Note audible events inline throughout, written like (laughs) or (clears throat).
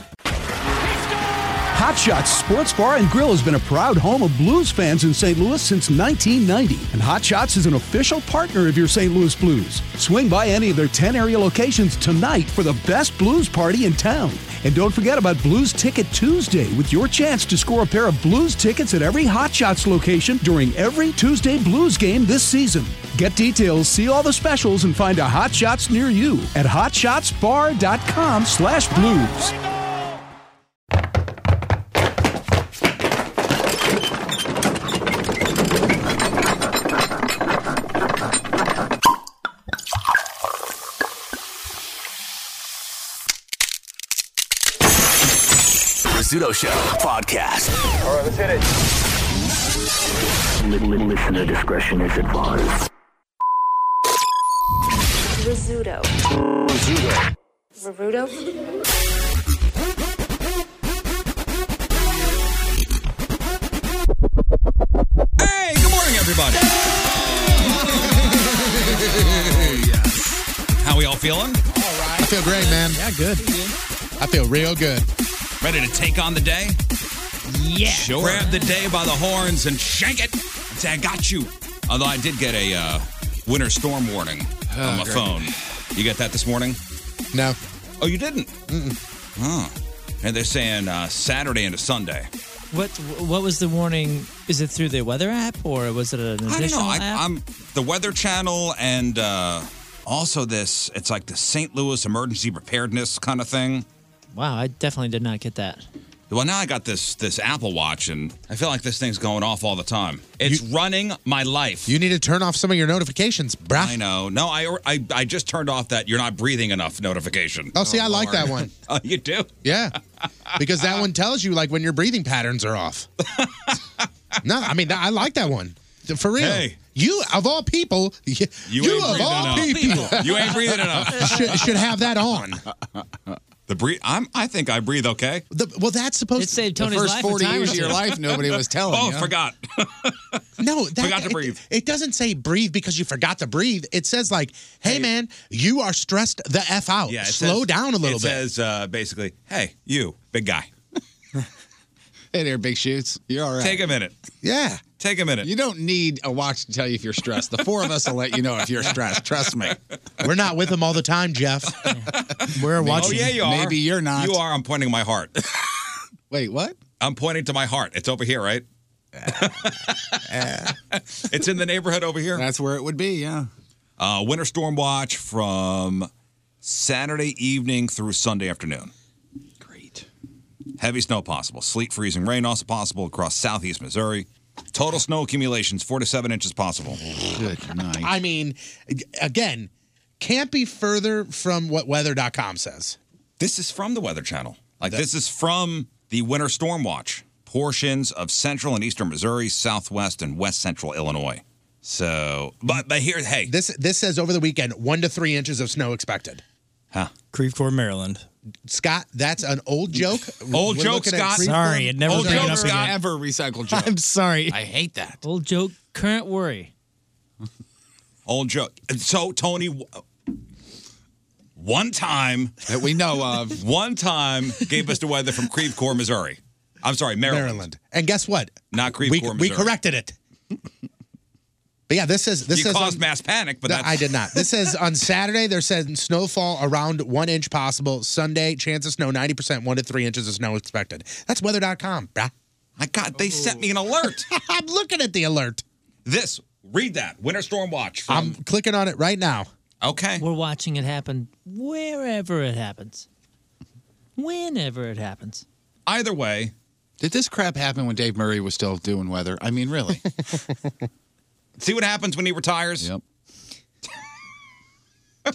Hot Shots Sports Bar and Grill has been a proud home of blues fans in St. Louis since 1990, and Hot Shots is an official partner of your St. Louis Blues. Swing by any of their 10 area locations tonight for the best blues party in town. And don't forget about Blues Ticket Tuesday with your chance to score a pair of blues tickets at every Hot Shots location during every Tuesday Blues game this season. Get details, see all the specials, and find a Hot Shots near you at hotshotsbar.com slash blues. Rizzuto Show podcast. All right, let's hit it. Listener discretion is advised. Rizzuto. Rizzuto. Hey, good morning, everybody. (laughs) How we all feeling? I feel great, man. Yeah, good. I feel real good. Ready to take on the day? Yeah. Grab the day by the horns and shank it. And say, I got you. Although I did get a uh, winter storm warning on my great. phone. You got that this morning? No. Oh, you didn't? Mm-mm. Oh. And they're saying uh, Saturday into Sunday. What what was the warning? Is it through the weather app or was it an additional I don't know. I, app? I'm the Weather Channel and uh, also this. It's like the St. Louis Emergency Preparedness kind of thing. wow, I definitely did not get that. Well, now I got this this Apple Watch, and I feel like this thing's going off all the time. It's running my life. You need to turn off some of your notifications, bruh. I know. No, I, I I just turned off that you're not breathing enough notification. Oh, see, I like that one. (laughs) oh, you do? Yeah. Because that one tells you, like, when your breathing patterns are off. no, I mean, I like that one. For real. Hey. You, of all people, you, ain't of breathing all enough. people, You ain't breathing enough. (laughs) should, should have that on. The breathe. I'm. I think I breathe okay. The- well, that's supposed It to. saved Tony's life. a time or two. nobody was telling Oh, forgot. (laughs) No, that, Forgot to it- breathe. It, doesn't say breathe because you forgot to breathe. It says like, "Hey, man, you are stressed the f out. it Slow says- down a little It bit." says uh, basically, "Hey, you, big guy, Hey there, big shoots. You're all right. take a minute. yeah, Take a minute." you don't need a watch to tell you if you're stressed. The four of us will let you know if you're stressed. Trust me. we're not with him all the time, (laughs) Jeff. we're oh watching. yeah, you are. Maybe you're not. You are. I'm pointing my heart. (laughs) Wait, what? I'm pointing to my heart. It's over here, (laughs) right? it's in the neighborhood over here. That's where it would be. Yeah. Uh, winter storm watch from Saturday evening through Sunday afternoon. Great. Heavy snow possible. Sleet, freezing rain also possible across southeast Missouri. Total snow accumulations four to seven inches possible. Good night. I mean, again, can't be further from what Weather.com says. This is from the Weather Channel. Like this is from the winter storm watch. Portions of central and eastern Missouri, southwest and west central Illinois. So, but but here, hey, This this says over the weekend, one to three inches of snow expected. huh? Creve Coeur, Maryland. Scott, that's an old (laughs) joke. Old We're joke, looking at Scott. free Sorry, form. it never Old bring it joke, up Scott. again. Ever recycle joke. I'm sorry. I hate that. Old joke, current worry. (laughs) Old joke. And So Tony, w- one time that we know of, (laughs) one time gave us the weather from Creve Coeur, Missouri. I'm sorry, Maryland. Maryland. And guess what? Not Creve we, Coeur, we Missouri. corrected it. But yeah, this is this you is caused mass panic, but No, that's I did not. This says on Saturday they're saying snowfall around one inch possible. Sunday chance of snow ninety percent, one to three inches of snow expected. That's weather.com, bruh. My God, they sent me an alert. (laughs) I'm looking at the alert. This read that winter storm watch. From, I'm clicking on it right now. Okay. We're watching it happen wherever it happens. Whenever it happens. (laughs) Either way, did this crap happen when Dave Murray was still doing weather? I mean, really? (laughs) see what happens when he retires. Yep. Uh,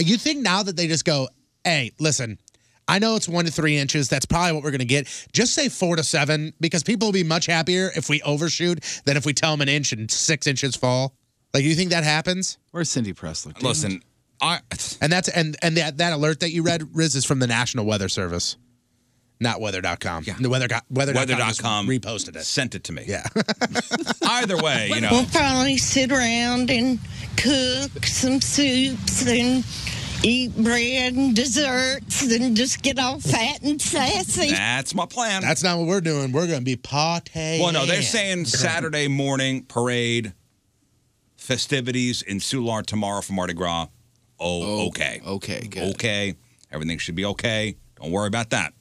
You think now that they just go, hey, listen, I know it's one to three inches. That's probably what we're going to get. Just say four to seven because people will be much happier if we overshoot than if we tell them an inch and six inches fall. Like, you think that happens? Where's Cindy Pressler? Listen, I and that's and and that, that alert that you read, Riz, is from the National Weather Service, not weather.com. Yeah. The weather weather Weather.com reposted it, sent it to me. Yeah. (laughs) Either way, you We'll know. probably sit around and cook some soups and eat bread and desserts and just get all fat and sassy. That's my plan. That's not what we're doing. We're going to be party. Well, no, they're saying Saturday morning parade festivities in Soulard tomorrow for Mardi Gras. Oh, okay. Okay, Okay. Everything should be okay. Don't worry about that.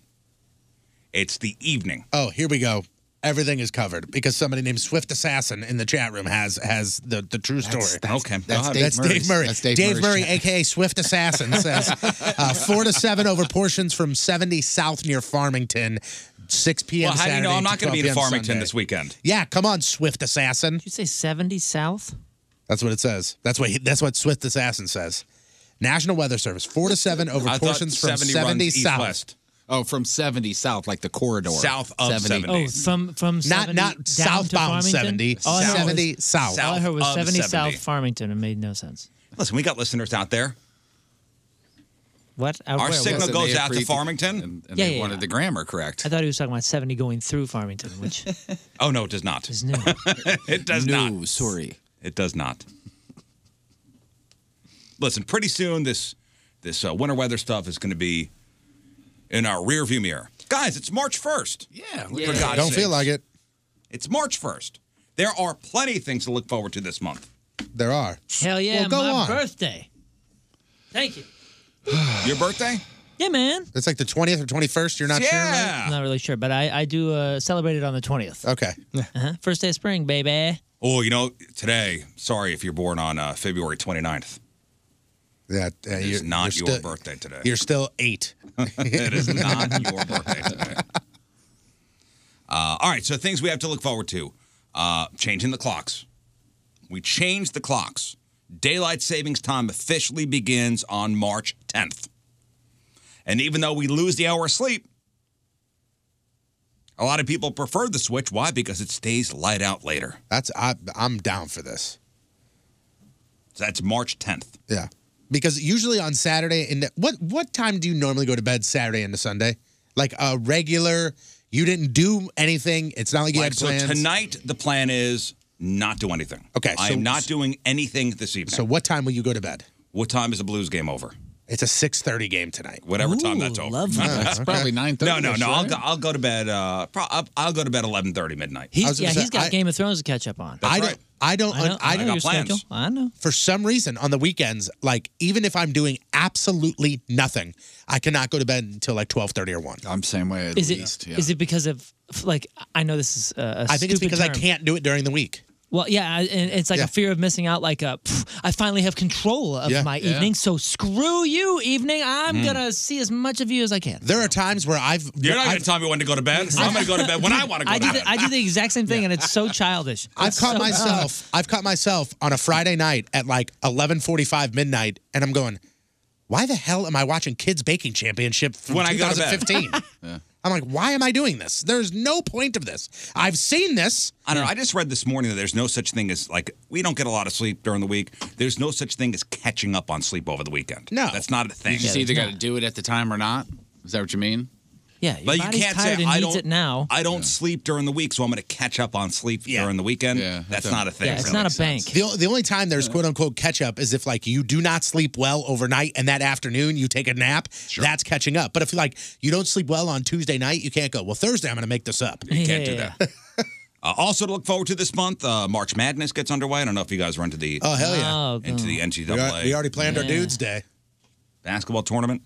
It's the evening. Oh, here we go. Everything is covered because somebody named Swift Assassin in the chat room has has the, the true story. okay. That's, Go ahead. that's Dave, Murray. Dave, Murray, aka Swift Assassin, (laughs) says uh, four to seven over portions from 70 South near Farmington, 6 p.m. Well, how do you know Saturday I'm not to going 12 to be in p.m. Farmington Sunday. this weekend? Yeah, come on, Swift Assassin. Did you say 70 South? That's what it says. That's what he, that's what Swift Assassin says. National Weather Service, four to seven over I thought portions from 70 70, runs east south. west. Oh, from 70 south, like the corridor. South of 70. Oh, from from 70 not down southbound to Farmington? 70, All I heard was- 70 south. All I heard was South of 70, 70. South Farmington. It made no sense. Listen, we got listeners out there. What? Out Our where? signal What? goes out to Farmington. And, and they Yeah, yeah, wanted yeah. the grammar correct. I thought he was talking about 70 going through Farmington, (laughs) which Oh, no, it does not. is new. (laughs) it does not. No, sorry. It does not. Listen, pretty soon this this uh, winter weather stuff is going to be in our rear view mirror. Guys, it's March 1st. Yeah. For God's Don't feel sakes. like it. It's March 1st. There are plenty of things to look forward to (sighs) this month. There are. Hell yeah, Well, go my on. birthday. Thank you. Your birthday? Yeah, man. It's like the 20th or 21st. You're not sure. I'm not really sure, but I, I do uh, celebrate it on the 20th. Right? Okay. Uh-huh. First day of spring, baby. Oh, you know, today, sorry if you're born on uh, February 29th. That uh, It is you're, not you're your still- birthday today. You're still eight. (laughs) it is not your birthday today. Uh, all right, so things we have to look forward to uh, changing the clocks. We changed the clocks. Daylight savings time officially begins on March 10th. And even though we lose the hour of sleep, a lot of people prefer the switch. Why? Because it stays light out later. That's I, I'm down for this. So that's March 10th. Yeah, because usually on Saturday and what what time do you normally go to bed Saturday into Sunday? Like a regular. You didn't do anything. It's not like you Like, had so plans. tonight, the plan is not do anything. Okay, I so- am not doing anything this evening. So what time will you go to bed? What time is the Blues game over? It's a 6:30 game tonight. Whatever time that's over. (laughs) It's probably 9:30 No, no, -ish, no. I'll right? go, I'll go to bed. Uh, pro- I'll, I'll go to bed eleven thirty midnight. I He's, was yeah, gonna say, he's got I- Game of Thrones to catch up on. I don't. I don't. I know, I know don't- your schedule. I know. For some reason, on the weekends, like even if I'm doing absolutely nothing, I cannot go to bed until like twelve thirty or one. I'm same way Is it? Is it because of like I know this is uh, a I think it's stupid because I term. can't do it during the week. Well, yeah, I- and it's like Yeah. a fear of missing out. Like, a, pff, I finally have control of Yeah. my Yeah. evening, so screw you, evening. I'm Mm. gonna see as much of you as I can. There are times where I've You're not I've, going to tell me when to go to bed. I'm going to go to bed when I want to go I to do, bed. the, I do the exact same thing, and it's so childish. (laughs) I've It's caught so- myself. I've caught myself on a Friday night at like eleven forty-five midnight, and I'm going, "Why the hell am I watching Kids Baking Championship from (laughs) When I go to bed. 2015?" I'm like, why am I doing this? There's no point of this. (laughs) I've seen this. I don't know. I just read this morning that there's no such thing as like we don't get a lot of sleep during the week. There's no such thing as catching up on sleep over the weekend. No. that's not a thing. You just either got to do it at the time or not. Is that what you mean? Yeah, Like you can't say I don't now. I don't sleep during the week, so I'm going to catch up on sleep during the weekend. that's not a thing. bank. The, o- the only time there's quote unquote catch up is if like you do not sleep well overnight and that afternoon you take a nap. That's catching up. But if like you don't sleep well on Tuesday night, you can't go. Well, Thursday I'm going to make this up. You can't do that. Uh, also to look forward to this month, uh, March Madness gets underway. I don't know if you guys were into the Oh, hell yeah. Oh, into the NCAA. We al- we already planned our Yeah. dudes day. basketball tournament.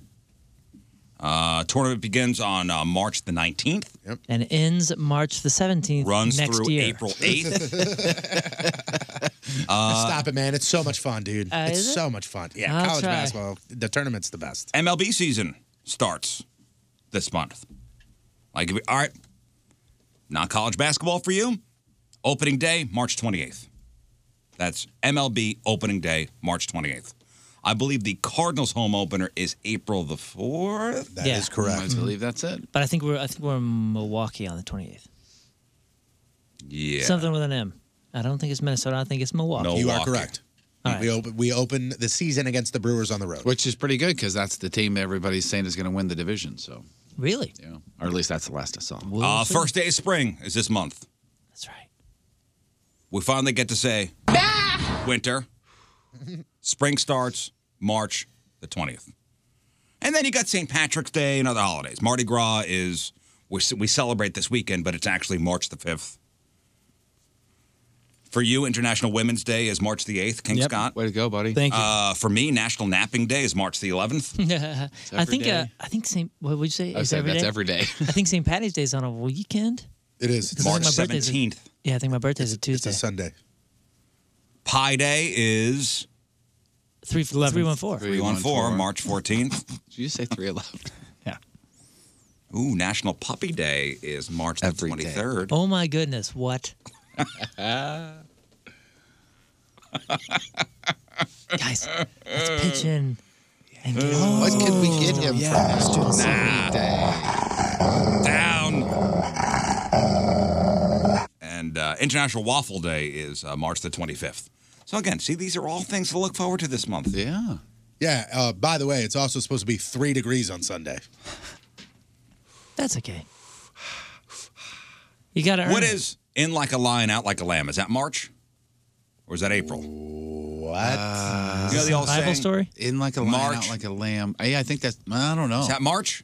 Uh, tournament begins on uh, March the nineteenth. Yep. And ends March the 17th Runs next through year. (laughs) April 8th. (laughs) Stop it, man! It's so much fun, dude. Uh, it's is it? so much fun. Yeah, I'll college try. basketball, the tournament's the best. MLB season starts this month. Like, if we- all right, not college basketball for you. Opening day, March 28th. That's MLB opening day, March 28th. I believe the Cardinals home opener is April the 4th. That is That Yeah. is correct. I believe that's it. But I think we're I think we're in Milwaukee on the 28th. Yeah. Something with an M. I don't think it's Minnesota. I think it's Milwaukee. You are (laughs) correct. We open we open the season against the Brewers on the road, which is pretty good because that's the team everybody's saying is going to win the division. So, Really? Yeah. or at least that's the last I saw. Uh, first day of spring is this month. That's right. We finally get to say winter. Spring starts March the 20th. And then you got St. Patrick's Day and other holidays. Mardi Gras is, we, we celebrate this weekend, but it's actually March the 5th. For you, International Women's Day is March the 8th. King Scott. Way to go, buddy. Thank you. Uh, for me, National Napping Day is March the 11th. I every think uh, day? I think St. What would you say? I Is said every that's day? every (laughs) day. I think St. Patty's Day is on a weekend. It is. Because I think my birthday's a- Yeah, I think my birthday's a Tuesday. Sunday. Pi Day is Three, 314. 314, March (laughs) 14th. Did you say 311? Yeah. Ooh, National Puppy Day is March the 23rd. Oh my goodness! What? Guys, let's pitch in. And oh, get What could we get him from this (laughs) Down. And uh, International Waffle Day is uh, March the 25th. So again, see, these are all things to look forward to this month. Yeah. Yeah. Uh, by the way, it's also supposed to be three degrees on Sunday. That's okay. You got to earn What it. is in like a lion, out like a lamb? Is that March? Or is that April? What? you know the old saying? In like a lion, out like a lamb. Yeah, I think that's. I don't know. Is that March?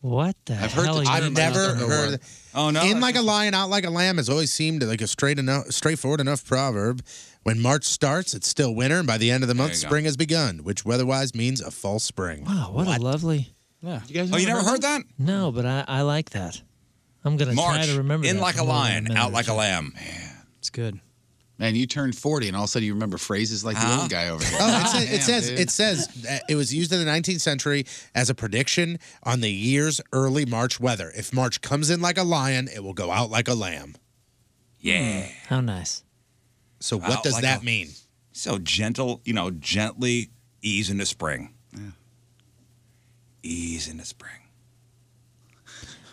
What the I've heard Hell the yeah. I've term, but I never don't know heard. what- Oh no! In like a lion, out like a lamb has always seemed like a straight enough, straightforward enough proverb. When March starts, it's still winter, and by the end of the There month, you go. spring has begun, which weatherwise means a false spring. Wow, what, a lovely. Yeah. You guys Oh, you never heard that? No, but I, I like that. I'm gonna March, try to remember. in that like for a more lion, than a out minute. like a lamb. It's good. Man, you turned 40 and all of a sudden you remember phrases like the Uh-huh. Huh? old guy (laughs) over here. Oh, it says, it says, it Damn, dude. says that it was used in the 19th century as a prediction on the year's early March weather. If March comes in like a lion, it will go out like a lamb. Yeah. Hmm. How nice. So what does that mean? So gentle, you know, gently ease into spring. Yeah. Ease into spring.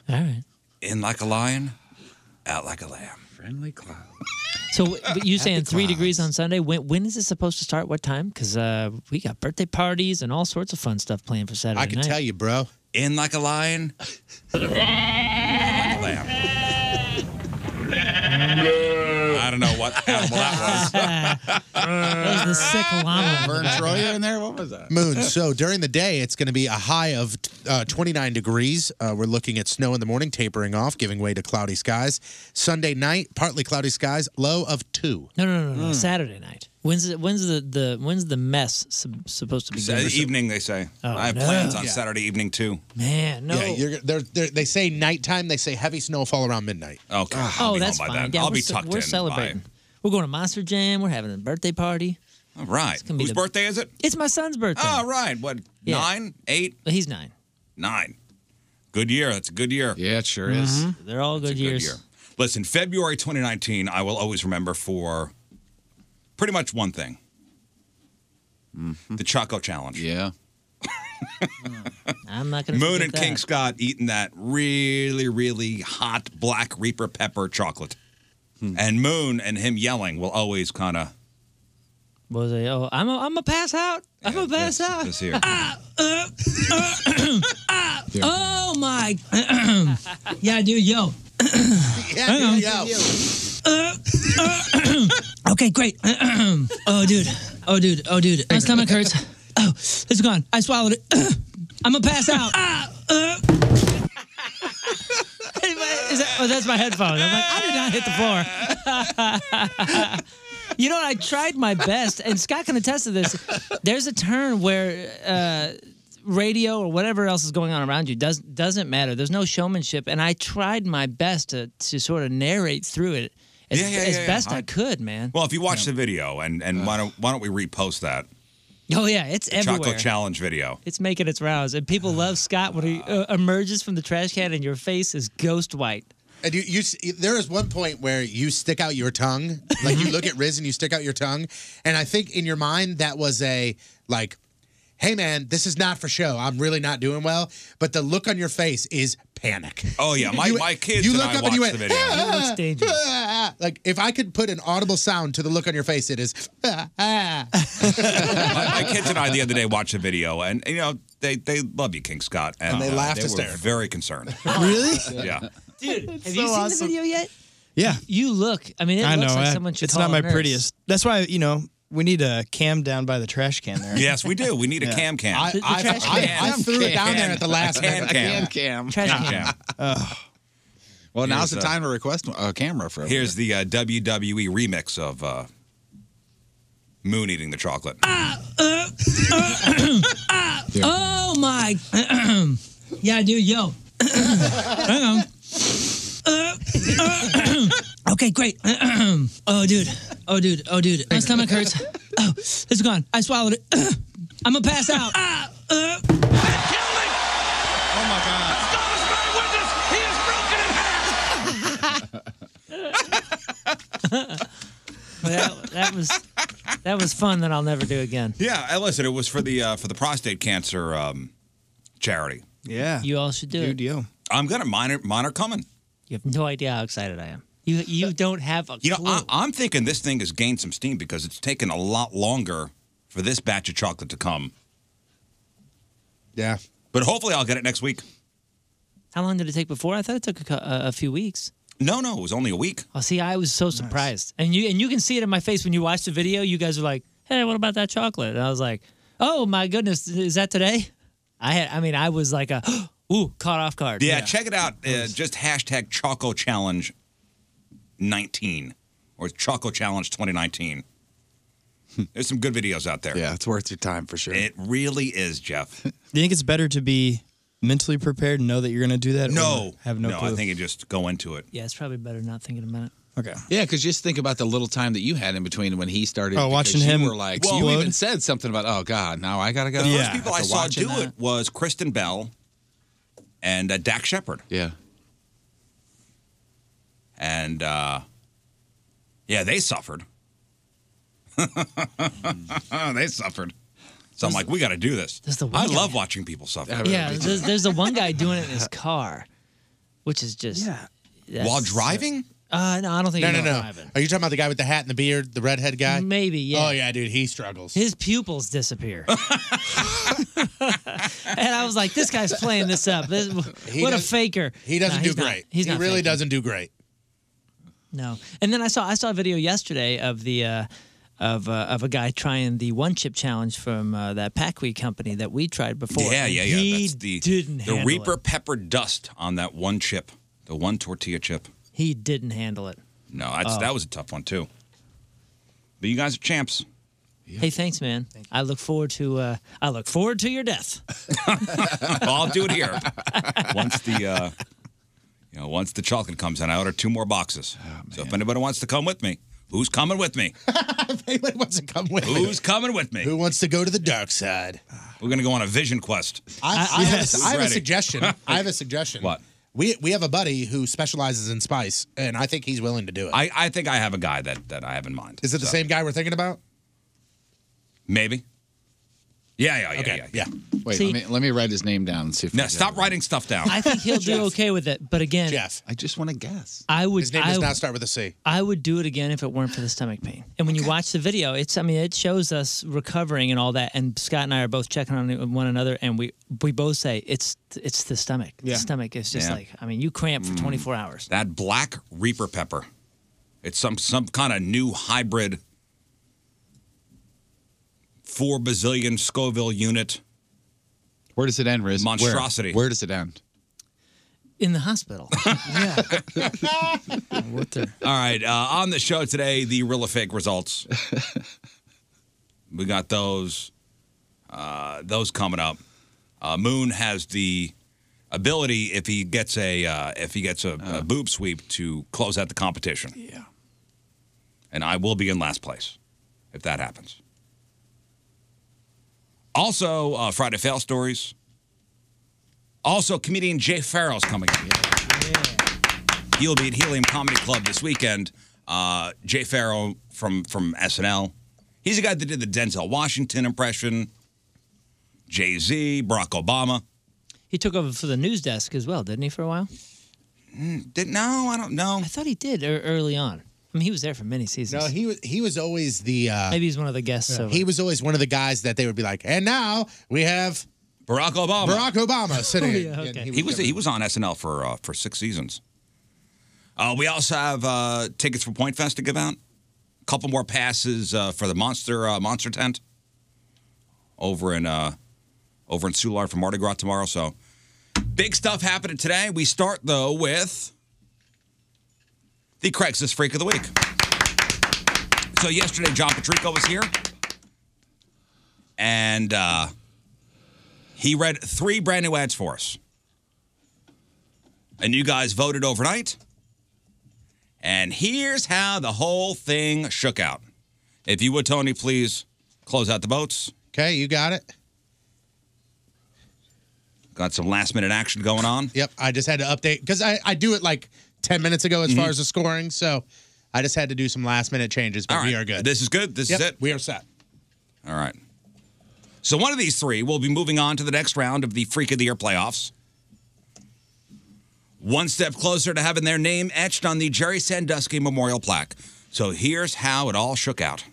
All right. In like a lion, out like a lamb. Friendly cloud. So but you saying Happy three clouds. degrees on Sunday? When when is this supposed to start? What time? Because uh, we got birthday parties and all sorts of fun stuff planned for Saturday I can night. tell you, bro. In like a lion, like a lamb. I don't know what animal that was. that was the sick (laughs) llama. Vern Troyer in there? What was that? (laughs) Moon. So during the day, it's going to be a high of uh, 29 degrees. Uh, we're looking at snow in the morning, tapering off, giving way to cloudy skies. Sunday night, partly cloudy skies, low of two. No, no, no, no. Saturday night. When's the, when's the, the when's the mess sub, supposed to be? Saturday evening, they say. Oh, I have no. plans on Yeah. Saturday evening too. Man, no. Yeah, you're, they're, they're, they say nighttime. They say heavy snowfall around midnight. Okay. Ah. I'll oh, be that's home by fine. then. Yeah, I'll we're be ce- tucked We're in celebrating. by- We're going to Monster Jam. We're having a birthday party. All right. gonna be Whose the- birthday is it? It's my son's birthday. All right. What? Yeah. Nine? Eight? He's nine. Nine. Good year. That's a good year. Yeah, it sure is. Mhm. They're all good years. Listen, February 2019, I will always remember for pretty much one thing the Choco Challenge. Yeah. I'm not gonna (laughs) Moon forget and that. King Scott eating that really, really hot black Reaper pepper chocolate. And Moon and him yelling will always kind of What was I? Oh, I'm a, I'm a pass out. I'm a pass out. is here. Ah, uh, ah, Yeah. oh my! (clears throat) yeah, dude, yo. Hang on. Uh, uh, (clears throat) okay, great. (clears throat) oh, dude. Oh, dude. Oh, dude. My stomach hurts. Oh, it's gone. I swallowed it. (clears throat) I'm gonna pass out. Ah, uh. (laughs) Is that, oh, that's my headphone. I'm like, I did not hit (laughs) the floor. (laughs) you know, what? I tried my best, and Scott can attest to this. There's a turn where uh, radio or whatever else is going on around you does doesn't matter. There's no showmanship, and I tried my best to to sort of narrate through it as, Yeah, yeah, as yeah, yeah. best I, I- could, man. Well, if you watch the video, and, and why, don't, why don't we repost that? Oh yeah, it's The everywhere. Chocolate Challenge video. It's making its rounds, and people love Scott when he uh, emerges from the trash can, and your face is ghost white. And you, you, s- there is one point where you stick out your tongue, like (laughs) you look at Riz and you stick out your tongue, and I think in your mind that was a like, "Hey man, this is not for show. I'm really not doing well." But the look on your face is panic. Oh, yeah. (laughs) My- my kids and I watched the video. It looks dangerous. "Ah," like if I could put an audible sound to the look on your face, it is. "Ah, ah." my, my kids and I the other day watched the video, and you know they, they love you, King Scott, uh, And they laughed they were hysterically. very concerned. (laughs) Really? yeah, Dude, have so you seen the awesome. video yet? Yeah. You look. I mean, it I looks know. like I- someone should it's call not a my nurse. prettiest. That's why you know we need a cam down by the trash can there. yes, we do. We need a cam cam. I- The- the I- trash I- can. I threw it down there at the last A cam minute. cam. A cam cam. Trash Cam can. cam. Well, now's Here's, the uh, time to request a camera for. Here's the uh, WWE remix of uh, Moon eating the chocolate. Uh, ah, oh my! (clears throat) yeah, dude, (coughs) yo. Hang on. Uh, (coughs) okay, great. (coughs) oh, dude. Oh, dude. Oh, dude. My stomach hurts. (coughs) Oh, it's gone. I swallowed it. (coughs) I'm gonna pass (coughs) out. Ah, uh, Oh my God! Well, that, that was that was fun that I'll never do again. Yeah, and listen, it was for the uh, for the prostate cancer um, charity. Yeah. You all should do it. You. I'm gonna minor minor coming. have no idea how excited I am. You you don't have a You know, clue. I, I'm thinking this thing has gained some steam because it's taken a lot longer for this batch of chocolate to come. Yeah. But hopefully I'll get it next week. how long did it take before? I thought it took a, cou- a, a few weeks. No, no, it was only a week. Oh, see, I was so surprised, and you and you can see it in my face when you watch the video. You guys are like, "Hey, what about that chocolate?" And I was like, "Oh my goodness, is that today?" I had, I mean, I was like a, (gasps) ooh, caught off guard. Yeah, check it out. Uh, just hashtag Choco Challenge 19 or Choco Challenge 2019. There's some good videos out there. Yeah, Hmm. it's worth your time for sure. It really is, Jeff. Do you think it's better to be mentally prepared and know that you're going to do that? or No, have no, clue. I think it just go into it. Yeah, it's probably better not thinking about it. Okay. Yeah, because just think about the little time that you had in between when he started. Oh, because watching you him were like you explode? even said something about, oh God, now I gotta go. The first people I saw do it was Kristen Bell and uh, Dak Shepard. Yeah. And uh, yeah, they suffered. (laughs) they suffered. So I'm like, we got to do this. Does the I one love watching people suffer. yeah, there's, there's the one guy doing it in (laughs) his car, which is just that's- While driving? Uh, no, I don't think no, he no, was no. driving. Are you talking about the guy with the hat and the beard, the redhead guy? Maybe, yeah. Oh yeah, dude, he struggles. His pupils (laughs) disappear. and I was like, this guy's playing this up. This, (laughs) He what a does- faker. He doesn't No, do he's not- great. he's he not really faking. doesn't do great. No. And then I saw I saw a video yesterday of the uh, of uh, of a guy trying the one chip challenge from uh, that Packweed company that we tried before. Yeah, and yeah, yeah. He That's the didn't the handle Reaper it. pepper dust on that one chip, the one tortilla chip. He didn't handle it. No, that's, Oh. that was a tough one too. But you guys are champs. Hey, thanks, man. I look forward to uh, I look forward to your death. (laughs) (laughs) well, I'll do it here. (laughs) Once the uh, you know, once the chocolate comes in, I order two more boxes. Oh, so if anybody wants to come with me, who's coming (laughs) with me? Anyone wants to come with me? Who's coming with me? Who wants to go to the dark side? We're gonna go on a vision quest. I, I, have, a, I have a Ready. (laughs) suggestion. I have a suggestion. What? We we have a buddy who specializes in spice, and I think he's willing to do it. I, I think I have a guy that, that I have in mind. Is it the So, same guy we're thinking about? Maybe. Yeah, yeah, yeah, yeah, yeah. Wait, See- let me let me write his name down and see if. No, I get stop it. writing stuff down. I think (laughs) he'll do okay with it. But again, Jeff, I just want to guess. I would. His name I, does not start with a C. I would do it again if it weren't for the stomach pain. And when you watch the video, it's I mean it shows us recovering and all that. And Scott and I are both checking on one another, and we we both say it's it's the stomach. Yeah. The stomach is just Yeah. like I mean you cramp for Mm. 24 hours. That black reaper pepper. It's some some kind of new hybrid four bazillion Scoville unit. Where does it end, Riz? Where? Monstrosity. Where, does it end? in the (laughs) hospital. yeah. what the? All right, uh, on the show today, the real or fake results. we got those uh, those coming up. Uh, Moon has the ability if he gets a uh, if he gets a, a boob sweep to close out the competition. Yeah. And I will be in last place if that happens. Also, uh, Friday fail stories. Also, comedian Jay Farrell's coming. up. He'll be at Helium Comedy Club this weekend. Uh, Jay Farrell from from SNL. He's the guy that did the Denzel Washington impression. Jay Z, Barack Obama. He took over for the news desk as well, didn't he? For a while. Mm, did no? I don't know. I thought he did er, early on. I mean, he was there for many seasons. No, he was he was always the uh, Maybe he's one of the guests. over. He was always one of the guys that they would be like, and now we have Barack Obama. Oh, Barack (laughs) Obama sitting. in." And He was he was on SNL for uh, for six seasons. Uh, we also have uh, tickets for Point Fest to give out. A couple more passes uh, for the monster uh, monster tent over in uh, over in Soulard for Mardi Gras tomorrow. So big stuff happening today. We start though with the Craigslist Freak of the Week. So yesterday, John Patrico was here, and uh, he read three brand new ads for us. And you guys voted overnight. And here's how the whole thing shook out. If you would, Tony, please close out the votes. Okay, you got it. Got some last minute action going on. Yep, I just had to update because I, I do it like ten minutes ago Mm-hmm. as far as the scoring, so I just had to do some last minute changes. But we are good. This is good. This Yep, is it. We are set. All right. So one of these three will be moving on to the next round of the Freak of the Year playoffs. One step closer to having their name etched on the Jerry Sandusky Memorial Plaque. So here's how it all shook out.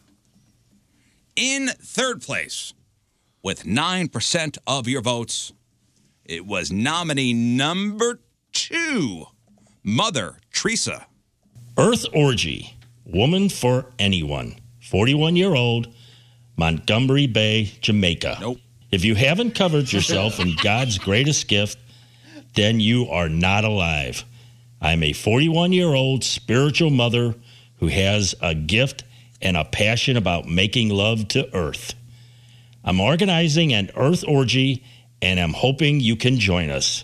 In third place, with 9% of your votes, it was nominee number two, Mother Teresa. Earth Orgy, Woman for Anyone, 41 year old, Montgomery Bay, Jamaica. Nope. If you haven't covered yourself in God's greatest gift, then you are not alive. I'm a 41 year old spiritual mother who has a gift and a passion about making love to Earth. I'm organizing an Earth Orgy and I'm hoping you can join us.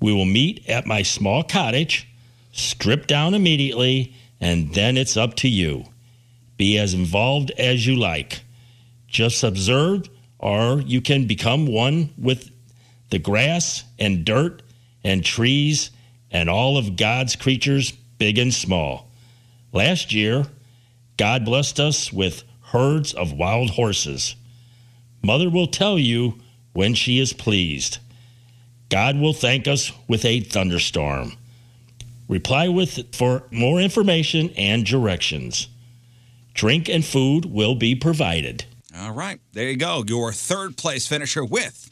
We will meet at my small cottage, strip down immediately, and then it's up to you. Be as involved as you like. Just observe, or you can become one with the grass and dirt and trees and all of God's creatures, big and small. Last year, God blessed us with herds of wild horses. Mother will tell you when she is pleased. God will thank us with a thunderstorm. Reply with for more information and directions. Drink and food will be provided. All right. There you go. Your third place finisher with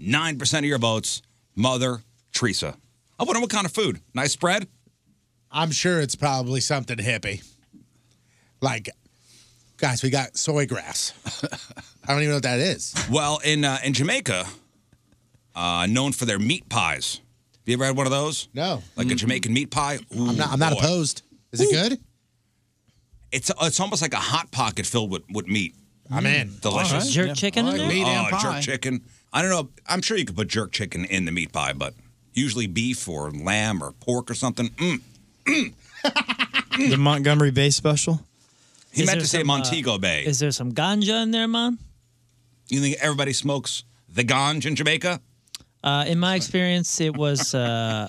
9% of your votes, Mother Teresa. I wonder what kind of food. Nice spread. I'm sure it's probably something hippie. Like, guys, we got soy grass. (laughs) I don't even know what that is. Well, in uh, in Jamaica, uh, known for their meat pies. You ever had one of those? No. Like a Jamaican meat pie? I'm not. I'm not opposed. Is it good? It's it's almost like a hot pocket filled with, with meat. I'm Mm. in. Delicious. All right. Jerk Yeah. chicken in All right. there? Meat and oh, pie. jerk chicken. I don't know. I'm sure you could put jerk chicken in the meat pie, but usually beef or lamb or pork or something. Mm. the Montgomery Bay special. He Is meant there to say some, uh, Montego Bay. Is there some ganja in there, Mom? You think everybody smokes the ganj in Jamaica? Uh, in my experience, it was (laughs) uh,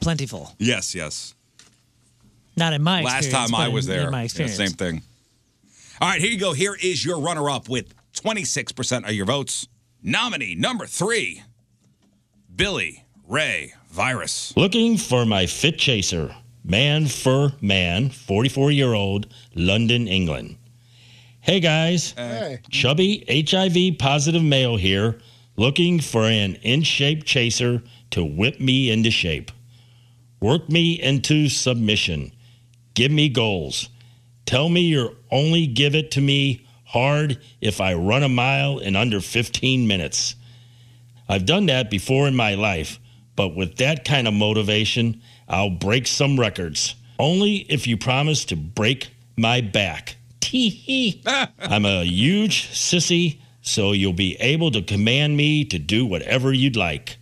plentiful. Yes, yes. Not in my Last experience. time I but was in- there, In my yeah, experience. same thing. All right, here you go. Here is your runner-up with 26% of your votes. Nominee number three, Billy Ray Virus. Looking for my fit chaser, man for man, 44 year old, London, England. Hey guys, Hey. chubby HIV positive male here, looking for an in shape chaser to whip me into shape. Work me into submission. Give me goals. Tell me you're only give it to me hard if I run a mile in under 15 minutes. I've done that before in my life, but with that kind of motivation, I'll break some records. Only if you promise to break my back. Tee hee. I'm a huge sissy, so you'll be able to command me to do whatever you'd like.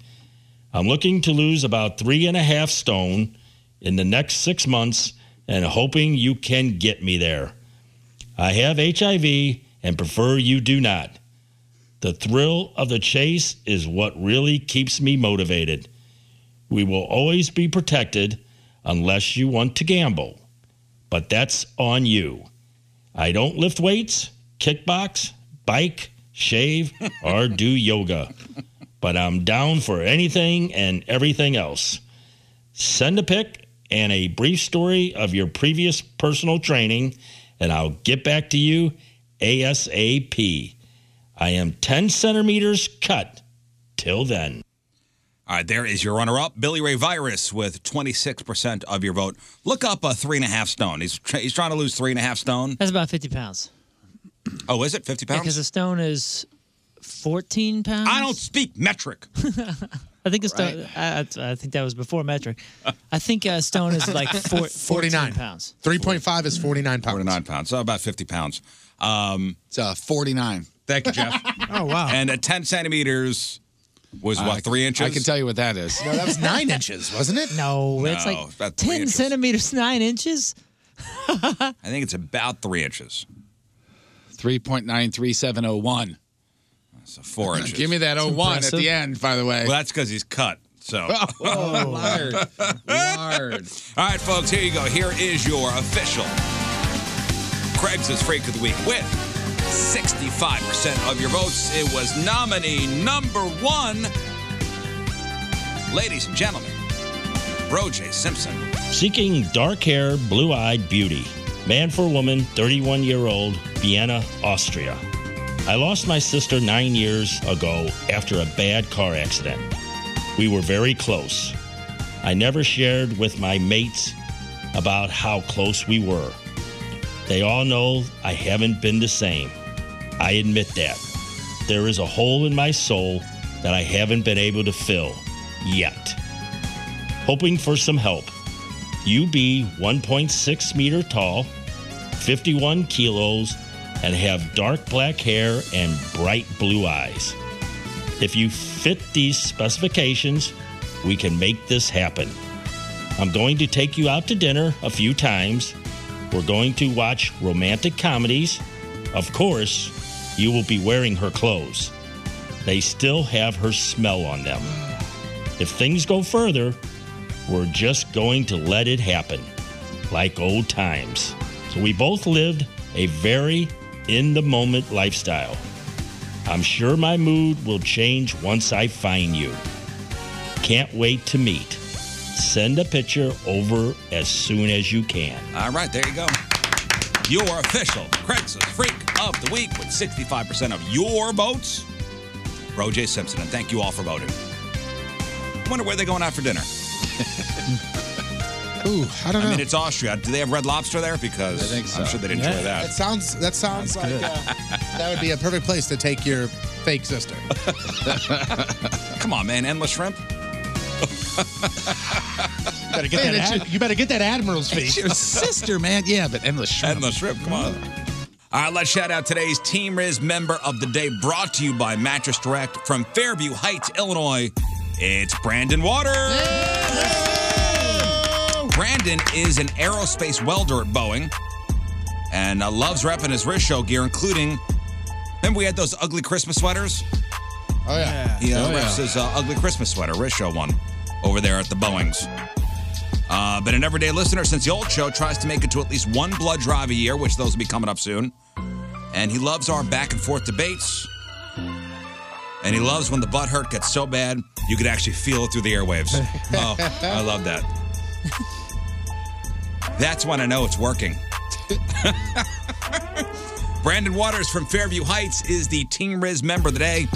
I'm looking to lose about three and a half stone in the next six months and hoping you can get me there. I have HIV and prefer you do not. The thrill of the chase is what really keeps me motivated. We will always be protected unless you want to gamble, but that's on you. I don't lift weights, kickbox, bike, shave, or do yoga, but I'm down for anything and everything else. Send a pic and a brief story of your previous personal training, and I'll get back to you ASAP. I am 10 centimeters cut. Till then. All right, there is your runner up, Billy Ray Virus, with 26% of your vote. Look up a three and a half stone. He's, tr- he's trying to lose three and a half stone. That's about 50 pounds. Oh, is it 50 Because pounds? a stone is 14 pounds. I don't speak metric. (laughs) I think a stone. I, I think that was before metric. I think a stone is (laughs) like four, 49 pounds. 3.5 is 49 pounds. 49 pounds. So about 50 pounds. Um, it's uh, 49. Thank (laughs) you, Jeff. Oh, wow. And uh, 10 centimeters was Uh, I- what, three inches? I can tell you what that is. No, that was (laughs) nine inches, wasn't it? No, it's No, like it's about three 10 inches. centimeters, 9 inches. (laughs) I think it's about three inches. 3.93701. (laughs) So four inches. Give me that oh That's 01 at the impressive. end, by the way. Well, that's because he's cut. (laughs) So. Oh, lard. Lard. (laughs) All right, folks, here you go. Here is your official Craigslist Freak of the Week with 65% of your votes. It was nominee number one. Ladies and gentlemen, Broj Simpson. Seeking dark hair, blue eyed beauty. Man for woman, 31 year old, Vienna, Austria. I lost my sister nine years ago after a bad car accident. We were very close. I never shared with my mates about how close we were. They all know I haven't been the same. I admit that. There is a hole in my soul that I haven't been able to fill yet. Hoping for some help. UB 1.6 meter tall, 51 kilos, and have dark black hair and bright blue eyes. If you fit these specifications, we can make this happen. I'm going to take you out to dinner a few times. We're going to watch romantic comedies. Of course, you will be wearing her clothes. They still have her smell on them. If things go further, we're just going to let it happen, like old times. So we both lived a very in the moment lifestyle. I'm sure my mood will change once I find you. Can't wait to meet. Send a picture over as soon as you can. All right, there you go. Your official Craigslist Freak of the Week with 65% of your votes. Broj Simpson, and thank you all for voting. Wonder where they're going out for dinner. Ooh, I don't know. mean, it's Austria. Do they have red lobster there? Because I'm sure they'd enjoy that. That sounds. That sounds like good. uh, that would be a perfect place to take your fake sister. (laughs) Come on, man. Endless shrimp? better get Man, that it's ad- you better get that admiral's fee. It's your sister, man. Yeah, but endless shrimp. Endless shrimp. Come on. All right, let's shout out today's Team Riz member of the day, brought to you by Mattress Direct from Fairview Heights, Illinois. It's Brandon Waters. Brandon is an aerospace welder at Boeing and uh, loves repping his wrist show gear, including. Remember, we had those ugly Christmas sweaters? Oh yeah. He uh, Oh, reps his uh, ugly Christmas sweater, wrist show one, over there at the Boeings. Uh, been an everyday listener since the old show. Tries to make it to at least one blood drive a year, which those will be coming up soon. And he loves our back and forth debates. And he loves when the butt hurt gets so bad you could actually feel it through the airwaves. oh, I love that. That's when I know it's working. Brandon Waters from Fairview Heights is the Team Riz member of the day.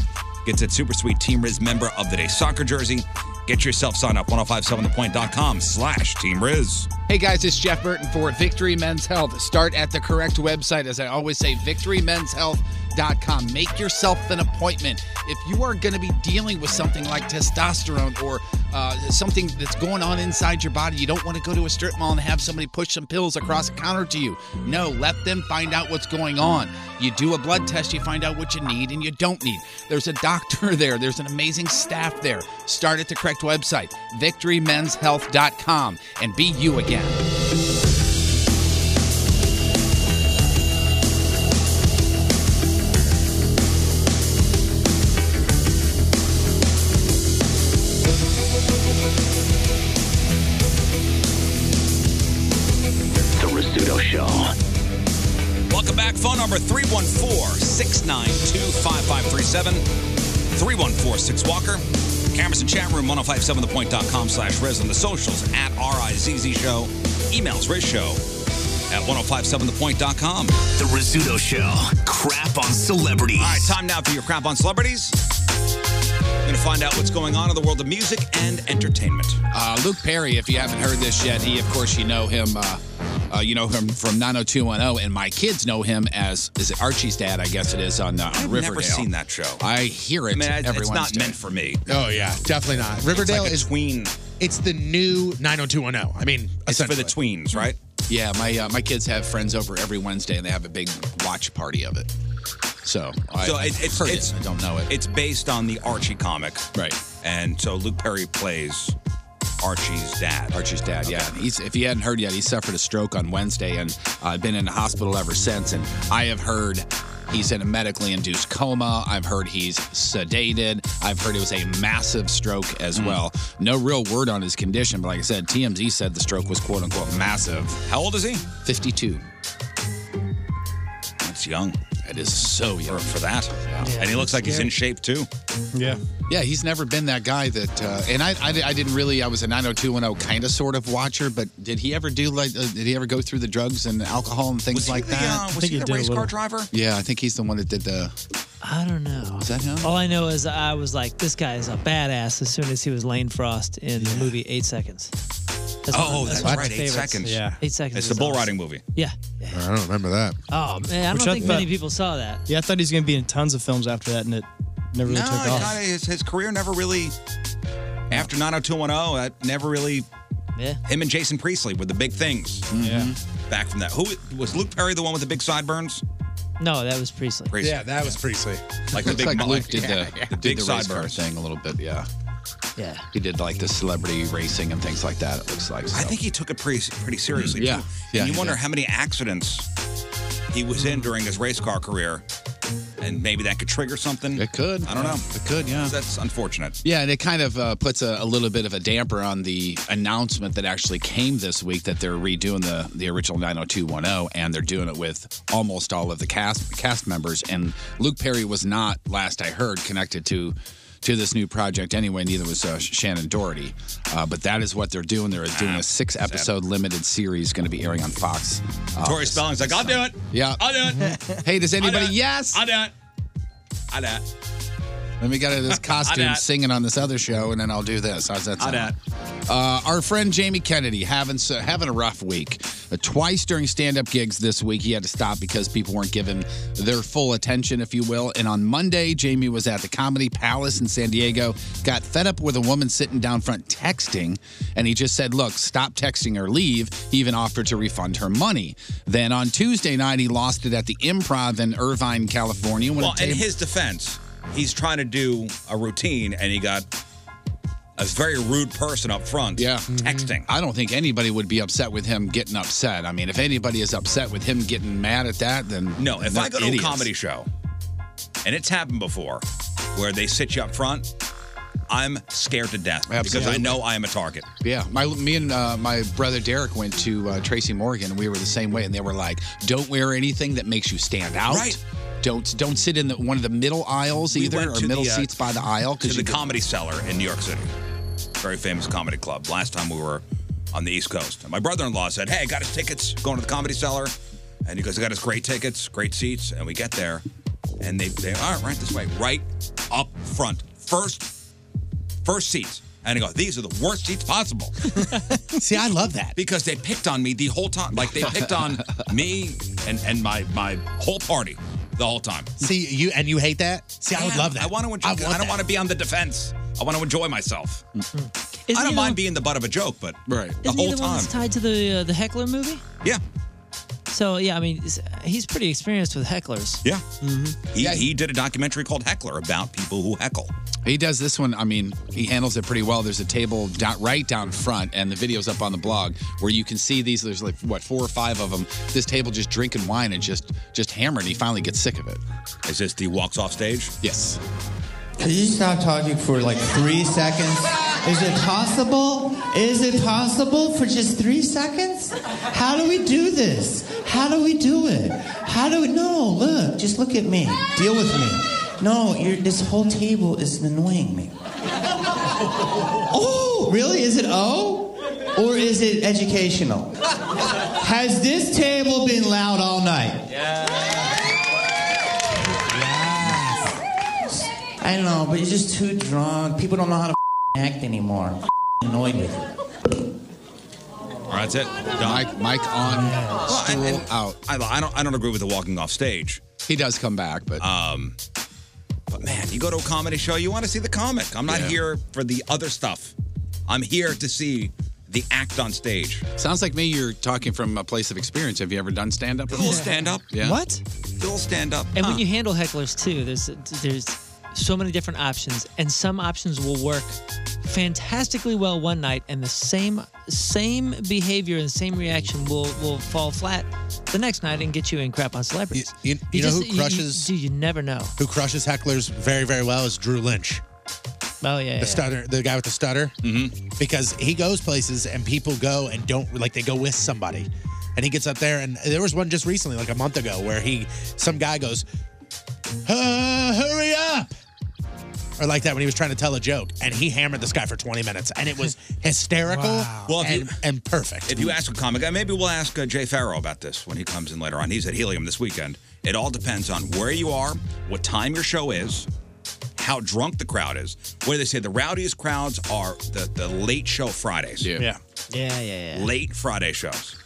Gets that super sweet Team Riz member of the day soccer jersey. Get yourself signed up 1057thepoint.com slash Team Riz. Hey guys, it's Jeff Burton for Victory Men's Health. Start at the correct website. As I always say, victorymenshealth.com. Make yourself an appointment. If you are going to be dealing with something like testosterone or uh, something that's going on inside your body, you don't want to go to a strip mall and have somebody push some pills across the counter to you. No, let them find out what's going on. You do a blood test, you find out what you need and you don't need. There's a (laughs) doctor there, there's an amazing staff there. Start at the correct website, victorymenshealth.com, and be you again. The Rizzuto Show. Welcome back. Phone number 314-692-5537. 314-6-WALKER. Cameras and chat room, 1057thepoint.com slash Riz on the socials at R-I-Z-Z show. Emails Riz show at 1057thepoint.com. The Rizzuto Show. Crap on celebrities. All right, time now for your crap on celebrities. We're going to find out what's going on in the world of music and entertainment. Uh, Luke Perry, if you haven't heard this yet, he, of course, you know him. Uh, uh, you know him from 90210, and my kids know him as is it Archie's dad? I guess it is on, uh, I've Riverdale. never seen that show. I hear it. I mean, I- it's every not Wednesday. meant for me. (laughs) Oh yeah, definitely not. Riverdale is tween. It's the new 90210. I (laughs) mean, It's for essentially. the tweens, right? Yeah, my uh, my kids have friends over every Wednesday, and they have a big watch party of it. So, I, so I've it, it's, heard it's it. I don't know it. It's based on the Archie comic, right? And so Luke Perry plays Archie's dad. Archie's dad, yeah. And he's, if you hadn't heard yet, he suffered a stroke on Wednesday and uh, been in the hospital ever since. And I have heard he's in a medically induced coma. I've heard he's sedated. I've heard it was a massive stroke as Mm-hmm. well. No real word on his condition, but like I said, TMZ said the stroke was quote unquote massive. How old is he? 52. That's young. That is so young. For, that. and he looks like he's in shape too. Yeah. Yeah, he's never been that guy that, uh, and I, I, I didn't really, I was a 90210 kind of sort of watcher, but did he ever do like, uh, did he ever go through the drugs and alcohol and things like that? was he the race car driver? Yeah, I think he's the one that did the. I don't know. Is that him? All I know is I was like, this guy is a badass as soon as he was Lane Frost in the movie Eight Seconds. oh, one- that's, one of my right. Eight favorites. seconds. Eight Seconds. It's is the bull awesome. riding movie. Yeah. I don't remember that. Oh man, I Which don't I think thought- many people saw that. Yeah, I thought he was going to be in tons of films after that, and it never really no, took off. kinda, his, his career never really. After 90210, that never really. Yeah. Him and Jason Priestley were the big things. Yeah. Mm-hmm. Back from that. Who was Luke Perry the one with the big sideburns? No, that was Priestley. Priestley. Yeah, that was Priestley. Like the Looks big like mullet. Luke did the, (laughs) Yeah, yeah. did Big the race car sideburns. thing a little bit, yeah. Yeah. He did like the celebrity racing and things like that, it looks like. I think he took it pretty pretty seriously. Mm, Yeah. Too. Yeah, And you he wonder did. how many accidents he was in during his race car career, and maybe that could trigger something. It could. I don't know. It could. Yeah. That's unfortunate. Yeah, and it kind of uh, puts a, a little bit of a damper on the announcement that actually came this week that they're redoing the the original 90210, and they're doing it with almost all of the cast cast members. And Luke Perry was not, last I heard, connected to to this new project anyway. Neither was uh, Shannon Doherty, uh, but that is what they're doing. They're doing a six episode limited series going to be airing on Fox. Uh, Tori Spelling's like, I'll do it. yeah, I'll do it. Hey, does anybody? Yes. I'll do it. I'll do it. Let me (laughs) get out of this costume Adat. singing on this other show, and then I'll do this. How's that sound? Uh, our friend Jamie Kennedy having so, having a rough week. Uh, twice during stand up gigs this week, he had to stop because people weren't giving their full attention, if you will. And on Monday, Jamie was at the Comedy Palace in San Diego, got fed up with a woman sitting down front texting, and he just said, Look, stop texting or leave. He even offered to refund her money. Then on Tuesday night, he lost it at the improv in Irvine, California. when a Well, in table- his defense, he's trying to do a routine, and he got a very rude person up front. Yeah. Texting. I don't think anybody would be upset with him getting upset. I mean, if anybody is upset with him getting mad at that, then No, if they're I go to idiots. a comedy show, and it's happened before, where they sit you up front, I'm scared to death because I Absolutely. know I am a target. Yeah, my me and uh, my brother Derek went to uh, Tracy Morgan, and we were the same way. And they were like, "Don't wear anything that makes you stand out. Right. Don't don't sit in the, one of the middle aisles We either, went or to the, middle uh, seats by the aisle to because the you could- Comedy Cellar in New York City. Very famous comedy club. Last time we were on the East Coast. And my brother-in-law said, hey, got his tickets, going to the Comedy Cellar. And he goes, I got us great tickets, great seats. And we get there, and they, they all right, right this way, right up front. First, first seats. And I go, these are the worst seats possible. See, I love that. Because they picked on me the whole time. Like, they picked on me and, and my, my whole party the whole time. See you and you hate that. See, I would Yeah, love that. I want to enjoy. I, don't want to be on the defense. I want to enjoy myself. Isn't I he don't the mind being the butt of a joke, but right. the Isn't whole he the time. one that's tied to the uh, the heckler movie? Yeah. So yeah, I mean, he's- he's pretty experienced with hecklers. Yeah. He, he did a documentary called Heckler about people who heckle. He does this one. I mean, he handles it pretty well. There's a table down, right down front, and the video's up on the blog where you can see these. There's like what four or five of them. This table just drinking wine and just just hammering. He finally gets sick of it. Is this the walks off stage? Yes. Could you stop talking for like three seconds? Is it possible? Is it possible for just three seconds? How do we do this? How do we do it? How do we? No, look, just look at me. Deal with me. No, you're, this whole table is annoying me. Oh, really? Is it oh? Or is it educational? Has this table been loud all night? I don't know, but you're just too drunk. People don't know how to act anymore. I'm annoyed with it. that's it. Mike, Mike on, stool out. I, I don't. I don't agree with the walking off stage. He does come back, but um, but man, you go to a comedy show, you want to see the comic. I'm not Yeah. here for the other stuff. I'm here to see the act on stage. Sounds like me. You're talking from a place of experience. Have you ever done stand up? Little stand up. Yeah. What? Little stand up. And when you handle hecklers too, there's there's so many different options, and some options will work fantastically well one night, and the same same behavior and same reaction will will fall flat the next night and get you in crap on celebrities. You, you know who crushes? Do you, never know who crushes hecklers very very well is Drew Lynch. Oh yeah, yeah. the stutter, the guy with the stutter, mm-hmm. because he goes places and people go and don't like they go with somebody, and he gets up there and there was one just recently, like a month ago, where he some guy goes, "Uh, "Hurry up." Or like that when he was trying to tell a joke, and he hammered this guy for 20 minutes, and it was hysterical Well, if and, you- and perfect. If you ask a comic guy, maybe we'll ask uh, Jay Farrow about this when he comes in later on. He's at Helium this weekend. It all depends on where you are, what time your show is, how drunk the crowd is. Where they say the rowdiest crowds are the, the late show Fridays. Yeah. Yeah, yeah, yeah. Late Friday shows.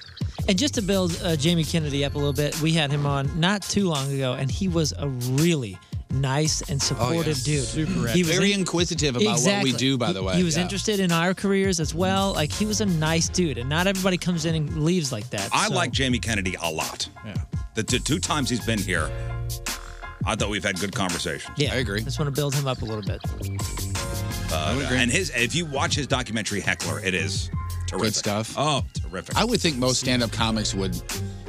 And just to build uh, Jamie Kennedy up a little bit, we had him on not too long ago, and he was a really nice and Oh, Oh, supportive dude. He was very in- inquisitive about what we Exactly. do. By the He- way, He was Yeah. interested in our careers as well. Like he was a nice dude, and not everybody comes in and leaves like that. I so- like Jamie Kennedy a lot. Yeah. The, the two times he's been here, I thought we've had good conversations. Yeah, I agree. Just want to build him up a little bit. (laughs) Uh, and his, if you watch his documentary Heckler, it is terrific. Good stuff. Oh, terrific. I would think most stand-up comics would.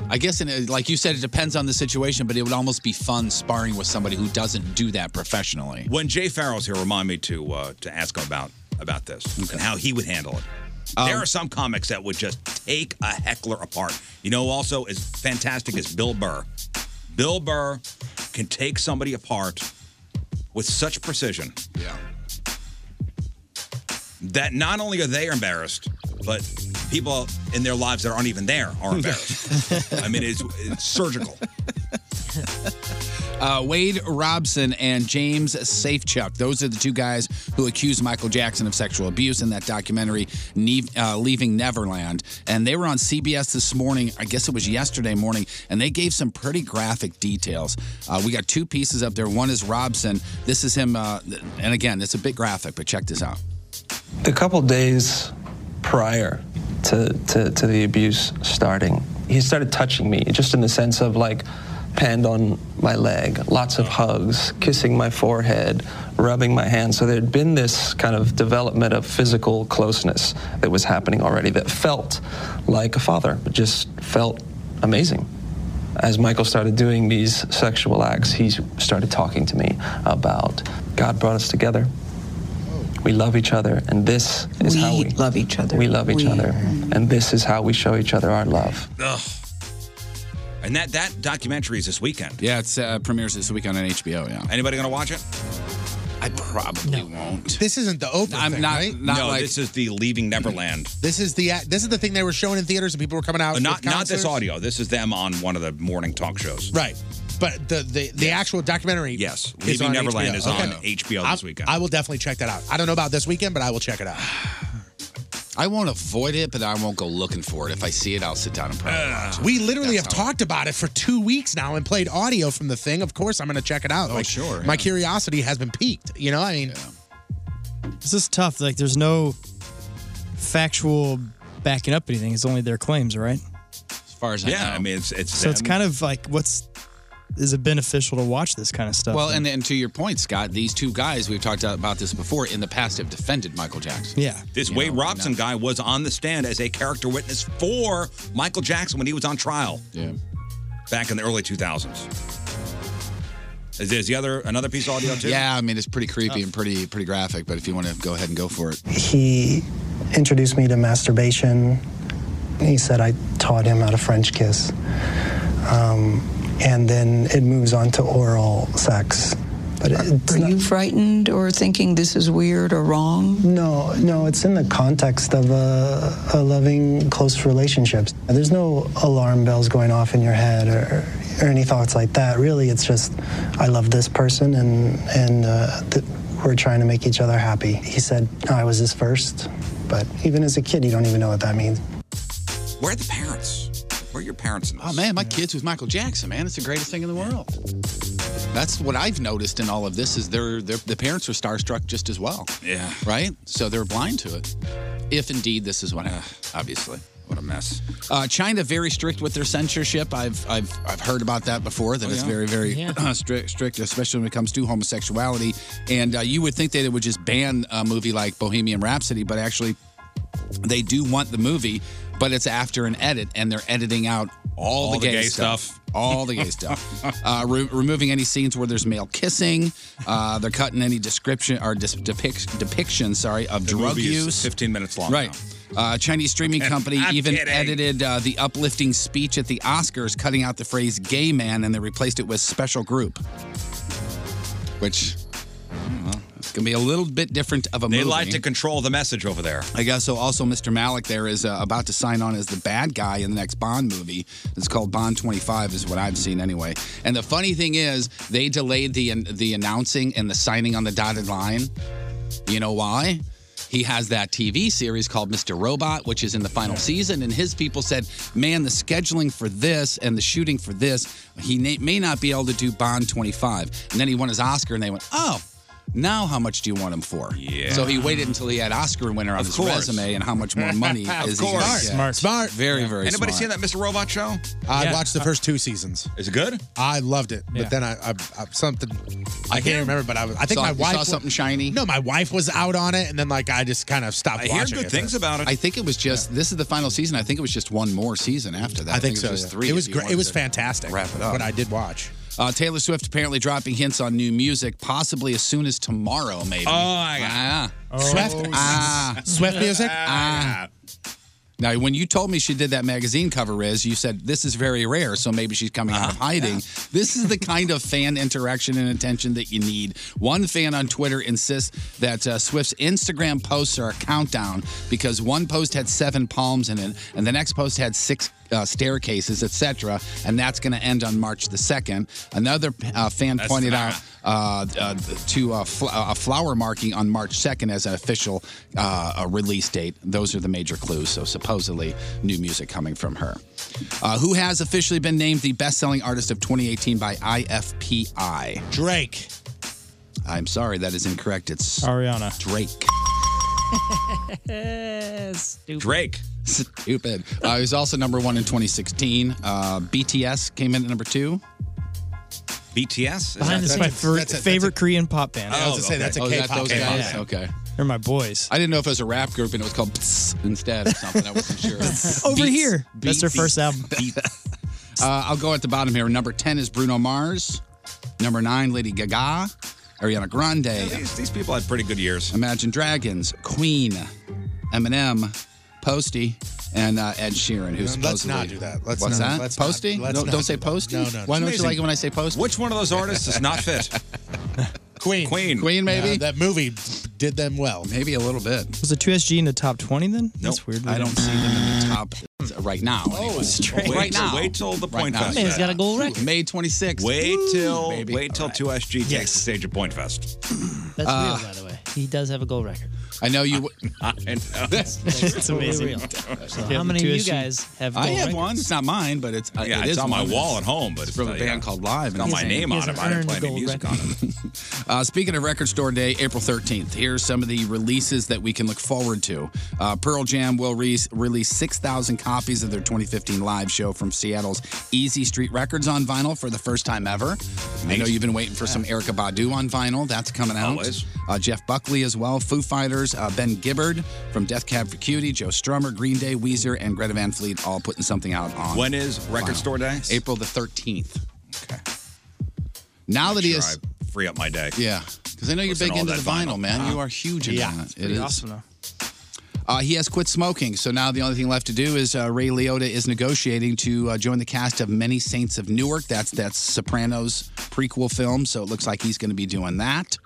I guess, and like you said, it depends on the situation, but it would almost be fun sparring with somebody who doesn't do that professionally. When Jay Farrell's here, remind me to uh, to ask him about about this and how he would handle it. there are some comics that would just take a heckler apart. You know, who also is fantastic is Bill Burr. Bill Burr can take somebody apart with such precision. Yeah. That not only are they embarrassed, but people in their lives that aren't even there are embarrassed. I mean, it's, it's surgical. Uh, Wade Robson and James Safechuck. Those are the two guys who accused Michael Jackson of sexual abuse in that documentary, ne- uh, Leaving Neverland. And they were on CBS this morning. I guess it was yesterday morning. And they gave some pretty graphic details. Uh, we got two pieces up there. One is Robson. This is him. Uh, and again, it's a bit graphic, but check this out. a couple days prior to, to, to the abuse starting, he started touching me, just in the sense of like panned on my leg, lots of hugs, kissing my forehead, rubbing my hand. So there had been this kind of development of physical closeness that was happening already that felt like a father, It just felt amazing. As Michael started doing these sexual acts, he started talking to me about God brought us together We love each other, and this is how we love each other. We love each We- other, and this is how we show each other our (laughs) love. Ugh. And that that documentary is this weekend. Yeah, it's uh, premieres this weekend on HBO. Yeah. Anybody gonna watch it? I probably won't. This isn't the Oprah I'm thing, not- right? no, this is the Leaving Neverland. This is the this is the thing they were showing in theaters and people were coming out. with not not this concerts. audio. This is them on one of the morning talk shows. Right. But the the, the actual documentary. Yes, is Leaving on Neverland HBO. is Okay. on HBO this I- weekend. I will definitely check that out. I don't know about this weekend, but I will check (sighs) it out. I won't avoid it, but I won't go looking for it. If I see it, I'll sit down and probably watch it. We literally have talked about it for two weeks now and played audio from the thing. Of course, I'm going to check it out. Oh, like, sure, My yeah. curiosity has been piqued. You know, I mean, This is tough. Like, there's no factual backing up anything. It's only their claims, right? As far as I yeah, know. I mean it's it's So it's them. kind of like, what's is it beneficial to watch this kind of stuff? Well, and, and to your point, Scott, these two guys we've talked about this before in the past have defended Michael Jackson. yeah. This Wade Robson guy was on the stand as a character witness for Michael Jackson when he was on trial. Yeah. Back in the early 2000s. Is there's the other another piece (laughs) of audio too? Yeah, I mean it's pretty creepy and pretty pretty graphic. But if you want to go ahead and go for it, He introduced me to masturbation. He said I taught him how to French kiss. Um, and then it moves on to oral sex. But it's Are you frightened or thinking this is weird or wrong? No, no, it's in the context of a, a loving, close relationship. There's no alarm bells going off in your head or, or any thoughts like that. Really, it's just, I love this person and, and uh, th- we're trying to make each other happy. He said, I was his first, but even as a kid, you don't even know what that means. Where are the parents? Where are your parents in this? Oh man, my kids with Michael Jackson, man, it's the greatest thing in the world. That's what I've noticed in all of this is they're, they're the parents are starstruck just as well. Yeah. Right? So they're blind to it. If indeed this is what uh, obviously. What a mess. Uh, China very strict with their censorship. I've I've I've heard about that before. That Oh, it's yeah? very very Yeah. (clears throat) strict, strict, especially when it comes to homosexuality. And uh, you would think that it would just ban a movie like Bohemian Rhapsody, but actually, they do want the movie, but it's after an edit, and they're editing out all, All the, gay, stuff. All the gay (laughs) stuff. Uh, re- removing any scenes where there's male kissing. Uh, they're cutting any description or dis- depic- depiction, sorry, of The drug movie is use. 15 minutes long. Right. Uh, Chinese streaming company (laughs) I'm even kidding. edited uh, the uplifting speech at the Oscars, cutting out the phrase gay man, and they replaced it with special group. Which, well, it's going to be a little bit different of a They movie. like to control the message over there. I guess so. Also, Mr. Malik there is uh, about to sign on as the bad guy in the next Bond movie. It's called Bond 25, is what I've seen anyway. And the funny thing is, they delayed the the announcing and the signing on the dotted line. You know why? He has that TV series called Mr. Robot, which is in the final season. And his people said, man, the scheduling for this and the shooting for this, he may, may not be able to do Bond 25. And then he won his Oscar, and they went, oh, now how much do you want him for? Yeah. So he waited until he had Oscar winner on Of his course. resume and how much more money (laughs) Of is he gonna course. get. Smart. Smart. Very, very Anybody smart. seen that Mr. Robot show? I watched the first two seasons. Is it good? I loved it, Yeah. but then I, I, I something I, hear- can't remember. But I, was- I think Saw- my you wife saw something shiny. No, my wife was out on it, and then like I just kind of stopped watching. it. I think it was just, this is the final season. I think it was just one more season after that. I think so. it was yeah. three. It if was you great. It wanted was to- fantastic. wrap it up. But I did watch. Uh, Taylor Swift apparently dropping hints on new music, possibly as soon as tomorrow, maybe. Oh, I got it. ah. Oh, Swift? ah. Swift music? Ah. Now, when you told me she did that magazine cover, Riz, you said this is very rare, so maybe she's coming out of hiding. This is the kind of fan interaction and attention that you need. One fan on Twitter insists that uh, Swift's Instagram posts are a countdown because one post had seven palms in it, and the next post had six uh, staircases, etc. And that's going to end on March the second. Another uh, fan That's pointed fast. out uh, uh, to a, fl- uh, a flower marking on March 2nd as an official uh, a release date. Those are the major clues. So, supposedly, new music coming from her. Uh, who has officially been named the best selling artist of 2018 by IFPI? Drake. I'm sorry, that is incorrect. It's Ariana. Drake. Stupid. Drake. (laughs) Stupid. Uh, he was also number one in 2016. Uh, BTS came in at number two. BTS? Behind this, my fir- favorite Korean pop band. I was gonna say, that's a Oh, is that K-pop those band. guys? Yeah. Okay. They're my boys. I didn't know if it was a rap group and it was called Pss instead or something. I wasn't sure. (laughs) Over Beats. here. Beats. That's their (laughs) first album. Uh, I'll go at the bottom here. Number 10 is Bruno Mars. Number 9, Lady Gaga. Ariana Grande. These, these people had pretty good years. Imagine Dragons, Queen, Eminem, Posty, and uh, Ed Sheeran, who's No, let's supposedly. not do that. Let's What's not- that? let's not- Posty? let's no, not don't say do that. Posty. No, no, no. Why don't you Amazing. like it when I say Posty? Which one of those artists is not fit? Queen. Queen. (laughs) Queen, maybe? Yeah, that movie did them well. Maybe a little bit. Was the 2SG in the top 20 then? That's weird. I don't see them in the top right now. anyway. straight. Right Wait till- now. wait till the Right Point now. Fest. Man's got a gold record. May 26th. Wait Woo, till baby. wait till 2SG takes the stage at Point Fest. (clears throat) That's Uh, real, by the way. He does have a gold record. (laughs) I (laughs) know you. I know. (laughs) That's totally amazing. real. So Yeah, how many of you 2SG. guys have? I gold have records? one. It's not mine, but it's uh, Yeah, it it's is on my mine. wall at home, but it's from a uh, band yeah. called Live. Got my name on it. but I didn't play any music on it. Uh, speaking of Record Store Day, April 13th, here's some of the releases that we can look forward to. Uh, Pearl Jam will re- release 6,000 copies of their 2015 live show from Seattle's Easy Street Records on vinyl for the first time ever. I know you've been waiting for some Erica Badu on vinyl. That's coming out. Always. Uh, Jeff Buckley as well, Foo Fighters, uh, Ben Gibbard from Death Cab for Cutie, Joe Strummer, Green Day, Weezer, and Greta Van Fleet all putting something out on. When is Record vinyl. Store Day? April the 13th. Okay. Now that he Sure, is. I free up my day. Yeah, because I know you're Listen to big all into the that vinyl, vinyl. man. Uh-huh. you are huge into Yeah, that. it's It pretty is. awesome, uh, he has quit smoking, so now the only thing left to do is uh, Ray Liotta is negotiating to uh, join the cast of Many Saints of Newark. That's that's Sopranos prequel film, so it looks like he's going to be doing that.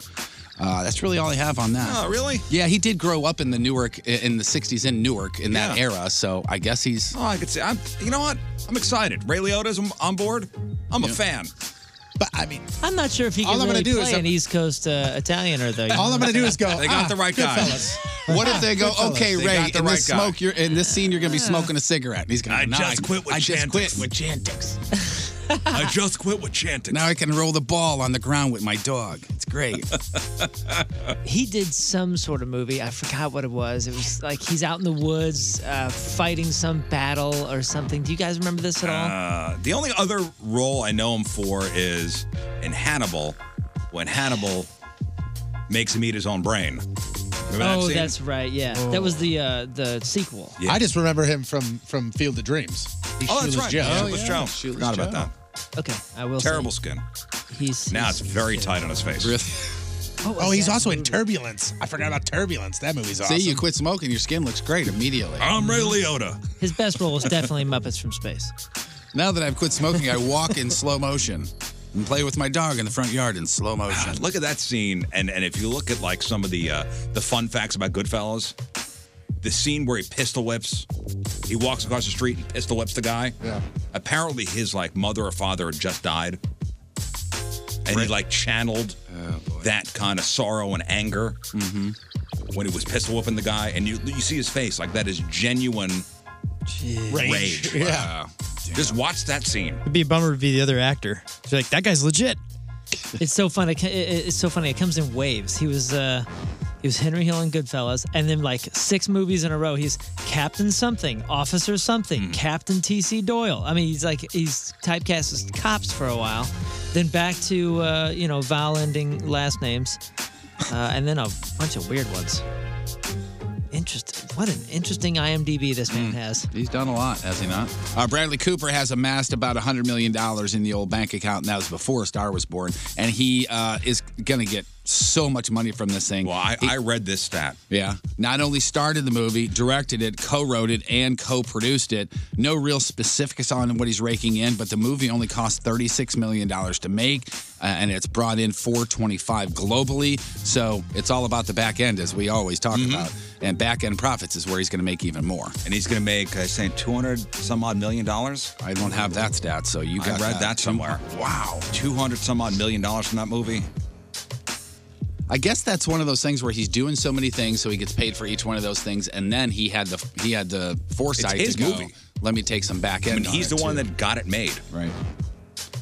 Uh, that's really all I have on that. Oh, really? Yeah, he did grow up in the Newark in the '60s in Newark in that Yeah. era, so I guess he's. Oh, I could see. I'm. You know what? I'm excited. Ray Liotta's on- on board. I'm a fan. But I mean, I'm not sure if he All can I'm really gonna do play is an East Coast uh, Italian or the. All I'm gonna do is (laughs) go, "Ah, They got the right guy. (laughs) What if they go, Goodfellas. okay, They Ray, got the in this right guy." smoke, you're in this scene, you're gonna be Yeah. smoking a cigarette, and he's gonna. I go, "Nah, just quit with I just quit Chantix." with Chantix. (laughs) I just quit with Chantix. Now I can roll the ball on the ground with my dog. (laughs) It's great. he did some sort of movie. I forgot what it was. It was like he's out in the woods uh, fighting some battle or something. Do you guys remember this at all? Uh, the only other role I know him for is in Hannibal, when Hannibal makes him eat his own brain. Remember that oh, scene? that's right. Yeah, that was the uh, the sequel. I just remember him from from Field of Dreams. He's Oh, that's Shoeless right. Joe. Shoeless Joe. Forgot about that. Okay, I will. Terrible skin. He's now it's very tight on his face. Oh, he's also in Turbulence. I forgot about Turbulence. That movie's awesome. See, you quit smoking, your skin looks great immediately. I'm Ray Liotta. His best role was definitely Muppets from Space. Now that I've quit smoking, I walk in slow motion and play with my dog in the front yard in slow motion. God, look at that scene, and and if you look at like some of the uh, the fun facts about Goodfellas, the scene where he pistol whips, he walks across the street and pistol whips the guy. Yeah. Apparently, his like mother or father had just died, and he like channeled Oh, that kind of sorrow and anger Mm-hmm. when he was pistol whipping the guy, and you you see his face like that is genuine rage. (laughs) Yeah. Wow. Just watch that scene. It'd be a bummer to be the other actor. You're like, that guy's legit. It's so fun. It, it, it's so funny. It comes in waves. He was uh, he was Henry Hill in Goodfellas, and then like six movies in a row, he's Captain something, Officer something, Mm-hmm. Captain T.C. Doyle. I mean, he's like he's typecast as cops for a while, then back to uh, you know vowel ending last names, uh, and then a bunch of weird ones. Interesting. What an interesting IMDb this Mm. man has. He's done a lot, has he not? Uh, Bradley Cooper has amassed about $100 million in the old bank account, and that was before a star was born. And he uh, is going to get so much money from this thing. Well, I, I read this stat. Yeah. Not only started the movie, directed it, co wrote it, and co produced it. No real specifics on what he's raking in, but the movie only cost $36 million to make, uh, and it's brought in 425 globally. So it's all about the back end, as we always talk about. And back end profits is where he's going to make even more. Mm-hmm. And he's going to make, I say, 200 some odd million dollars. I don't have that stat, so you I got read that. that, somewhere. Wow. 200 some odd million dollars from that movie. I guess that's one of those things where he's doing so many things, so he gets paid for each one of those things, and then he had the he had the foresight his to go. movie. Let me take some back I end. mean, he's the one that got it made. Right.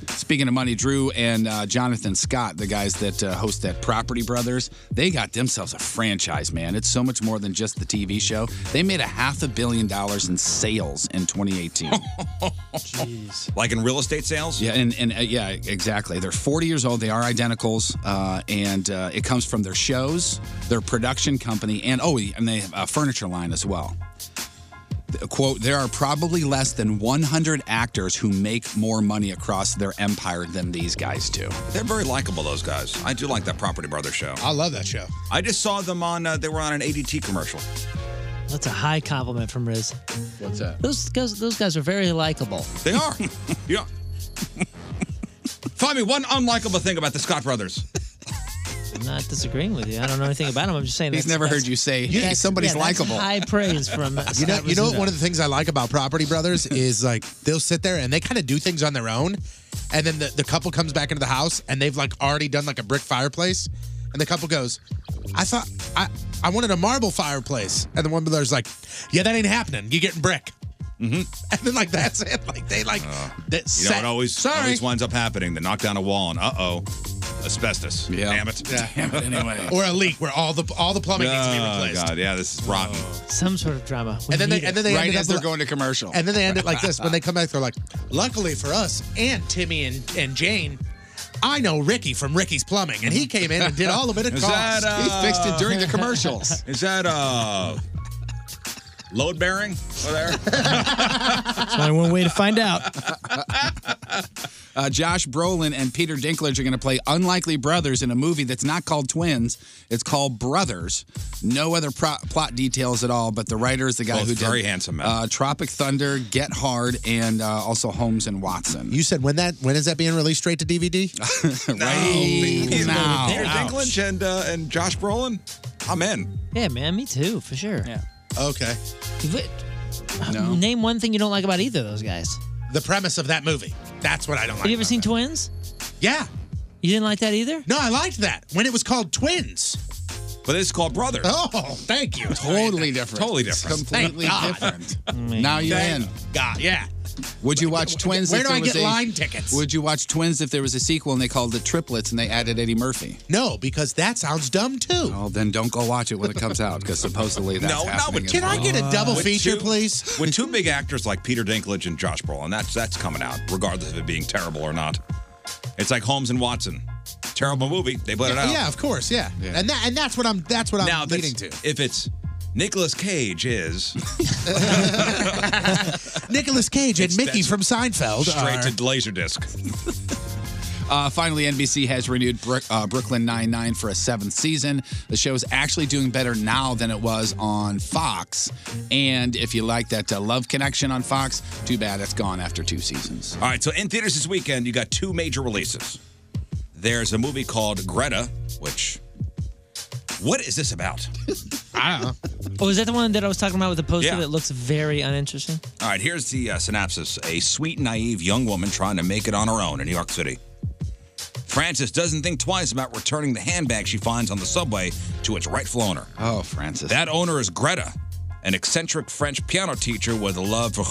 Speaking of money, Drew and uh, Jonathan Scott, the guys that uh, host that Property Brothers, they got themselves a franchise, man. It's so much more than just the TV show. They made a half a billion dollars in sales in 2018. (laughs) Like in real estate sales? Yeah, and, and uh, yeah, exactly. They're 40 years old. They are identicals, uh, and uh, it comes from their shows, their production company, and oh, and they have a furniture line as well. quote, there are probably less than 100 actors who make more money across their empire than these guys do. They're very likable, those guys. I do like that Property Brothers show. I love that show. I just saw them on. Uh, they were on an ADT commercial. That's a high compliment from Riz. What's that? Those guys, those guys are very likable. They (laughs) are. yeah. Find me one unlikable thing about the Scott brothers. I'm not disagreeing with you. I don't know anything about him. I'm just saying. He's that's- never that's- heard you say, Yeah, "Hey, somebody's yeah, that's likable." High praise from uh, You know, Scott you know Rizzuto. one of the things I like about Property (laughs) Brothers is like they'll sit there and they kind of do things on their own, and then the, the couple comes back into the house and they've like already done like a brick fireplace, and the couple goes, "I thought I I wanted a marble fireplace," and the one brother's like, "Yeah, that ain't happening. You're getting brick," mm-hmm. (laughs) and then like that's it. Like they like that Uh, You know, set- it always, always winds up happening. They knock down a wall and uh oh, asbestos. Yeah. Damn it. Yeah. (laughs) anyway. or a leak where all the all the plumbing needs to be Oh, replaced. God, yeah, this is rotten. Some sort of drama. And then they- and then they Right ended as up they're like- going to commercial. And then they end it like this. When they come back, they're like, luckily for us and Timmy and, and Jane, I know Ricky from Ricky's Plumbing, and he came in and did all of it at (laughs) Is cost. that, uh, he fixed it during the commercials. (laughs) Is that uh load bearing (laughs) over there? That's my one way to find out. Uh, Josh Brolin and Peter Dinklage are going to play unlikely brothers in a movie that's not called Twins. It's called Brothers. No other pro- plot details at all, but the writer is the guy Both who very did handsome men. Uh, Tropic Thunder, Get Hard, and uh, also Holmes and Watson. You said when that when is that being released straight to DVD? right Peter now. Dinklage and uh, and Josh Brolin. I'm in. Yeah, man, me too, for sure. Yeah. Okay. No. Name one thing you don't like about either of those guys. The premise of that movie. That's what I don't Have like. you ever seen Twins? Yeah. You didn't like that either? No, I liked that when it was called Twins. But it's called Brothers. (laughs) Oh, thank you. Totally different. Totally different. Completely Thank God. Mm-hmm. different. now you're Thank in. God, yeah. Would you watch Twins? Where do if there I was get a- line tickets? Would you watch Twins if there was a sequel and they called it Triplets and they added Eddie Murphy? No, because that sounds dumb too. Well, then don't go watch it when it comes out because supposedly that's no, not with. happening. as two- well. with two- please? With two big actors like Peter Dinklage and Josh Brolin, that's that's coming out, regardless of it being terrible or not. It's like Holmes and Watson. Terrible movie. They put it out. Yeah, of course, yeah. uh, Yeah. And that and that's what I'm that's what I'm now, if it's- leading to. if it's Nicolas Cage is Nicholas Cage and (laughs) It's- Mickey that's from Seinfeld straight are to Laserdisc. Uh, finally, NBC has renewed Brook, uh, Brooklyn Nine-Nine for a seventh season. The show's actually doing better now than it was on Fox. And if you like that uh, love connection on Fox, too bad it's gone after two seasons. All right, so in theaters this weekend, you got two major releases. There's a movie called Greta, which. What is this about? (laughs) I don't know. Oh, is that the one that I was talking about with the poster Yeah. that looks very uninteresting? All right, here's the uh, synopsis a sweet, naive young woman trying to make it on her own in New York City. Frances doesn't think twice about returning the handbag she finds on the subway to its rightful owner. Oh, Francis. That owner is Greta, an eccentric French piano teacher with a love for.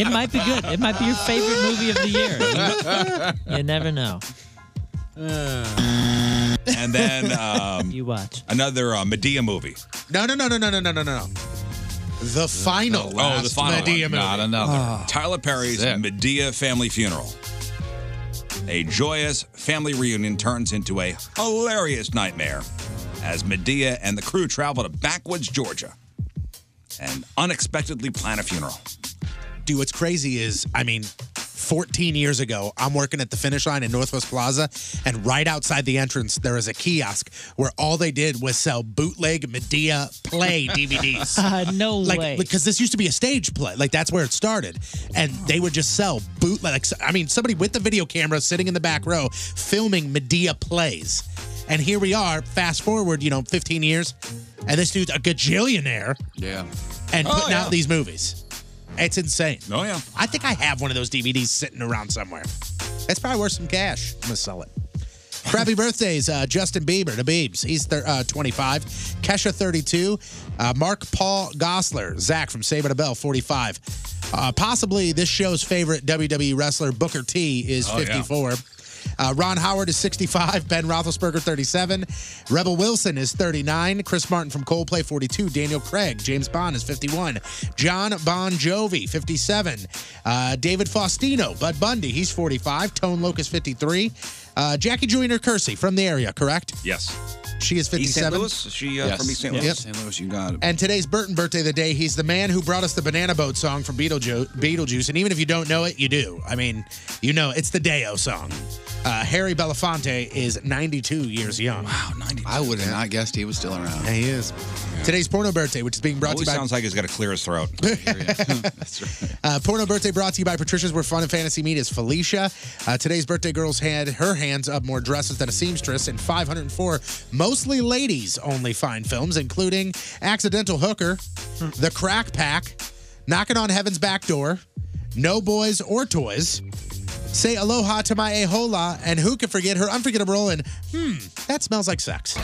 (laughs) it might be good. It might be your favorite movie of the year. You never know. and (laughs) then. Um, you watch. Another uh, Medea movie. No, no, no, no, no, no, no, no, no. The final. oh, the final Medea Ah, one. movie. Not another. Tyler Perry's Medea family funeral. A joyous family reunion turns into a hilarious nightmare as Medea and the crew travel to backwoods Georgia and unexpectedly plan a funeral. Dude, what's crazy is, I mean, 14 years ago, I'm working at the finish line in Northwest Plaza, and right outside the entrance, there is a kiosk where all they did was sell bootleg Medea (laughs) play DVDs. Uh, no like, way. Because this used to be a stage play. Like, that's where it started. And they would just sell bootleg. Like, I mean, somebody with the video camera sitting in the back row filming Medea plays. And here we are, fast forward, you know, 15 years, and this dude's a gajillionaire Yeah. and Oh, putting yeah. out these movies. It's insane. Oh yeah. I think I have one of those DVDs sitting around somewhere. That's probably worth some cash. I'm gonna sell it. Happy (laughs) birthdays, uh, Justin Bieber, the Biebs. He's thir- uh, 25. Kesha, 32. Uh, Mark Paul Gossler, Zach from Saving a Bell, 45. Uh, possibly this show's favorite WWE wrestler, Booker T, is Oh, yeah. 54. Uh, Ron Howard is 65. Ben Roethlisberger, 37. Rebel Wilson is 39. Chris Martin from Coldplay, 42. Daniel Craig. James Bond is 51. John Bon Jovi, 57. Uh, David Faustino, Bud Bundy, he's 45. Tone Locust, 53. Uh, Jackie Joyner Kersey from the area, correct? Yes. She is 57. East St. Louis? She uh, from East St. Louis? Yep. St. Louis, you got it. And today's Burton birthday of the day. He's the man who brought us the Banana Boat song from Beetleju- Beetlejuice. And even if you don't know it, you do. I mean, you know, it's the Deo song. Uh, Harry Belafonte is 92 years young. Wow, 92. I would have not guessed he was still around. he is. Today's porno birthday, which is being brought Always to you by sounds like he's got to clear his throat. (laughs) (laughs) Uh, Porno Birthday brought to you by Patricia's Where Fun and Fantasy Meet is Felicia. Uh, today's birthday girls had her hands up more dresses than a seamstress in 504 mostly ladies only fine films, including Accidental Hooker, The Crack Pack, Knocking on Heaven's Back Door, No Boys or Toys, Say Aloha to My Ahola, and who can forget her unforgettable role in Hmm, That Smells Like Sex.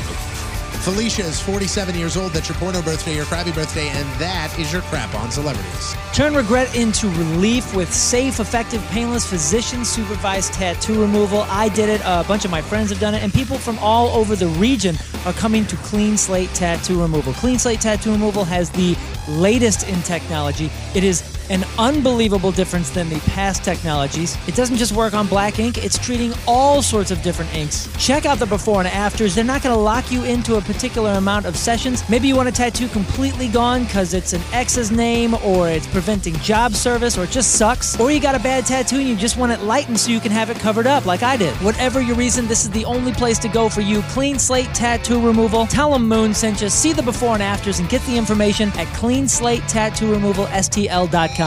Felicia is 47 years old. That's your porno birthday, your crabby birthday, and that is your crap on celebrities. Turn regret into relief with safe, effective, painless physician supervised tattoo removal. I did it. A bunch of my friends have done it, and people from all over the region are coming to Clean Slate Tattoo Removal. Clean Slate Tattoo Removal has the latest in technology. It is an unbelievable difference than the past technologies. It doesn't just work on black ink, it's treating all sorts of different inks. Check out the before and afters. They're not going to lock you into a particular amount of sessions. Maybe you want a tattoo completely gone because it's an ex's name or it's preventing job service or it just sucks. Or you got a bad tattoo and you just want it lightened so you can have it covered up like I did. Whatever your reason, this is the only place to go for you. Clean Slate Tattoo Removal. Tell them Moon sent you. See the before and afters and get the information at cleanslatetattooromovalstl.com.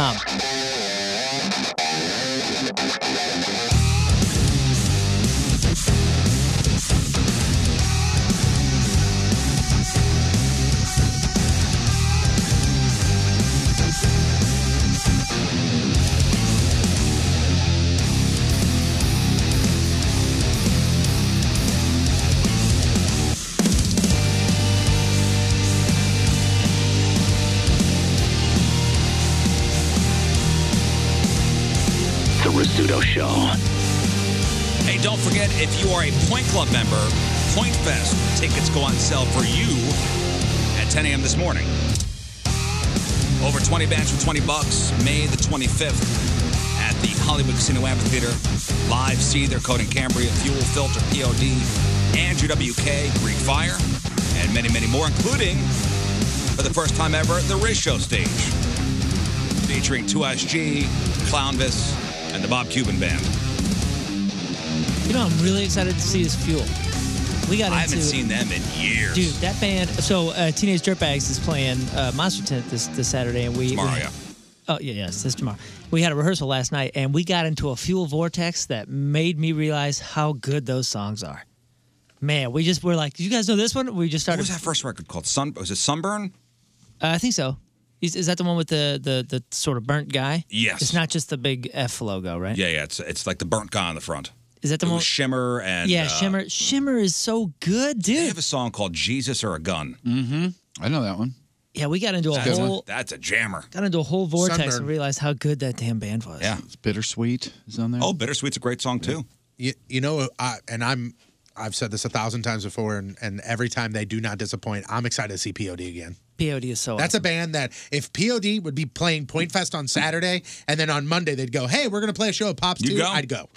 The Rizzuto Show. Hey, don't forget if you are a Point Club member, Point Fest tickets go on sale for you at 10 a.m. this morning. Over 20 bands for 20 bucks, May the 25th at the Hollywood Casino Amphitheater. Live see their Code in Cambria, Fuel Filter, POD, Andrew WK, Greek Fire, and many, many more, including for the first time ever, the Riz Show stage, featuring 2SG, Clownvis, and the Bob Cuban Band. You know, I'm really excited to see this fuel. We got I haven't into- seen them in years. Dude, that band. So, uh, Teenage Dirtbags is playing uh, Monster Tent this, this Saturday, and we Tomorrow, we- yeah. Oh yeah, yes, this tomorrow. We had a rehearsal last night, and we got into a fuel vortex that made me realize how good those songs are. Man, we just were like, "You guys know this one?" We just What started. was that first record called? Sun was it Sunburn? Uh, I think so. Is, is that the one with the, the the sort of burnt guy? Yes. It's not just the big F logo, Oh, right? Yeah, yeah. It's it's like the burnt guy on the front. Is that the It one? was Shimmer and yeah, uh, Shimmer. Shimmer is so good, dude. They have a song called "Jesus or a Gun." Mm-hmm. I know that one. Yeah, we got into a That's, whole that's a jammer. got into a whole vortex Sunburn. and realized how good that damn band was. Yeah, it's bittersweet is on there. Oh, bittersweet's a great song too. you, you know, I, and I'm I've said this a thousand times before, and, and every time they do not disappoint. I'm excited to see POD again. POD is so. That's a band that if POD would be playing Point Fest on Saturday, and then on Monday they'd go, "Hey, we're gonna play a show at Pops You 2, go? I'd go.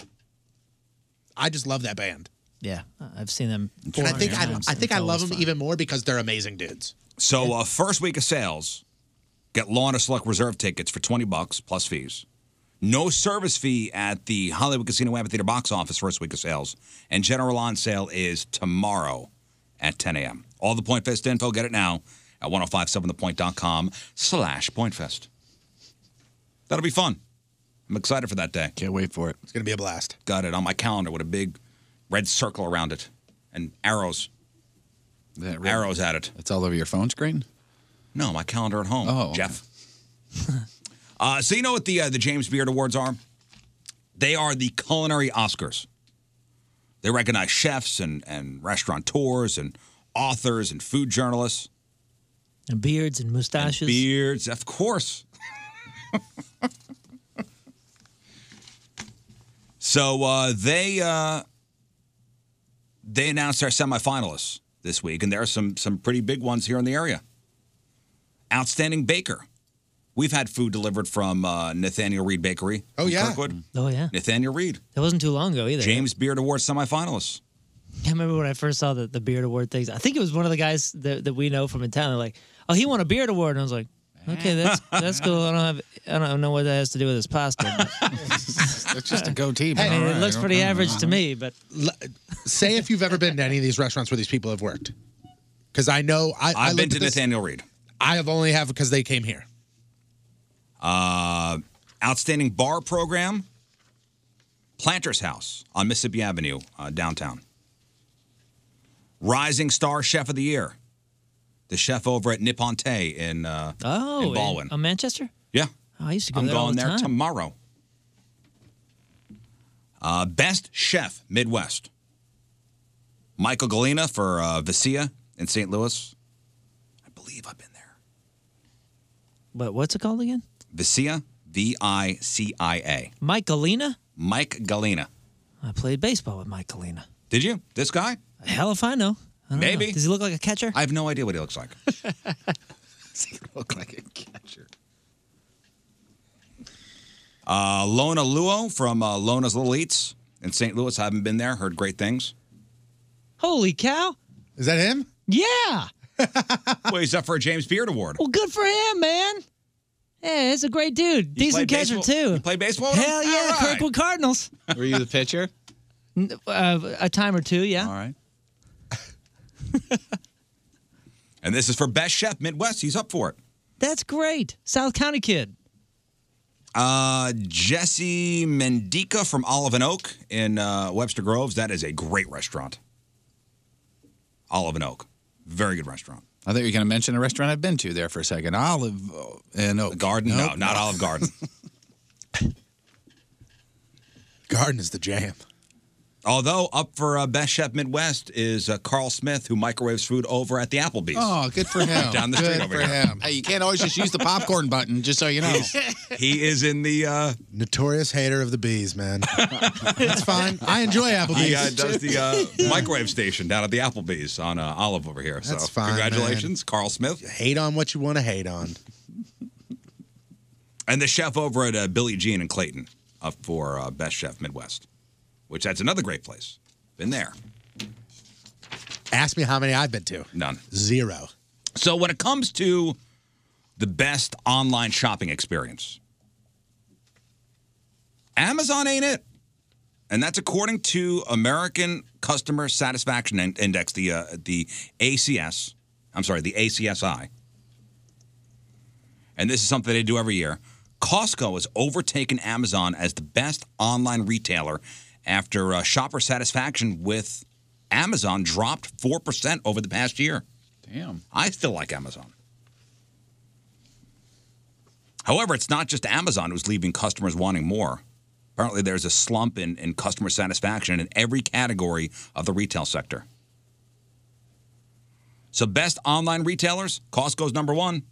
I just love that band, Yeah, uh, I've seen them. and I 400 think I, times, I and think it's I always love them fun. even more because they're amazing dudes. So uh, first week of sales, get Law and a Select Reserve tickets for twenty bucks plus fees. No service fee at the Hollywood Casino Amphitheater box office first week of sales, and general on sale is tomorrow at 10 a.m. All the Point Fest info, get it now at 1057thepoint.com slash pointfest. That'll be fun. I'm excited for that day. Can't wait for it. It's going to be a blast. Got it on my calendar with a big red circle around it and arrows. Arrows at it. It's all over your phone screen? No, my calendar at home. Oh, okay. Jeff. (laughs) uh, so you know what the uh, the James Beard Awards are? They are the culinary Oscars. They recognize chefs and and restaurateurs and authors and food journalists, And beards and mustaches. beards, of course. (laughs) so uh, they uh, they announced their semifinalists this week, and there are some some pretty big ones here in the area. Outstanding baker We've had food delivered from uh, Nathaniel Reed Bakery. Oh, in yeah. Kirkwood. Oh yeah, Nathaniel Reed, that wasn't too long ago either. James Beard Award semifinalist. I remember when I first saw the, the beard award things. I think it was one of the guys that, that we know from in town. They're like, "Oh, he won a beard award," and I was like, "Okay, that's that's cool. I don't have I don't know what that has to do with his pasta." It's just a goatee. but Hey, all it right, looks I don't- pretty I don't average Uh-huh. know. to me, but say if you've ever been to any of these restaurants where these people have worked, because I know I, I I've been looked to at this- Nathaniel Reed. I have only have because they came here. Uh, outstanding bar program, Planter's House on Mississippi Avenue, uh, downtown. Rising Star Chef of the Year, the chef over at Nippon Te in, uh, oh, in Baldwin. in- oh, Manchester. yeah. Oh, I used to go I'm there going all the there time. tomorrow. Uh, best chef Midwest. Michael Galena for uh, Vicia in St. Louis. But what's it called again? Vicia, V I C I A. Mike Galena. Mike Galena. I played baseball with Mike Galena. Did you? This guy? Hell if I know. I don't know. Maybe. Does he look like a catcher? I have no idea what he (laughs) looks like. Does he look like a catcher? Uh, Lona Luo from uh, Lona's Little Eats in St. Louis. Haven't been there. Heard great things. Holy cow! Is that him? Yeah. well, he's up for a James Beard Award. Well, good for him, man. Yeah, he's a great dude. Decent played catcher baseball- too. you played baseball with him? Hell yeah, All right. Kirkwood Cardinals. (laughs) Were you the (laughs) pitcher? N- Uh, a time or two, yeah. All right. And this is for Best Chef Midwest. He's up for it. That's great. South County kid. Uh, Jesse Mendica from Olive and Oak in uh, Webster Groves. That is a great restaurant. Olive and Oak. Very good restaurant. I thought you were going to mention a restaurant I've been to there for a second. Olive and Oak Garden? No, not Olive (laughs) Garden. Garden is the jam. Although up for uh, Best Chef Midwest is uh, Carl Smith, who microwaves food over at the Applebee's. Oh, good (laughs) for him. Down the good street over for here. him. Hey, you can't always just use the popcorn button, just so you know. (laughs) he is in the uh, notorious hater of the bees, (laughs) man. That's fine. I enjoy Applebee's. He uh, does the (laughs) uh, microwave station down at the Applebee's on uh, Olive over here. so That's fine, congratulations, Carl Smith. hate on what you want to hate on. And the chef over at uh, Billy Jean and Clayton up for uh, Best Chef Midwest, which that's another great place. Been there. Ask me how many I've been to. None. Zero. So when it comes to the best online shopping experience, Amazon ain't it. And that's according to American Customer Satisfaction In- Index, the uh, the ACS. I'm sorry, the ACSI. And this is something they do every year. Costco has overtaken Amazon as the best online retailer after uh, shopper satisfaction with Amazon dropped 4% over the past year. (laughs) Damn. I still like Amazon. However, it's not just Amazon who's leaving customers wanting more. Apparently, there's a slump in, in customer satisfaction in every category of the retail sector. So, best online retailers Costco's number one,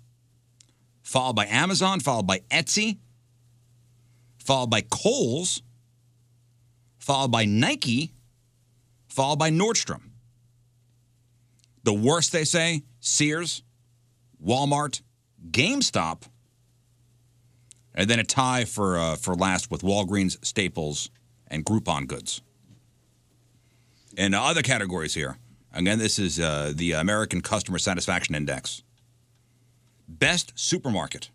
followed by Amazon, followed by Etsy, followed by Kohl's, followed by Nike, followed by Nordstrom. The worst, they say, Sears, Walmart, GameStop, and then a tie for uh, for last with Walgreens, Staples, and Groupon goods. And other categories here. Again, this is uh, the American Customer Satisfaction Index. Best supermarket.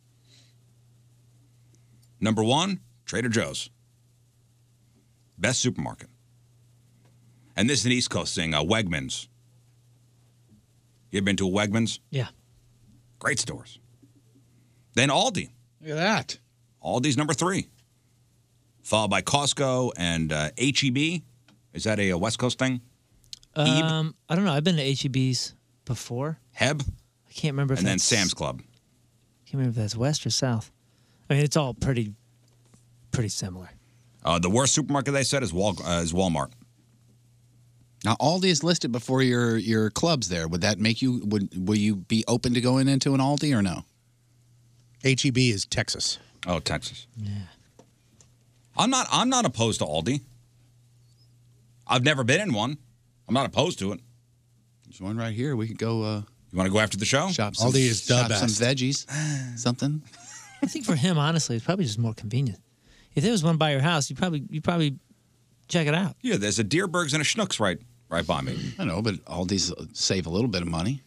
Number one, Trader Joe's. Best supermarket. And this is an East Coast thing, uh, Wegmans. You ever been to a Wegmans? Yeah. Great stores. Then Aldi. Look at that. Aldi's number three, followed by Costco and uh, HEB. Is that a, uh, West Coast thing? Um, I don't know. I've been to HEB's before. Heb. I can't remember. If And then that's- Sam's Club. Can't remember if that's west or south. I mean, it's all pretty, pretty (sighs) similar. Uh, the worst supermarket they said is, Wal- uh, is Walmart. Now, Aldi is listed before your your clubs. There would that make you would will you be open to going into an Aldi or no? E HEB is Texas. Oh, Texas. I'm not. I'm not opposed to Aldi. I've never been in one. I'm not opposed to it. There's one right here. We could go. Uh, you want to go after the show? Shop Aldi is the shop best. some veggies, something. I think for him, honestly, it's probably just more convenient. If there was one by your house, you probably you probably check it out. Yeah, there's a Deerbergs and a Schnucks right right by me. I know, but all these save a little bit of money.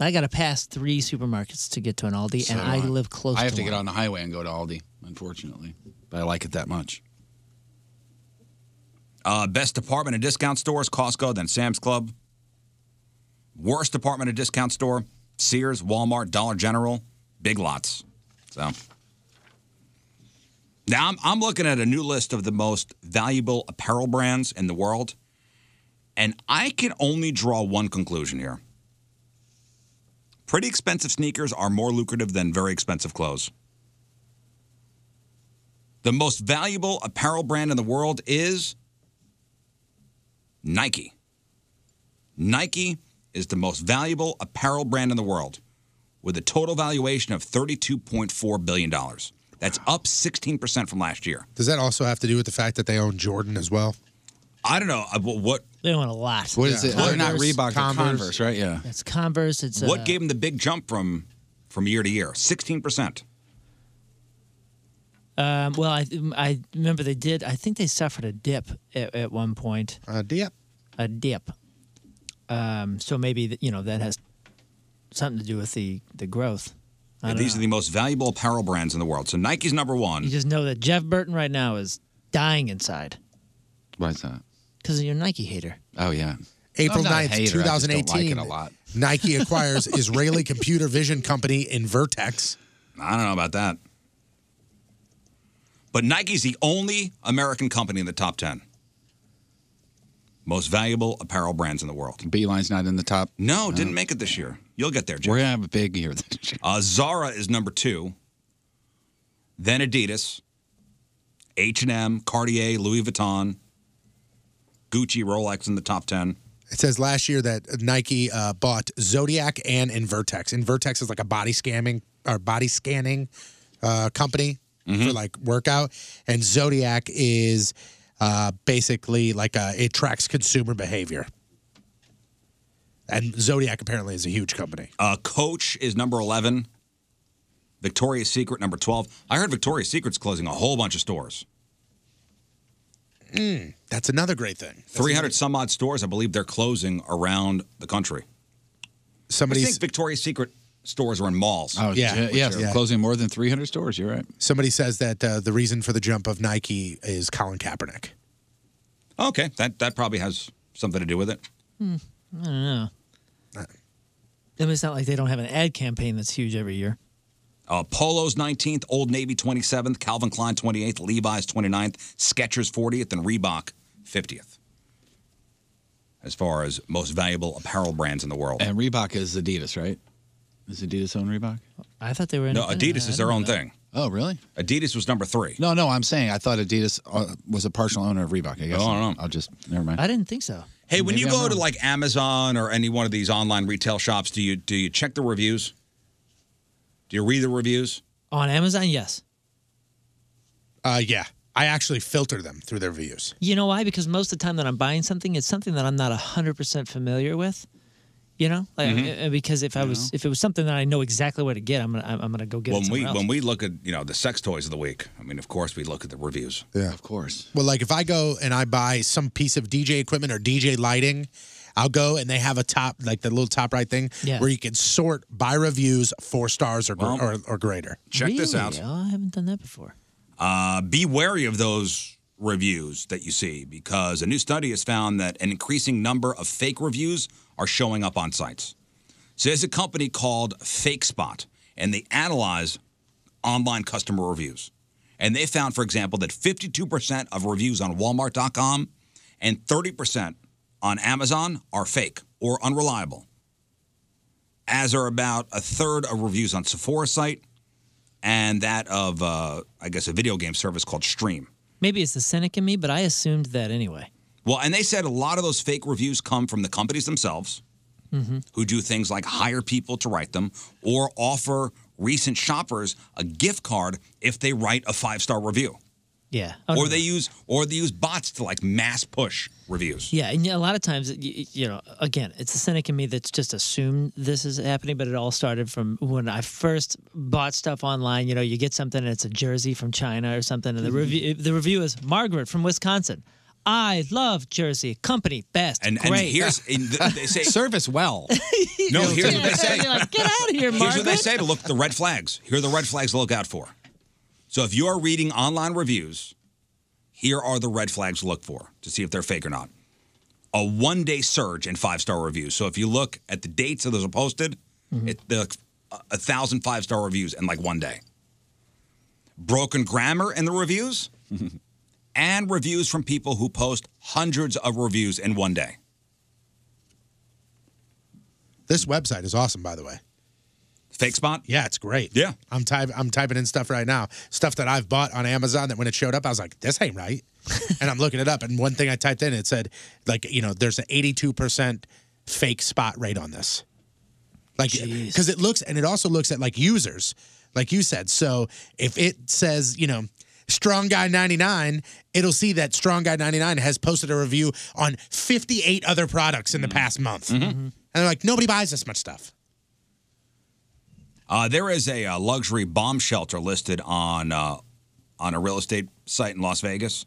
I got to pass three supermarkets to get to an Aldi, and So I do I. live close. I have to, to, get one. on the highway and go to Aldi, unfortunately. But I like it that much. Uh, best department of discount stores, Costco, then Sam's Club. Worst department of discount store, Sears, Walmart, Dollar General, Big Lots. So now I'm, I'm looking at a new list of the most valuable apparel brands in the world. And I can only draw one conclusion here. Pretty expensive sneakers are more lucrative than very expensive clothes. The most valuable apparel brand in the world is Nike. Nike is the most valuable apparel brand in the world with a total valuation of $32.4 billion. That's up 16% from last year. Does that also have to do with the fact that they own Jordan as well? I don't know uh, wh- what. They want a lot. What is it? They're not Converse. Reebok, they're Converse. Converse, right? Yeah. It's Converse. It's what uh, gave them the big jump from from year to year? 16%. Um, well, I I remember they did. I think they suffered a dip at, at one point. A dip. A dip. Um, so maybe th- you know that has something to do with the the growth. I And don't these are the most valuable apparel brands in the world. So Nike's number one. You just know that Jeff Burton right now is dying inside Why is that? because of your Nike hater. Oh, yeah. April I'm not a 9th, hater, I just don't like it 2018. a lot. Nike acquires Israeli computer vision company in Vertex. I don't know about that. But Nike's the only American company in the top 10. Most valuable apparel brands in the world. Beeline's not in the top. No, didn't make it this year. You'll get there, Jeff. We're going to have a big year. Uh, Zara is number two. Then Adidas, H and M, Cartier, Louis Vuitton, Gucci, Rolex in the top ten. It says last year that Nike uh, bought Zodiac and Invertex. Invertex is like a body scamming or body scanning uh, company Mm-hmm. for like workout, and Zodiac is uh, basically like a, it tracks consumer behavior. And Zodiac apparently is a huge company. Uh, Coach is number eleven. Victoria's Secret number twelve. I heard Victoria's Secret's closing a whole bunch of stores. Mm, that's another great thing. Three hundred some odd stores, I believe they're closing around the country. Somebody's- I think Victoria's Secret stores are in malls. Oh, yeah, which yeah, are- yeah. Closing more than 300 stores. You're right. Somebody says that uh, the reason for the jump of Nike is Colin Kaepernick. Okay, that that probably has something to do with it. Hmm, I don't know. Uh. I mean, it's not like they don't have an ad campaign that's huge every year. Uh, Polo's 19th, Old Navy 27th, Calvin Klein 28th, Levi's 29th, Skechers 40th, and Reebok 50th. As far as most valuable apparel brands in the world. And Reebok is Adidas, right? Is Adidas own Reebok? I thought they were. No, independent. Adidas I is their don't own know. thing. Oh, really? Adidas was number three. No, no, I'm saying I thought Adidas uh, was a partial owner of Reebok. I guess. Oh, I don't I'll just, never mind. I didn't think so. Hey, when Maybe you I'm go to wrong. like Amazon or any one of these online retail shops, do you do you check the reviews? Do you read the reviews? On Amazon, yes. Uh, yeah, I actually filter them through their views. You know why? Because most of the time that I'm buying something, it's something that I'm not 100% familiar with. You know, like, Mhm. uh, because if I was if it was something that I know exactly where to get, I'm gonna I'm, I'm gonna go get When it. we somewhere else. when we look at you know the sex toys of the week, I mean, of course we look at the reviews. Yeah, of course. Well, like if I go and I buy some piece of DJ equipment or DJ lighting, I'll go and they have a top, like the little top right thing, Yeah. where you can sort by reviews four stars or, gr- or, or greater. Check this Really? out. Oh, I haven't done that before. Uh, be wary of those reviews that you see because a new study has found that an increasing number of fake reviews are showing up on sites. So there's a company called FakeSpot, and they analyze online customer reviews. And they found, for example, that 52% of reviews on Walmart.com and 30% on Amazon are fake or unreliable, as are about a third of reviews on Sephora's site and that of uh, I guess a video game service called Stream. Maybe it's the cynic in me, but I assumed that anyway. Well, and they said a lot of those fake reviews come from the companies themselves, Mm-hmm. who do things like hire people to write them or offer recent shoppers a gift card if they write a five star review. Yeah. Oh, or they use or they use bots to like mass push reviews. Yeah, and a lot of times, y- y- you know, again, it's the cynic in me that's just assumed this is happening, but it all started from when I first bought stuff online. You know, you get something and it's a jersey from China or something, Mm-hmm. and the review the review is Margaret from Wisconsin. I love Jersey. Company best. And, and great. here's and (laughs) th- they say service well. No, here's what they say. You're like, Get out of here, Here's what they Margaret. say to look the red flags. Here are the red flags to look out for. So if you are reading online reviews, here are the red flags to look for to see if they're fake or not. A one day surge in five star reviews. So if you look at the dates that those are posted, it, they're like a- a thousand five star reviews in like one day. Broken grammar in the reviews, and reviews from people who post hundreds of reviews in one day. This website is awesome, by the way. Fake spot? Yeah, it's great. Yeah. I'm type I'm typing in stuff right now. Stuff that I've bought on Amazon that when it showed up, I was like, this (laughs) ain't right. and I'm looking it up. And one thing I typed in, it said, like, you know, there's an 82% fake spot rate on this. Like, because it looks, and it also looks at like users, like you said. So if it says, you know, Strong Guy 99, it'll see that Strong Guy 99 has posted a review on 58 other products Mm-hmm. in the past month. And they're like, nobody buys this much stuff. Uh, there is a, uh luxury bomb shelter listed on uh, on a real estate site in Las Vegas,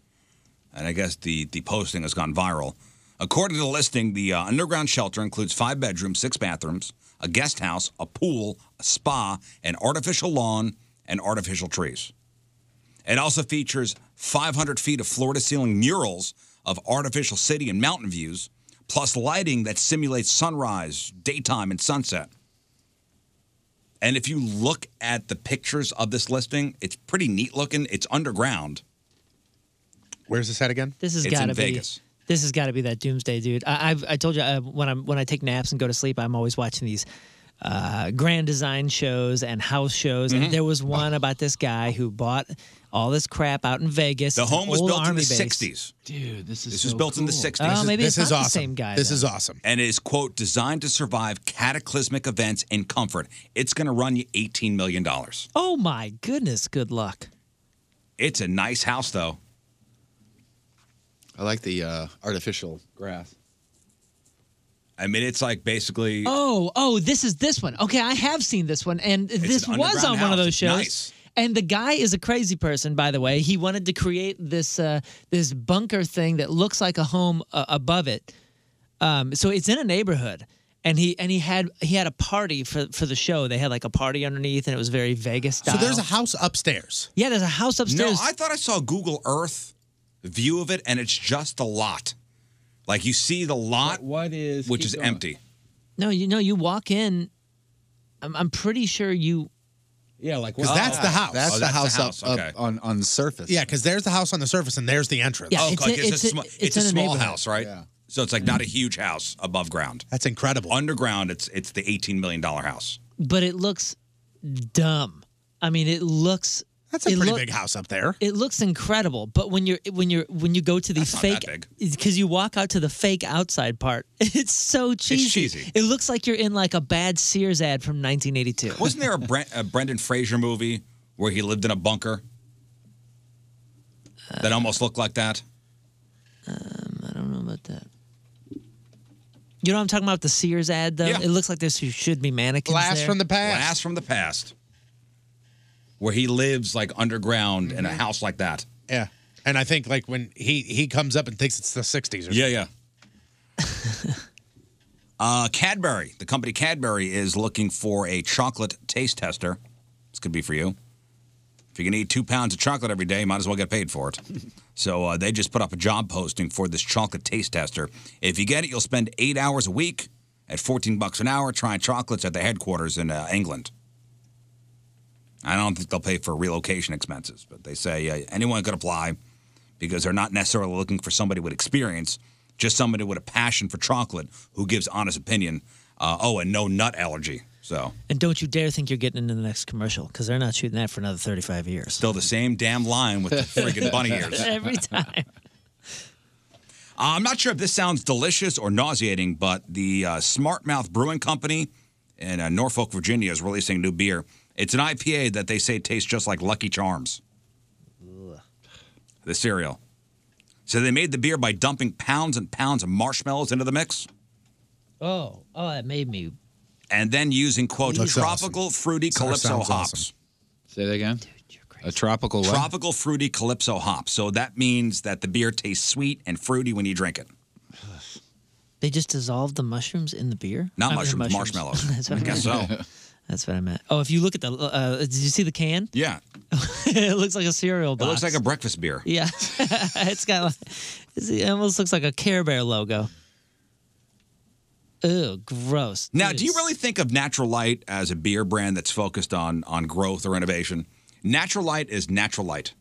and I guess the the posting has gone viral. According to the listing, the uh, underground shelter includes five bedrooms, six bathrooms, a guest house, a pool, a spa, an artificial lawn, and artificial trees. It also features 500 feet of floor to ceiling murals of artificial city and mountain views, plus lighting that simulates sunrise, daytime, and sunset. And if you look at the pictures of this listing, it's pretty neat looking. It's underground. Where's this at again? This has It's got in to be Vegas. This has got to be that doomsday, dude. I, I've I told you uh, when I'm when I take naps and go to sleep, I'm always watching these uh, grand design shows and house shows. Mhm. And there was one about this guy who bought all this crap out in Vegas. The It's an home was old built in the Army base. 60s. Dude, this is This was so built in the cool. 60s. Oh, This is- maybe this it's is not the awesome. same guy. This then. is awesome. And it is, quote, designed to survive cataclysmic events in comfort. It's going to run you $18 million. Oh my goodness, good luck. It's a nice house, though. I like the uh, artificial grass. I mean, it's like basically. Oh, oh, this is this one. Okay, I have seen this one, and this an was on one underground of house. those It's shows. nice. And the guy is a crazy person, by the way. He wanted to create this uh, this bunker thing that looks like a home uh, above it. Um, so it's in a neighborhood, and he and he had he had a party for for the show. They had like a party underneath, and it was very Vegas style. So there's a house upstairs. yeah, there's a house upstairs. No, I thought I saw a Google Earth view of it, and it's just a lot. Like you see the lot, what is which keep is going. empty. No, you know you walk in. I'm I'm pretty sure you. Yeah, like Because that's the house. That's, the, house up, okay. up on on the surface. Yeah, because there's the house on the surface and there's the entrance. oh, it's, it's, a, sma- it's a small house, right? So it's like not a huge house above ground. That's incredible. Underground, it's it's the eighteen million dollar house. but it looks dumb. I mean, it looks. That's a it pretty look- big house up there. It looks incredible, but when you're when you're when you go to the that fake because you walk out to the fake outside part, (laughs) it's so cheesy. cheesy. It looks like you're in like a bad Sears ad from 1982. (laughs) Wasn't there a, Brent, a Brendan Fraser movie where he lived in a bunker that almost looked like that? I don't know about that. You know what I'm talking about? The Sears ad though. Yeah. It looks like there should be mannequins. there. Blast from the past. Where he lives like underground in a Mm-hmm. house like that. Yeah. And I think like when he he comes up and thinks it's the 60s or Yeah, yeah. uh, Cadbury, the company Cadbury, is looking for a chocolate taste tester. This could be for you. If you can eat two pounds of chocolate every day, you might as well get paid for it. so uh, they just put up a job posting for this chocolate taste tester. If you get it, you'll spend eight hours a week at 14 bucks an hour trying chocolates at the headquarters in uh, England. I don't think they'll pay for relocation expenses, but they say uh, anyone could apply because they're not necessarily looking for somebody with experience, just somebody with a passion for chocolate who gives honest opinion. Uh, oh, and no nut allergy. So And don't you dare think you're getting into the next commercial because they're not shooting that for another 35 years. still the same damn line with (laughs) the friggin' bunny ears. Every time. Uh, I'm not sure if this sounds delicious or nauseating, but the uh, Smart Mouth Brewing Company in uh, Norfolk, Virginia is releasing a new beer. It's an IPA that they say tastes just like Lucky Charms. the cereal. So they made the beer by dumping pounds and pounds of marshmallows into the mix Oh, oh, that made me. and then using, quote, Looks tropical fruity calypso hops. Say that again. A tropical what? Tropical fruity calypso hops. So that means that the beer tastes sweet and fruity when you drink it. They just dissolved the mushrooms in the beer? Not I mean, mushrooms, marshmallows. (laughs) That's what I guess so. meant. That's what I meant. Oh, if you look at the, uh, did you see the can? Yeah. (laughs) it looks like a cereal It looks box. like a breakfast beer. Yeah, (laughs) it's got. Like, it's- it almost looks like a Care Bear logo. Ew, gross. Now, do you really think of Natural Light as a beer brand that's focused on on growth or innovation? Natural Light is Natural Light,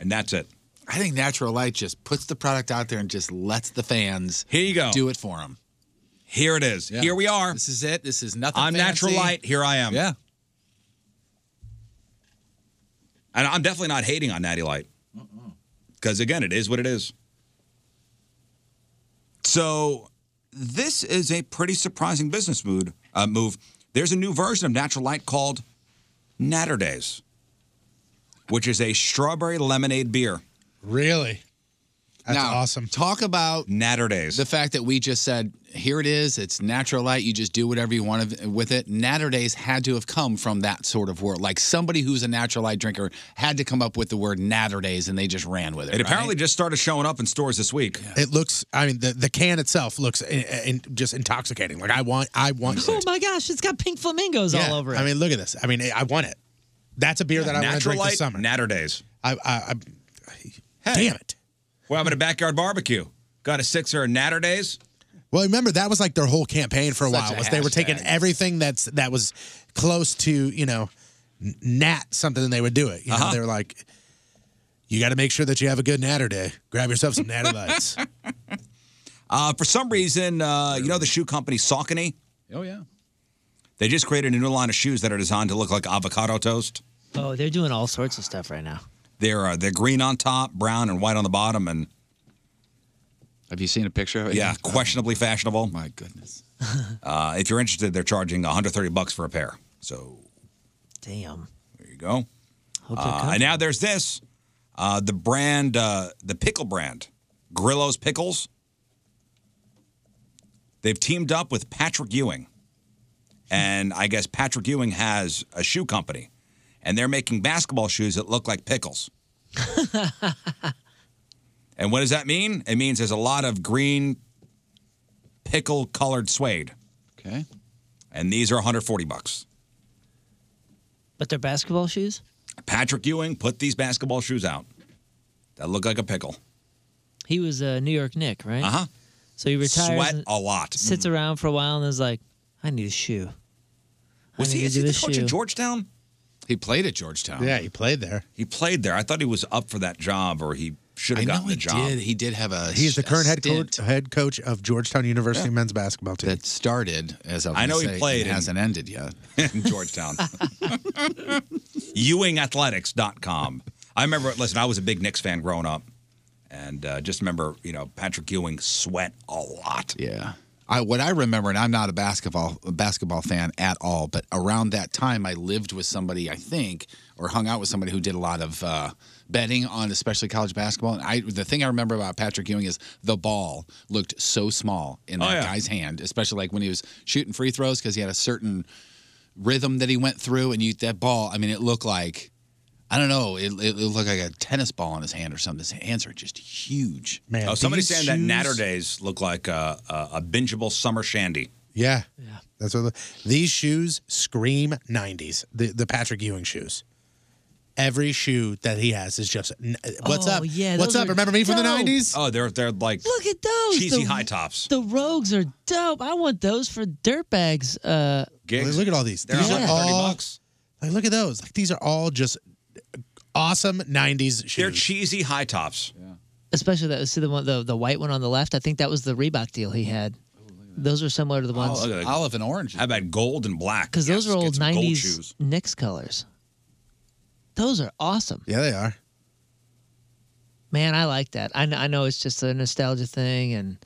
and that's it. I think Natural Light just puts the product out there and just lets the fans Here you go. do it for them. Here it is. Here we are. This is it. This is nothing. I'm Natural fancy. Light. Here I am. Yeah. And I'm definitely not hating on Natty Light. Because again, it is what it is. So this is a pretty surprising business mood, uh, move. There's a new version of Natural Light called Natter Days, which is a strawberry lemonade beer. Really? That's awesome. Talk about Natter Days. The fact that we just said, here it is, it's natural light, you just do whatever you want of- with it. Natter Days had to have come from that sort of word. Like somebody who's a natural light drinker had to come up with the word Natter Days and they just ran with it. It right? apparently just started showing up in stores this week. It looks. I mean, the, the can itself looks in, in, just intoxicating. Like I want. I want. Oh my gosh, it's got pink flamingos Yeah, all over it. I mean, look at this. I mean, I want it. That's a beer that I want to Natural drink Light this summer. Natter Days. I, I, I damn it. Well, I'm at a backyard barbecue. Got a sixer of Natter Days. Well, remember that was like their whole campaign for a Such while. a was they were taking hashtag. everything that's that was close to you know n- nat something, and they would do it. You know, Uh-huh. they were like, you got to make sure that you have a good natter day. Grab yourself some natter (laughs) lights. Uh, for some reason, uh, you know the shoe company Saucony? Oh, yeah. They just created a new line of shoes that are designed to look like avocado toast. oh, they're doing all sorts of stuff right now. (laughs) They're uh, they're green on top, brown and white on the bottom, and have you seen a picture of it? Oh. Yeah, questionably fashionable. My goodness. uh, if you're interested, they're charging 130 bucks for a pair. So Damn. there you go. Hope they're Uh, coming. and now there's this, uh, the brand, uh, the pickle brand, Grillo's Pickles. They've teamed up with Patrick Ewing, and I guess Patrick Ewing has a shoe company, and they're making basketball shoes that look like pickles. and what does that mean? It means there's a lot of green pickle-colored suede. Okay. And these are 140 bucks. But they're basketball shoes. Patrick Ewing put these basketball shoes out that look like a pickle. He was a New York Knick, right? Uh huh. So he retires. Sweat and a lot. Mm-hmm. Sits around for a while and is like, I need a shoe. I Was need he, to is do he the a coach shoe. at Georgetown? Mm-hmm. He played at Georgetown. Yeah, he played there. He played there. I thought he was up for that job, or he should I have know gotten the he job. did. He did have a. He's Uh, the current head stint coach, head coach of Georgetown University Yeah. men's basketball team. That started as a. I know he played It in- hasn't ended yet. (laughs) in Georgetown. (laughs) EwingAthletics.com. I remember, listen, I was a big Knicks fan growing up, and uh, just remember, you know, Patrick Ewing sweat a lot. Yeah. I, what I remember, and I'm not a basketball a basketball fan at all, but around that time, I lived with somebody, I think, or hung out with somebody who did a lot of uh, betting on, especially college basketball. And I, the thing I remember about Patrick Ewing is the ball looked so small in that guy's hand, especially like when he was shooting free throws because he had a certain rhythm that he went through, and you that ball. I mean, it looked like. I don't know. It, it looked like a tennis ball in his hand or something. His hands are just huge. oh, somebody's saying that Natter Days look like a, a, a bingeable summer shandy. Yeah. Yeah. That's what these shoes scream 90s. The the Patrick Ewing shoes. Every shoe that he has is just n- what's Oh, up? yeah, what's those up? are Remember me from the dope. 90s? Oh, they're they're like Look at those. The- cheesy high tops. The Rogues are dope. I want those for dirtbags. Uh, Gigs. Look at all these. They're these all are like 30 all bucks. like look at those. Like these are all just awesome 90s shoes. They're cheesy high tops. especially that. See the one, the the white one on the left. I think that was the Reebok deal he had. Those are similar to the Oh, ones. olive and orange. How about gold and black? Because those Yes, are get old some gold '90s shoes. Knicks colors. Those are awesome, Yeah, they are. man. I like that. I know, I know it's just a nostalgia thing, and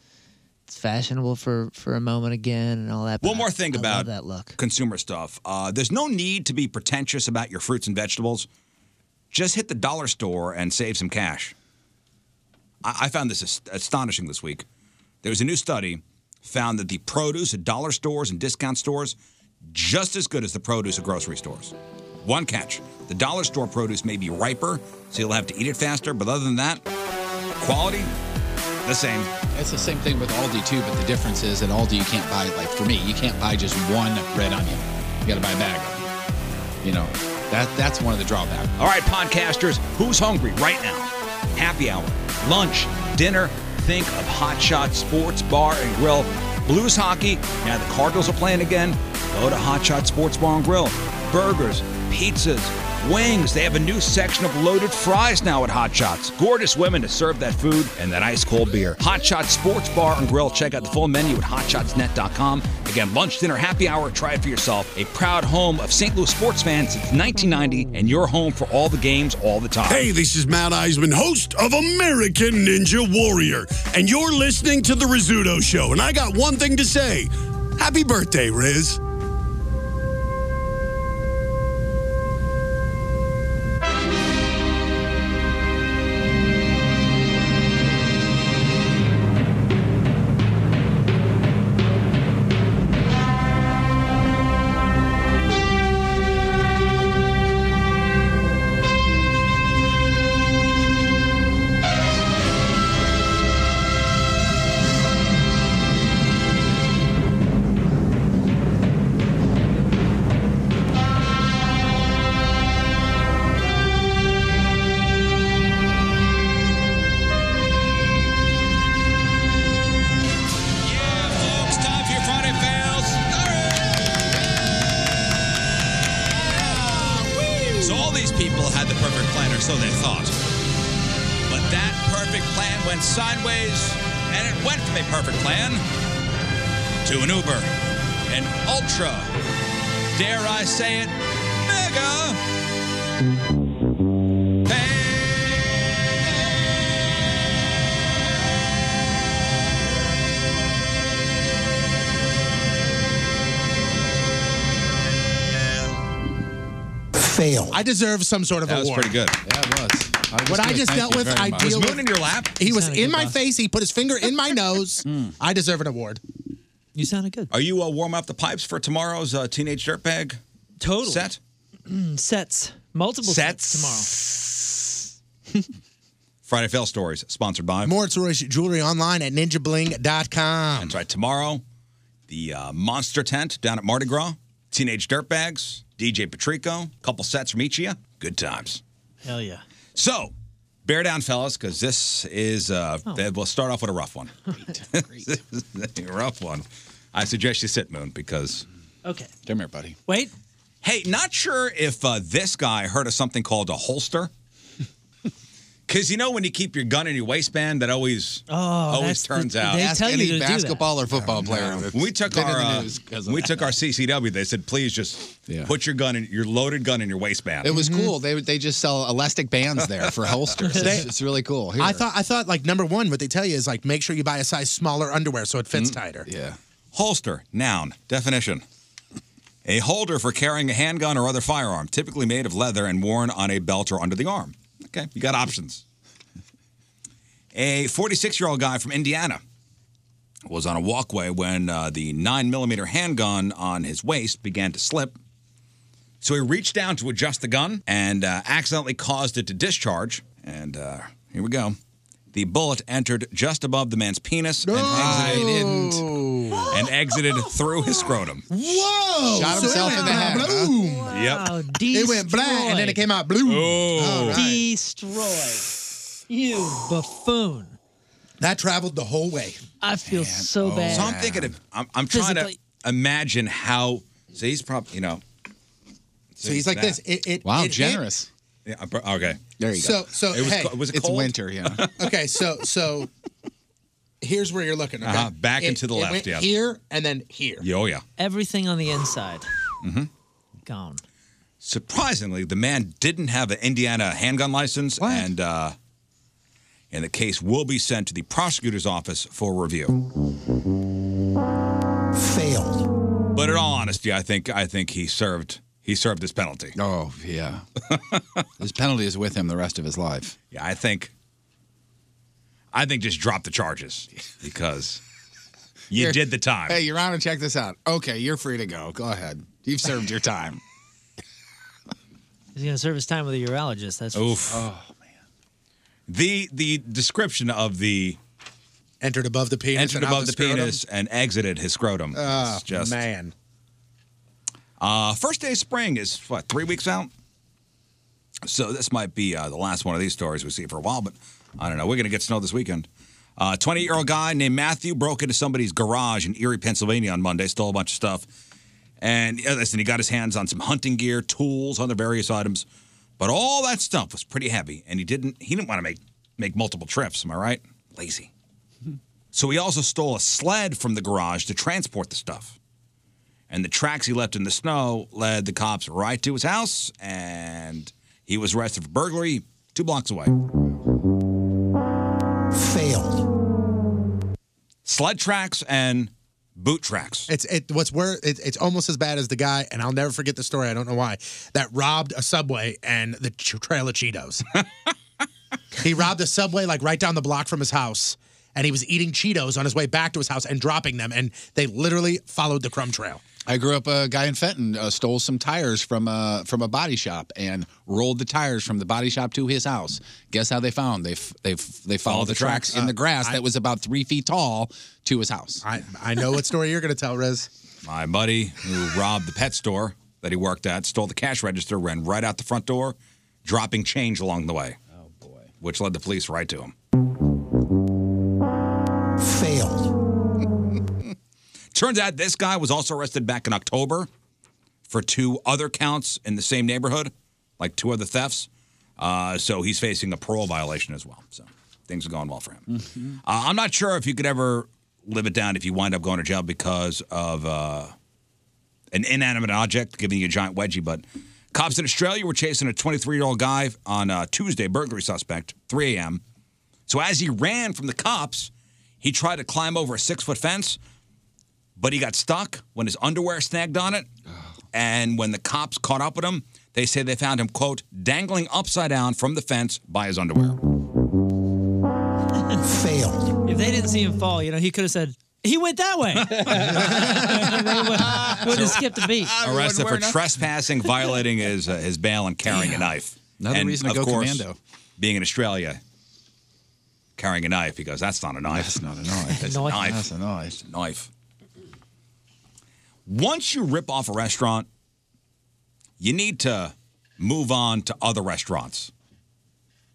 it's fashionable for for a moment again, and all that. (clears throat) One but more I- thing I love about that look. consumer stuff. Uh, there's no need to be pretentious about your fruits and vegetables. Just hit the dollar store and save some cash. I, I found this ast- astonishing this week. There was a new study found that the produce at dollar stores and discount stores just as good as the produce at grocery stores. One catch: the dollar store produce may be riper, so you'll have to eat it faster. But other than that, quality the same. It's the same thing with Aldi too, but the difference is at Aldi you can't buy like for me, you can't buy just one red onion. You got to buy a bag. of them. You know, that that's one of the drawbacks. All right, podcasters, who's hungry right now? Happy hour, lunch, dinner. Think of Hot Shot Sports Bar and Grill. Blues hockey. Now the Cardinals are playing again. Go to Hot Shot Sports Bar and Grill. Burgers, pizzas, wings. They have a new section of loaded fries now at Hot Shots. Gorgeous women to serve that food and that ice cold beer. Hot Shots Sports Bar and Grill. Check out the full menu at hotshotsnet.com. Again, lunch, dinner, happy hour. Try it for yourself. A proud home of St. Louis sports fans since 1990, and your home for all the games all the time. Hey, this is Matt Eisman, host of American Ninja Warrior, and you're listening to The Rizzuto Show. And I got one thing to say Happy birthday, Riz. Folks, time for your Friday fails. So all these people had the perfect plan, or so they thought. But that perfect plan went sideways, and it went from a perfect plan to an Uber, an ultra, dare I say it, mega Fail. I deserve some sort of That was award. pretty good. Yeah, it was. what I just dealt with, I was deal Moon with- in your lap. Hmm. He was in my face. He put his finger (laughs) in my nose. I deserve an award. You sounded good. Are you uh, warm up the pipes for tomorrow's uh, teenage dirtbag? Totally. set. Mm, sets. Multiple sets, tomorrow. (laughs) Friday fail stories sponsored by Moritz Royce Jewelry online at ninjabling.com. That's right. Tomorrow, the uh, Monster Tent down at Mardi Gras. Teenage Dirtbags, DJ Patrico, couple sets from each of you. Good times. Hell yeah. So, bear down, fellas, because this is, uh, we'll start off with a rough one. (laughs) This is a rough one. I suggest you sit, Moon, because. (laughs) Okay. Come here, buddy. Wait. Hey, not sure if uh, this guy heard of something called a holster. (laughs) Because you know when you keep your gun in your waistband, that always Oh, always that's the- turns out. they Ask tell you any to do that. basketball or football player. When we took been in our the uh, news 'cause of we that. took our CCW. They said, please just put your gun in your loaded gun in your waistband. It was Mm-hmm. Mm-hmm. cool. (laughs) They they just sell elastic bands there for (laughs) holsters. They- it's, it's really cool. Here. I thought I thought like number one, what they tell you is like make sure you buy a size smaller underwear so it fits tighter. Mm, Yeah. Holster, noun, definition. A holder for carrying a handgun or other firearm, typically made of leather and worn on a belt or under the arm. Okay, you got options. A 46 year old guy from Indiana was on a walkway when uh, the 9mm handgun on his waist began to slip. So he reached down to adjust the gun and uh, accidentally caused it to discharge. And uh, here we go. The bullet entered just above the man's penis and exited, and exited through his scrotum. Whoa! Shot himself in the head, huh? Yep. It went black and then it came out blue. Oh. Destroy. You buffoon. That traveled the whole way. Oh. I feel so bad. So I'm thinking of, I'm, I'm trying to Oh, Physically- imagine how, so he's probably, you know. So he's like this, it- it- Wow, it hit- generous. Yeah, I bro- okay. There you go. So- so, it was, hey, co- was it it's cold? winter, yeah. Okay, so so here's where you're looking. Okay? Uh-huh, back It- and to the it left, went yeah. Here and then here. Yeah, (laughs) oh, yeah. Everything on the inside. Mm-hmm. Gone. Surprisingly, the man didn't have an Indiana handgun license, and uh, and the case will be sent to the prosecutor's office for review. Failed. But in all honesty, I think I think he served he served his penalty. Oh yeah, his penalty is with him the rest of his life. Yeah, I think I think just drop the charges because you You're- did the time. Hey, Your Honor, check this out. Okay, you're free to go. Go ahead. You've served your time. He's gonna serve his time with a urologist. That's for Oof. Oh, sure. The the description of the entered above the penis, entered and out above the the, scrotum? penis, and exited his scrotum. Oh, It's just man. Uh, first day of spring is what three weeks out. So this might be uh, the last one of these stories we see for a while, but I don't know. We're gonna get snow this weekend. Uh, 20-year-old guy named Matthew broke into somebody's garage in Erie, Pennsylvania on Monday, stole a bunch of stuff, and uh, listen, he got his hands on some hunting gear, tools, other various items, but all that stuff was pretty heavy, and he didn't he didn't want to make make multiple trips. Am I right? Lazy. So he also stole a sled from the garage to transport the stuff. And the tracks he left in the snow led the cops right to his house, and he was arrested for burglary two blocks away. Failed. Sled tracks and boot tracks. It's it. What's where it, it's almost as bad as the guy, and I'll never forget the story. I don't know why that robbed a subway and the ch- trail of Cheetos. he robbed a subway like right down the block from his house, and he was eating Cheetos on his way back to his house and dropping them, and they literally followed the crumb trail. I grew up a guy in Fenton uh, stole some tires from a from a body shop and rolled the tires from the body shop to his house. Guess how they found? They f- they f- they followed the tracks, in the grass that was about three feet tall to his house. Uh, I I know what story you're going to tell, Rez. My buddy who robbed the pet store that he worked at stole the cash register, ran right out the front door, dropping change along the way. Oh, boy. Which led the police right to him. Failed. Turns out this guy was also arrested back in October for two other counts in the same neighborhood, like two other thefts. Uh, so he's facing a parole violation as well. So things are going well for him. Uh, I'm not sure if you could ever live it down if you wind up going to jail because of uh, an inanimate object giving you a giant wedgie. But cops in Australia were chasing a 23 year old guy on uh, Tuesday, burglary suspect, 3 a.m. So as he ran from the cops, he tried to climb over a six foot fence, but he got stuck when his underwear snagged on it. And when the cops caught up with him, they say they found him, quote, dangling upside down from the fence by his underwear. Failed. If they didn't see him fall, you know, he could have said he went that way. (laughs) They would, would have skipped a (laughs) beat. arrested for trust. trespassing, (laughs) violating his uh, his bail, and carrying a knife. Another and reason to of go course, commando. Being in Australia, carrying a knife. He goes, "That's not a knife. That's not a knife. That's a Knife. knife. That's a knife. It's a knife." Once you rip off a restaurant, you need to move on to other restaurants.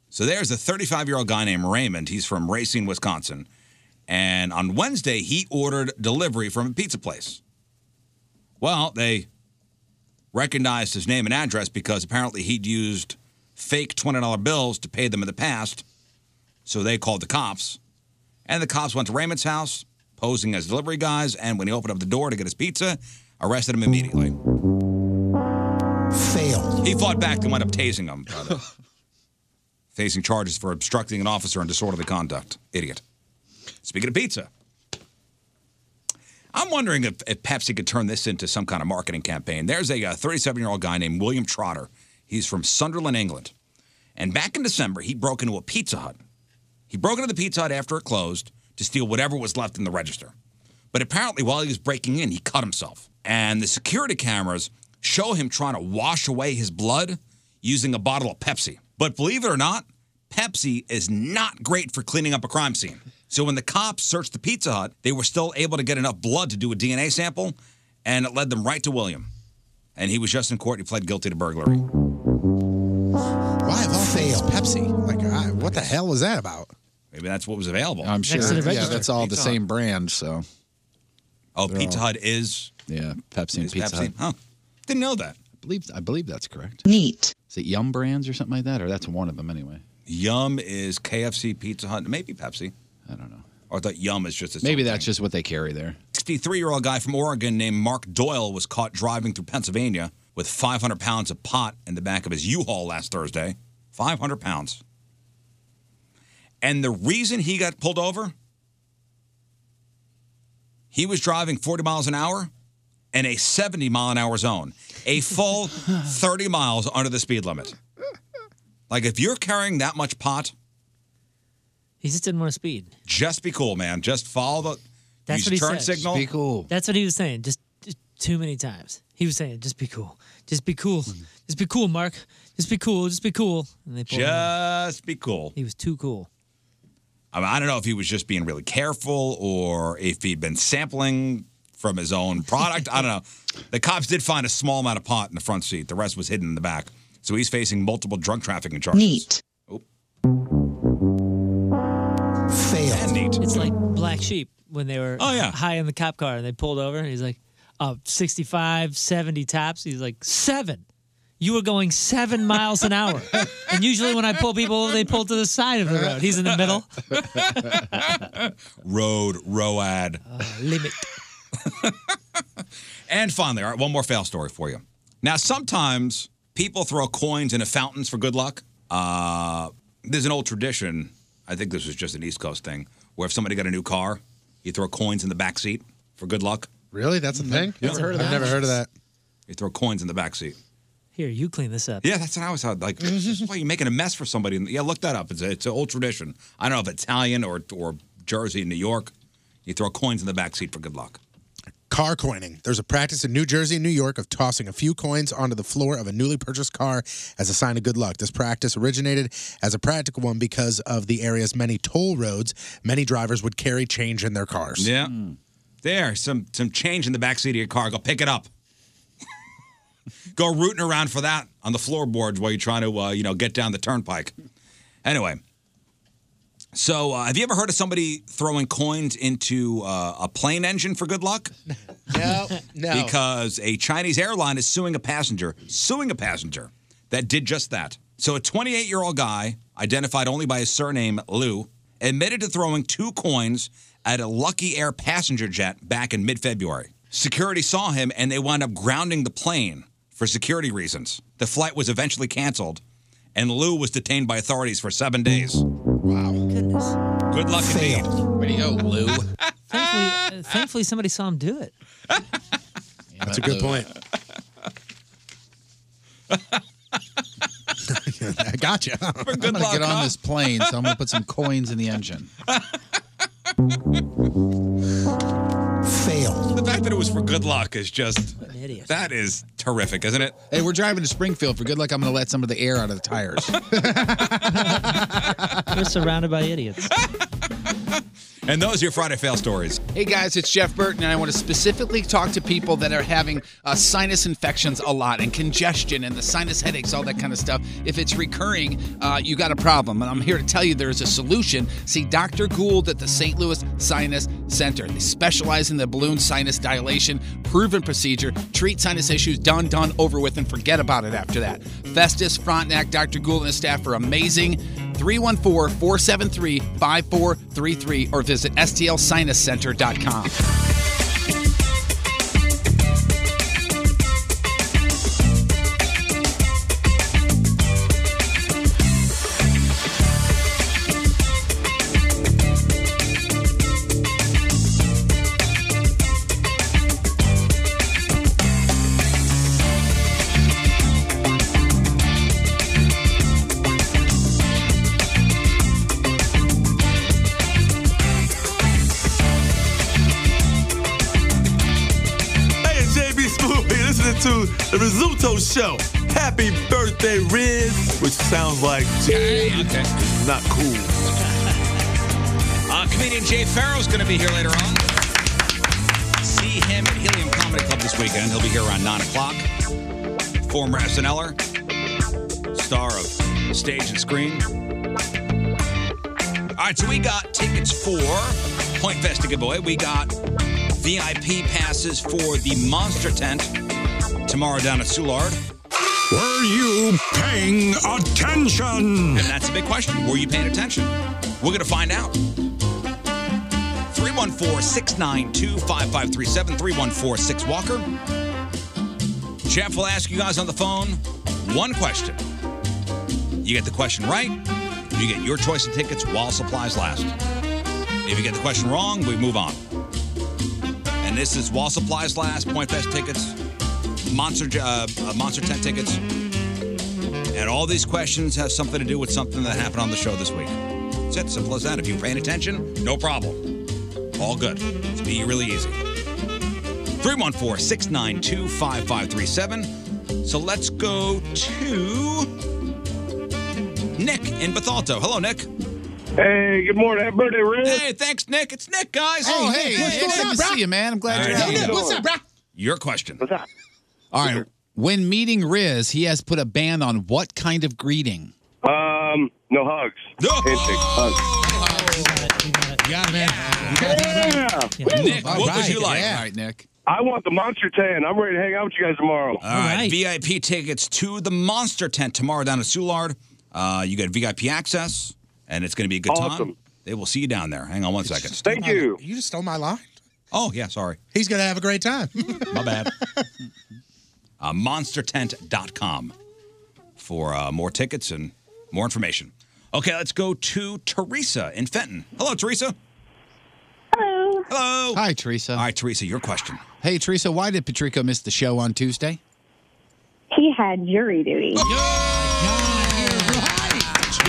So there's a 35 year old guy named Raymond. He's from Racine, Wisconsin. And on Wednesday, he ordered delivery from a pizza place. Well, they recognized his name and address because apparently he'd used fake $20 bills to pay them in the past. So they called the cops. And the cops went to Raymond's house, posing as delivery guys. And when he opened up the door to get his pizza, arrested him immediately. Failed. He fought back and wound up tasing him, but, uh, facing charges for obstructing an officer and disorderly conduct. Idiot. Speaking of pizza, I'm wondering if, if Pepsi could turn this into some kind of marketing campaign. There's a 37 year old guy named William Trotter. He's from Sunderland, England. And back in December, he broke into a Pizza Hut. He broke into the Pizza Hut after it closed to steal whatever was left in the register. But apparently, while he was breaking in, he cut himself. And the security cameras show him trying to wash away his blood using a bottle of Pepsi. But believe it or not, Pepsi is not great for cleaning up a crime scene. So when the cops searched the Pizza Hut, they were still able to get enough blood to do a DNA sample, and it led them right to William. And he was just in court. He pled guilty to burglary. Why have all things Pepsi? Like, I, what the hell was that about? Maybe that's what was available. I'm sure. Yeah, that's all the Pizza same Hut. brand. So Oh, They're Pizza all- Hut is yeah, Pepsi and Is Pizza Pepsi? Huh. Hut. Didn't know that. I believe I believe that's correct. Neat. Is it Yum Brands or something like that, or that's one of them anyway? Yum is KFC, Pizza Hut, maybe Pepsi. I don't know. Or I thought Yum is just a Maybe that's just what they carry there. 63 year old guy from Oregon named Mark Doyle was caught driving through Pennsylvania with 500 pounds of pot in the back of his U Haul last Thursday. 500 pounds. And the reason he got pulled over, he was driving 40 miles an hour in a 70 mile an hour zone, a full 30 miles under the speed limit. Like, if you're carrying that much pot, He just didn't want to speed. Just be cool, man. Just follow the That's use what he turn said. signal. That's what he was saying. Just, just too many times. He was saying, "Just be cool. Just be cool. Just be cool, Mark. Just be cool. Just be cool." And they pulled him out. Just be cool. He was too cool. I, mean, I don't know if he was just being really careful or if he'd been sampling from his own product. I don't know. The cops did find a small amount of pot in the front seat. The rest was hidden in the back. So he's facing multiple drug trafficking charges. Neat. Failed. It's like Black Sheep when they were Oh, yeah. high in the cop car and they pulled over and he's like, uh, 65, 70 tops. He's like, seven. You were going seven miles an (laughs) hour. and usually when I pull people over, they pull to the side of the road. He's in the middle. (laughs) Road, ROAD. Uh, limit. (laughs) and finally, all right, one more fail story for you. Now, sometimes people throw coins into fountains for good luck. Uh, there's an old tradition. I think this was just an East Coast thing where if somebody got a new car, you throw coins in the back seat for good luck. Really? That's a thing? Never Mm-hmm. heard of that. I've never heard of that. You throw coins in the back seat. Here, you clean this up. Yeah, that's what I always thought. Like, why are you making a mess for somebody? Yeah, look that up. It's a, it's an old tradition. I don't know if Italian or or Jersey, New York. You throw coins in the back seat for good luck. Car coining. There's a practice in New Jersey and New York of tossing a few coins onto the floor of a newly purchased car as a sign of good luck. This practice originated as a practical one because of the area's many toll roads. Many drivers would carry change in their cars. Yeah. There, some some change in the back seat of your car. Go pick it up. Go rooting around for that on the floorboards while you're trying to uh, you know get down the turnpike. Anyway, so uh, have you ever heard of somebody throwing coins into uh, a plane engine for good luck? No, (laughs) no. because a Chinese airline is suing a passenger, suing a passenger that did just that. So a 28 year old guy, identified only by his surname Liu, admitted to throwing two coins at a Lucky Air passenger jet back in mid February. Security saw him and they wound up grounding the plane for security reasons. The flight was eventually canceled, and Liu was detained by authorities for seven days. Wow. Goodness. Good luck indeed. Way to go, Lou. (laughs) Thankfully, uh, thankfully somebody saw him do it. That's a good point. I (laughs) gotcha. I'm gonna get on this plane, so I'm gonna put some coins in the engine. Failed. The fact that it was for good luck is just. That is terrific, isn't it? Hey, we're driving to Springfield. For good luck, I'm gonna let some of the air out of the tires. (laughs) We're surrounded by idiots. And those are your Friday fail stories. Hey guys, it's Jeff Burton, and I want to specifically talk to people that are having uh, sinus infections a lot and congestion and the sinus headaches, all that kind of stuff. If it's recurring, uh, you got a problem, and I'm here to tell you there is a solution. See Dr. Gould at the St. Louis Sinus Center. They specialize in the balloon sinus dilation, proven procedure, treat sinus issues, done, done, over with, and forget about it after that. Festus, Frontenac, Dr. Gould, and his staff are amazing. 314 473 5433 or visit stlsinuscenter.com. Hey, it's JB (laughs) Smoothie listening to the Rizzuto Show. Happy birthday, Riz, which sounds like okay. not cool. Uh, comedian Jay Farrow's going to be here later on. See him at Helium Comedy Club this weekend. He'll be here around 9 o'clock. Former SNLer, star of stage and screen. All right, so we got tickets for Point Fest to give away. We got VIP passes for the Monster Tent tomorrow down at Soulard. Were you paying attention? And that's a big question. Were you paying attention? We're going to find out. 314 692 5537 314 6 Walker. Jeff will ask you guys on the phone one question. You get the question right, you get your choice of tickets while supplies last. If you get the question wrong, we move on. And this is while supplies last, Point Fest tickets, Monster uh, uh, Monster Tent tickets, and all these questions have something to do with something that happened on the show this week. That's it. Simple as that. If you're paying attention, no problem. All good. It's be really easy. 314 692 5537. So let's go to Nick in Bethalto. Hello, Nick. Hey, good morning. Happy birthday, Riz. Hey, thanks, Nick. It's Nick, guys. Oh, hey, hey, hey, good to see you, man. I'm glad All you're right. out. Your question. What's up? All right. When meeting Riz, he has put a ban on what kind of greeting? Um, no hugs. No You got it, man. Yeah. Nick, what would you like? All right, Nick. I want the Monster Tan. I'm ready to hang out with you guys tomorrow. All right. VIP tickets to the Monster Tent tomorrow down at Soulard. Uh, you get VIP access, and it's going to be a good time. Awesome. They will see you down there. Hang on one second. You just stole my line. Oh, yeah, sorry. He's going to have a great (laughs) time. My (laughs) bad. uh, monstertent.com for uh, more tickets and more information. Okay, let's go to Teresa in Fenton. Hello, Teresa. Hello. Hello. Hi, Teresa. All right, Teresa, your question. Hey, Teresa, why did Patrico miss the show on Tuesday? He had jury duty. (laughs)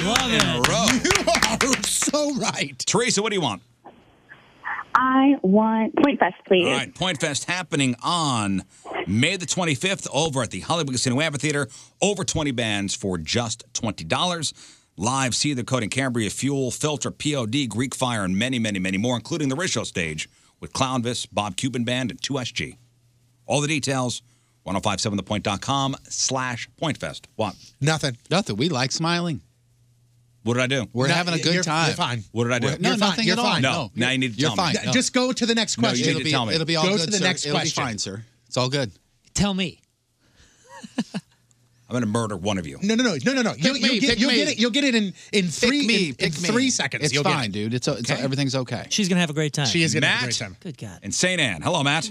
Love in a row. You are so right. Teresa, what do you want? I want Point Fest, please. All right, Point Fest happening on May the 25th over at the Hollywood Casino Amphitheater. Over 20 bands for just $20. Live See the Code and Cambria, Fuel, Filter, POD, Greek Fire, and many, many, many more, including the Risho stage with Clownvis, Bob Cuban Band, and 2SG. All the details, 1057thepoint.com slash pointfest. What? Nothing. Nothing. We like smiling. What did I do? We're having a good time. What did I do? We're- No, nothing at all. No, now you need to You're tell fine. me. No. Just go to the next No, you question. need to It'll be- tell me. it'll be all go good, to the sir. next It'll be question. fine, sir. It's all good. Tell me. I'm going to murder one of you. No, no, no, no, no, no. You, Pick will me, get, pick you'll me. get it. You'll get it in in three Pick me, in, pick in me. three seconds. It's you'll get fine, it. dude. It's, it's Okay. everything's okay. She's gonna have a great time. She is gonna have a Matt great time. Good God. in St. Anne. Hello, Matt.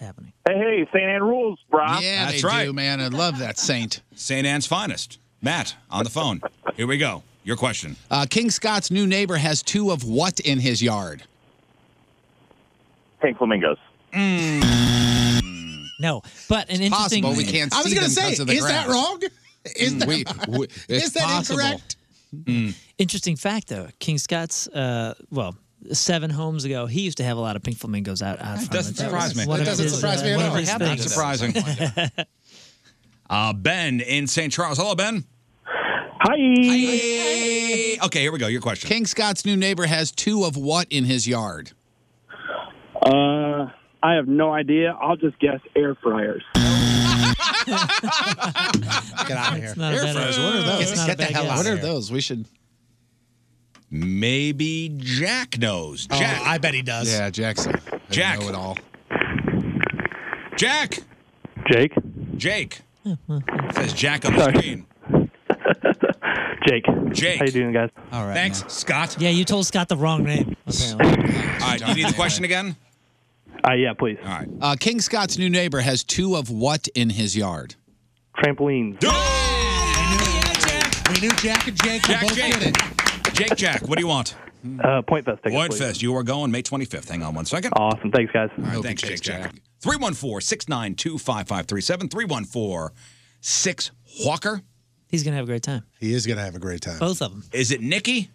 Hey, hey, St. Ann rules, brah. Yeah, That's they right. do, man. I love that saint. St. Anne's finest. Matt, on the phone. Here we go. Your question. Uh, King Scott's new neighbor has two of what in his yard? Pink flamingos. Mm. No, but an interesting. possible we can't I was see gonna them say, 'cause of the is that grass. (laughs) wrong? Mm, Is that- (laughs) We- we- it's is that possible. incorrect? Mm. Interesting fact, though. King Scott's, uh, well, seven homes ago, he used to have a lot of pink flamingos out. out front. doesn't That surprise was me. one That of doesn't his, surprise uh, me at one of all. his Whatever things. happened. Not (laughs) Uh, ben in St. Charles. Hello, Ben. Hi. Okay, here we go. Your question. King Scott's new neighbor has two of what in (laughs) his yard? Uh, I have no idea. I'll just guess air fryers. Get out of here. not a bad idea. What are those? It's not Get a the bad hell guess. out. What Here. are those? We should. Maybe Jack knows. Oh, Jack. I bet he does. Yeah, Jack's. Jack. Know it all. Jack. Jake. (laughs) Jake. says Jack on the screen. (laughs) Jake. Jake. How you doing, guys? All right. Thanks, Scott. Yeah, you told Scott the wrong name. All right, you need the question again? Uh, yeah, please. All right. Uh, King Scott's new neighbor has two of what in his yard? Trampolines. We knew Jack and Jake Jack, would both Jake. get it. Jake Jack, what do you want? Uh, Point Fest tickets, Point please. Fest, you are going May 25th. Hang on one second. Awesome. Thanks, guys. All right, thanks, Jake Jack. 314 692 5537. 314 6 Walker. He's going to have a great time. He is going to have a great time. Both of them. Is it Nikki?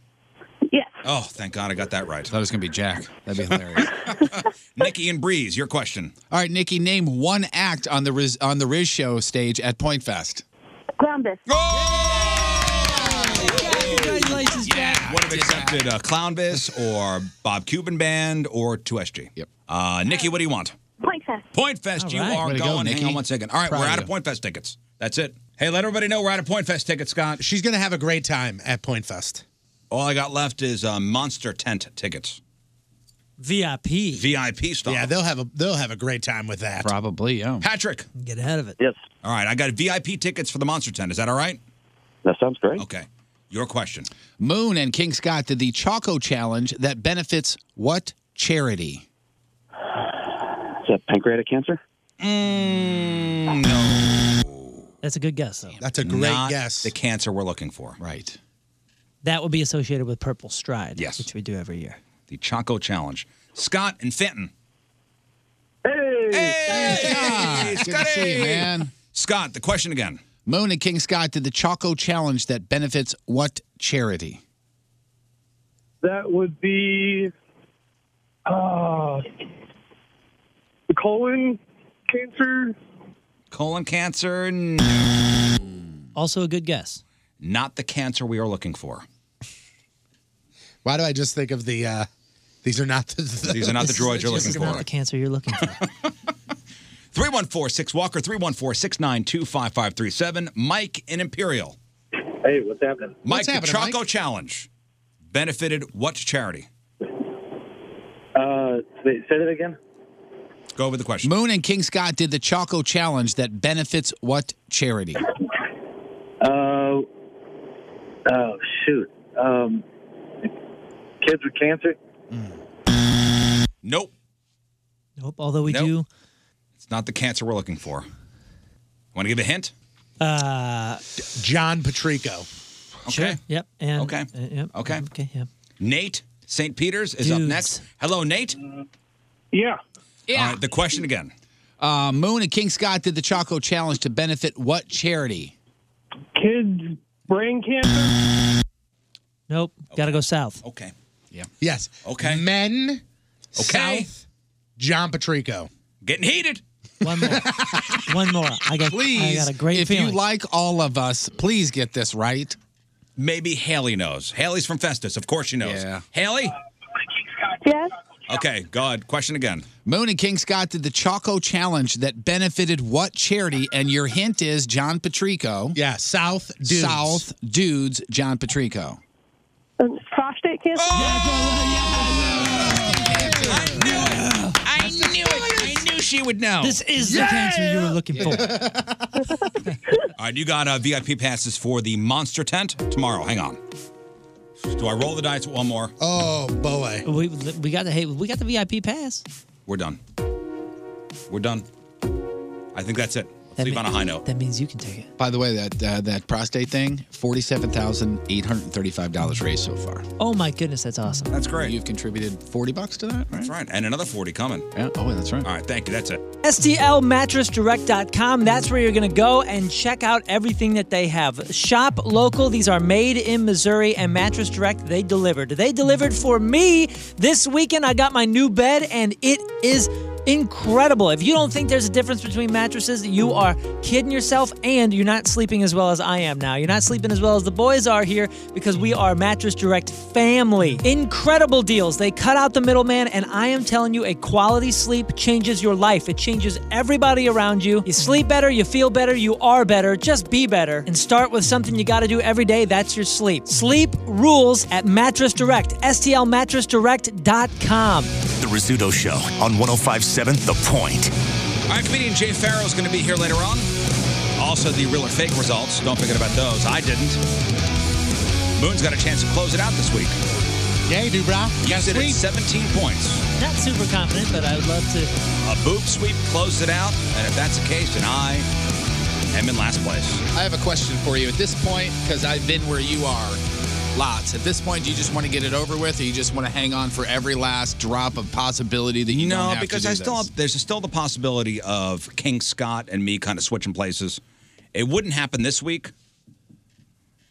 Yes. Oh, thank God I got that right. Thought it was going to be Jack. That'd be hilarious. (laughs) Nikki and Breeze, your question. All right, Nikki, name one act on the Riz, on the Riz show stage at Point Fest. Columbus. Congratulations, Jack. Would have accepted uh, Clownvis or Bob Cuban Band or 2SG. Yep. Uh, Nikki, what do you want? Point Fest. Point Fest, All you right. are Way to go, going. Hang Nikki. on one second. All right, Proud we're of out of you. Point Fest tickets. That's it. Hey, let everybody know we're out of Point Fest tickets, Scott. She's going to have a great time at Point Fest. All I got left is uh, Monster Tent tickets. VIP. VIP stuff. Yeah, they'll have a they'll have a great time with that. Probably, yeah. Patrick. Get ahead of it. Yes. All right, I got VIP tickets for the Monster Tent. Is that all right? That sounds great. Okay. Your question. Moon and King Scott did the Choco Challenge that benefits what charity? Is that pancreatic cancer? Mm, That's a good guess, though. That's a Not The cancer we're looking for. Right. That would be associated with Purple Stride, Yes. which we do every year. The Choco Challenge. Scott and Fenton. Hey! Hey, Scott! Good to see you, man. Scott, the question again. Moon and King Scott did the Choco Challenge that benefits what charity? That would be uh, the colon cancer. Colon cancer. n- Also a good guess. Not the cancer we are looking for. Why do I just think of the? Uh, these are not the. These (laughs) are not the droids you're looking It's not for. the cancer you're looking for. 3146 Walker, 314 692 5537. Mike in Imperial. Hey, what's happening? Mike, the Choco Challenge benefited what charity? Uh, say say that again. Go over the question. Moon and King Scott did the Choco Challenge that benefits what charity? Uh, oh shoot. Um, kids with cancer. Nope. Nope. Although we do. It's not the cancer we're looking for. Want to give a hint? Uh, John Patrico. Okay. Yep. And, Okay. uh, yep. Okay. Okay. Yeah. Nate St. Peter's is up Dudes. next. Hello, Nate. Yeah. Yeah. All right, the question again. Uh, Moon and King Scott did the Choco Challenge to benefit what charity? Kids brain cancer. Nope. Got to go south. Okay. Yeah. Yes. Okay. Men. Okay. South, John Patrico. Getting heated. One (laughs) more. One more. I got. I Please, got a great if feeling. you like all of us, please get this right. Maybe Haley knows. Haley's from Festus. Of course she knows. Haley? Yes. Okay, go ahead. Question again. Moon and King Scott did the Choco Challenge that benefited what charity? And your hint is John Patrico. Yeah, South Dudes. South Dudes, John Patrico. Uh, Prostate cancer. Oh! I knew it. I knew she would know. This is the cancer you were looking for. (laughs) All right, you got uh, VIP passes for the Monster Tent tomorrow. Hang on. Do I roll the dice with one more? Oh boy. We we got the hey we got the VIP pass. We're done. We're done. I think that's it. Let's leave on a high note. That means you can take it. By the way, that uh, that prostate thing, forty-seven thousand eight hundred thirty-five dollars raised so far. Oh my goodness, that's awesome. That's great. You've contributed forty bucks to that, right? That's right. And another 40 coming. Yeah. Oh, that's right. All right, thank you. That's it. STLmattressdirect.com. That's where you're going to go and check out everything that they have. Shop local. These are made in Missouri and Mattress Direct, they delivered. They delivered for me this weekend. I got my new bed and it is incredible. If you don't think there's a difference between mattresses, you are kidding yourself and you're not sleeping as well as I am now. You're not sleeping as well as the boys are here because we are Mattress Direct family. Incredible deals. They cut out the middleman and I am telling you a quality sleep changes your life. It changes everybody around you. You sleep better, you feel better, you are better. Just be better and start with something you got to do every day. That's your sleep. Sleep rules at Mattress Direct. STLmattressdirect.com. The Rizzuto Show on 1057 The Point. All right, comedian Jay Farrow is going to be here later on. Also, the real or fake results. Don't forget about those. I didn't. Moon's got a chance to close it out this week. Yay, Dubrow. Yes, it is 17 points. Not super confident, but I would love to. A boop sweep closed it out, and if that's the case, then I am in last place. I have a question for you at this point because I've been where you are lots. At this point, do you just want to get it over with, or you just want to hang on for every last drop of possibility that you don't No, have because to do I still this? have, there's still the possibility of King Scott and me kind of switching places. It wouldn't happen this week,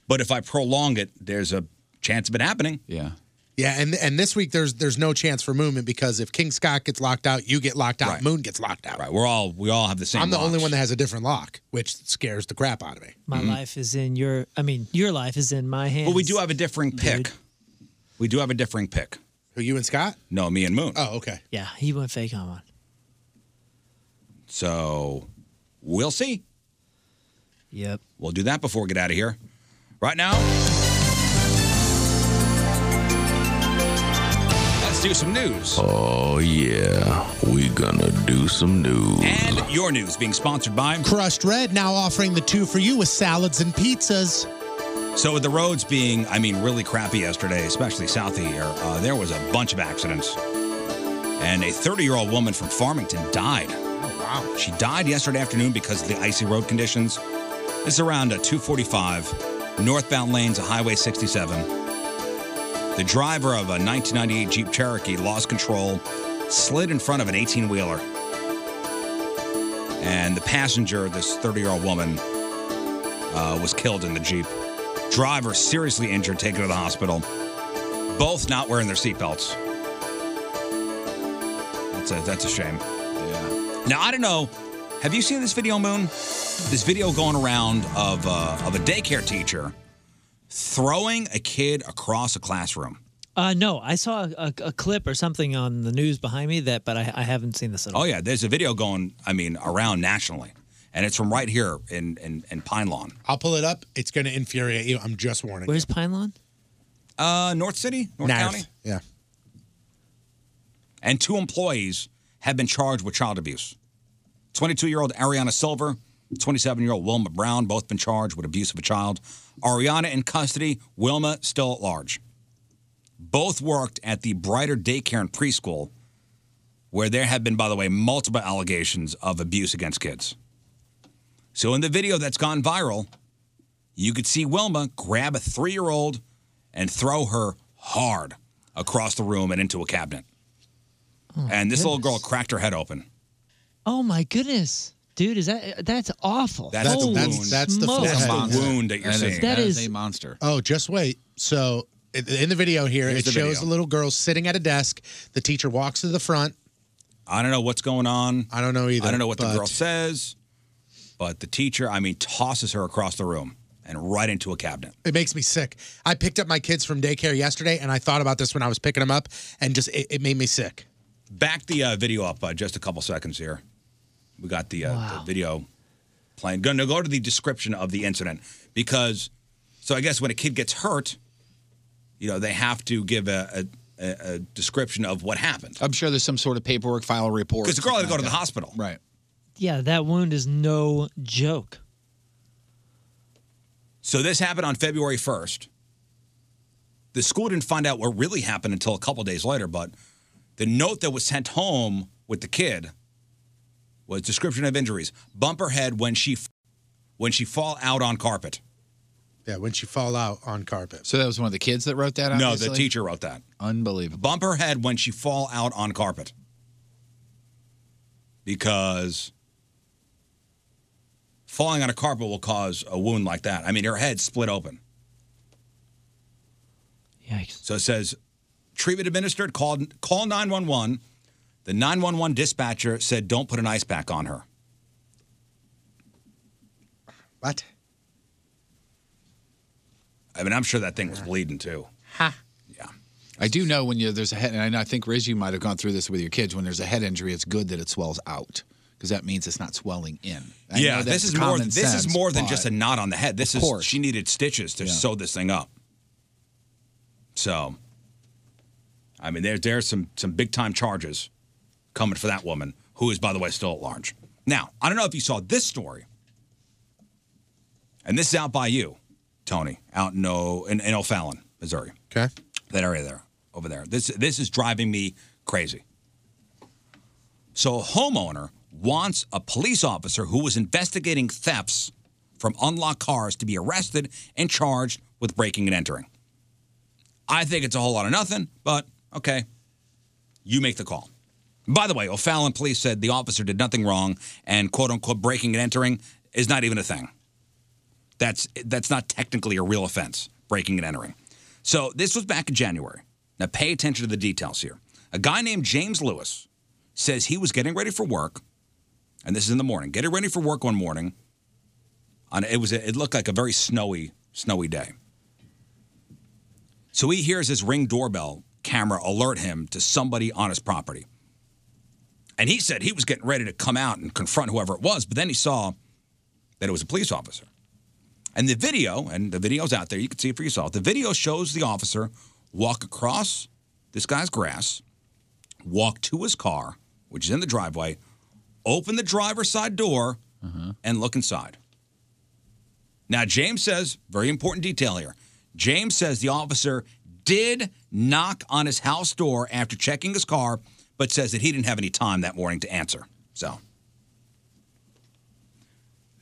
but if I prolong it, there's a chance of it happening. Yeah. Yeah, and and this week there's there's no chance for movement because if King Scott gets locked out, you get locked out. Moon gets locked out. Right. We're all we all have the same. I'm the only locks. one that has a different lock, which scares the crap out of me. Mm-hmm. My life is in your. I mean, your life is in my hands. Well, we do have a differing pick. We do have a differing pick. Who you and Scott? No, me and Moon. Oh, okay. Yeah, he went fake on one. So we'll see. Yep. We'll do that before we get out of here. Right now, let's do some news. Oh yeah, we gonna do some news. And your news being sponsored by. Crushed Red now offering the two for you with salads and pizzas. So with the roads being, I mean, really crappy yesterday, especially south of here, uh, there was a bunch of accidents, and a 30-year-old woman from Farmington died. wow! She died yesterday afternoon because of the icy road conditions. It's around uh 245 northbound lanes of Highway 67. The driver of a 1998 Jeep Cherokee lost control, slid in front of an 18-wheeler, and the passenger, this 30-year-old woman, uh, was killed in the Jeep. Driver seriously injured, taken to the hospital. both not wearing their seatbelts. That's a that's a shame. Yeah. Now I don't know. Have you seen this video, Moon? This video going around of uh, of a daycare teacher throwing a kid across a classroom. Uh, no, I saw a, a, a clip or something on the news behind me that, but I, I haven't seen this at all. Oh yeah, there's a video going. I mean, around nationally, and it's from right here in in, in Pine Lawn. I'll pull it up. It's going to infuriate you. I'm just warning. Where's Pine Lawn? Uh, North City, North Narf. County. Yeah. and two employees have been charged with child abuse. 22 year old Ariana Silver, 27 year old Wilma Brown, both been charged with abuse of a child. Ariana in custody, Wilma still at large. Both worked at the Brighter Daycare and Preschool, where there have been, by the way, multiple allegations of abuse against kids. So in the video that's gone viral, you could see Wilma grab a three year old and throw her hard across the room and into a cabinet and this little girl cracked her head open. Oh my goodness, dude, is that that's awful? That's the Holy wound. That's the smokes. That's the monster. wound that you're That is- seeing. that is monster. Oh, just wait. So i- in the video here, Here's it the shows a video. little girl sitting at a desk. The teacher walks to the front. I don't know what's going on. I don't know either. I don't know what but- the girl says, but the teacher, I mean, tosses her across the room and right into a cabinet. It makes me sick. I picked up my kids from daycare yesterday, and I thought about this when I was picking them up, and just it, it made me sick. Back the uh, video up uh, just a couple seconds here. We got the, uh, the video playing. Going to go to the description of the incident because, so I guess when a kid gets hurt, you know, they have to give a, a, a a description of what happened. I'm sure there's some sort of paperwork, file a report. Because the girl had to go to something the like hospital. Right. yeah, that wound is no joke. So this happened on February 1st. The school didn't find out what really happened until a couple days later, but the note that was sent home with the kid was description of injuries. Bump her head when she when she fall out on carpet. Yeah, when she fall out on carpet. So that was one of the kids that wrote that. no, obviously? the teacher wrote that. Unbelievable. Bump her head when she fall out on carpet. Because falling on a carpet will cause a wound like that. I mean, her head split open. Yikes. So it says treatment administered, call, call 911. The 911 dispatcher said, don't put an ice pack on her. What? I mean, I'm sure that thing was bleeding too. I do know when you there's a head, and I think Riz, you might have gone through this with your kids. When there's a head injury, it's good that it swells out because that means it's not swelling in. I know yeah, that's this is more. common This sense, is more than but- just a knot on the head. This Of is course. she needed stitches to Yeah. sew this thing up. So, I mean, there there's some some big time charges coming for that woman, who is by the way still at large. (laughs) Now, I don't know if you saw this story, and this is out by you, Tony, out in o, in, in O'Fallon, Missouri. Okay, that area there, over there. This this is driving me crazy. So a homeowner wants a police officer who was investigating thefts from unlocked cars to be arrested and charged with breaking and entering. I think it's a whole lot of nothing, but okay. You make the call. By the way, O'Fallon police said the officer did nothing wrong and quote unquote breaking and entering is not even a thing. That's that's not technically a real offense, breaking and entering. So this was back in January. Now pay attention to the details here. A guy named James Lewis says he was getting ready for work, and this is in the morning. Getting ready for work one morning. On it was it looked like a very snowy snowy day. So he hears his ring doorbell camera alert him to somebody on his property. And he said he was getting ready to come out and confront whoever it was, but then he saw that it was a police officer. And the video, and the video's out there, you can see it for yourself. The video shows the officer walk across this guy's grass, walk to his car, which is in the driveway, open the driver's side door, and look inside. Now, James says, very important detail here. James says the officer did knock on his house door after checking his car, but says that he didn't have any time that morning to answer. So,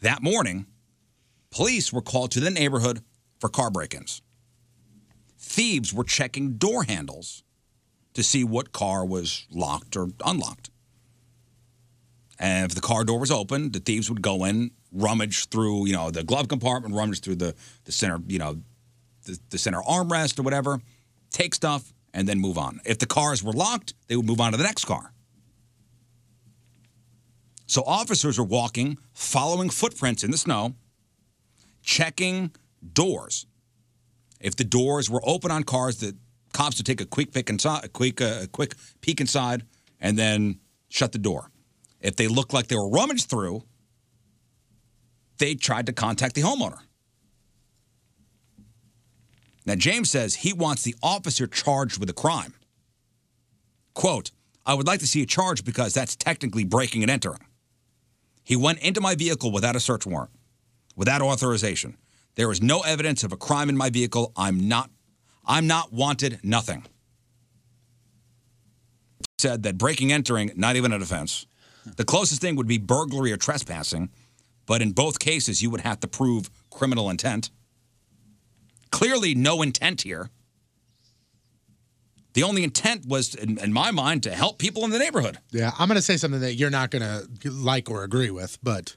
that morning, police were called to the neighborhood for car break ins. Thieves were checking door handles to see what car was locked or unlocked. And if the car door was open, the thieves would go in, rummage through, you know, the glove compartment, rummage through the, the center, you know, the, the center armrest or whatever, take stuff, and then move on. If the cars were locked, they would move on to the next car. So officers were walking, following footprints in the snow, checking doors. If the doors were open on cars, the cops would take a quick pick inside, a quick, uh, a quick peek inside, and then shut the door. If they looked like they were rummaged through, they tried to contact the homeowner. Now, James says he wants the officer charged with a crime. Quote, I would like to see a charge because that's technically breaking and entering. He went into my vehicle without a search warrant, without authorization. There is no evidence of a crime in my vehicle. I'm not I'm not wanted, nothing. Said that breaking entering, not even a defense. The closest thing would be burglary or trespassing, but in both cases you would have to prove criminal intent. Clearly no intent here. The only intent was, in, in my mind, to help people in the neighborhood. Yeah, I'm going to say something that you're not going to like or agree with, but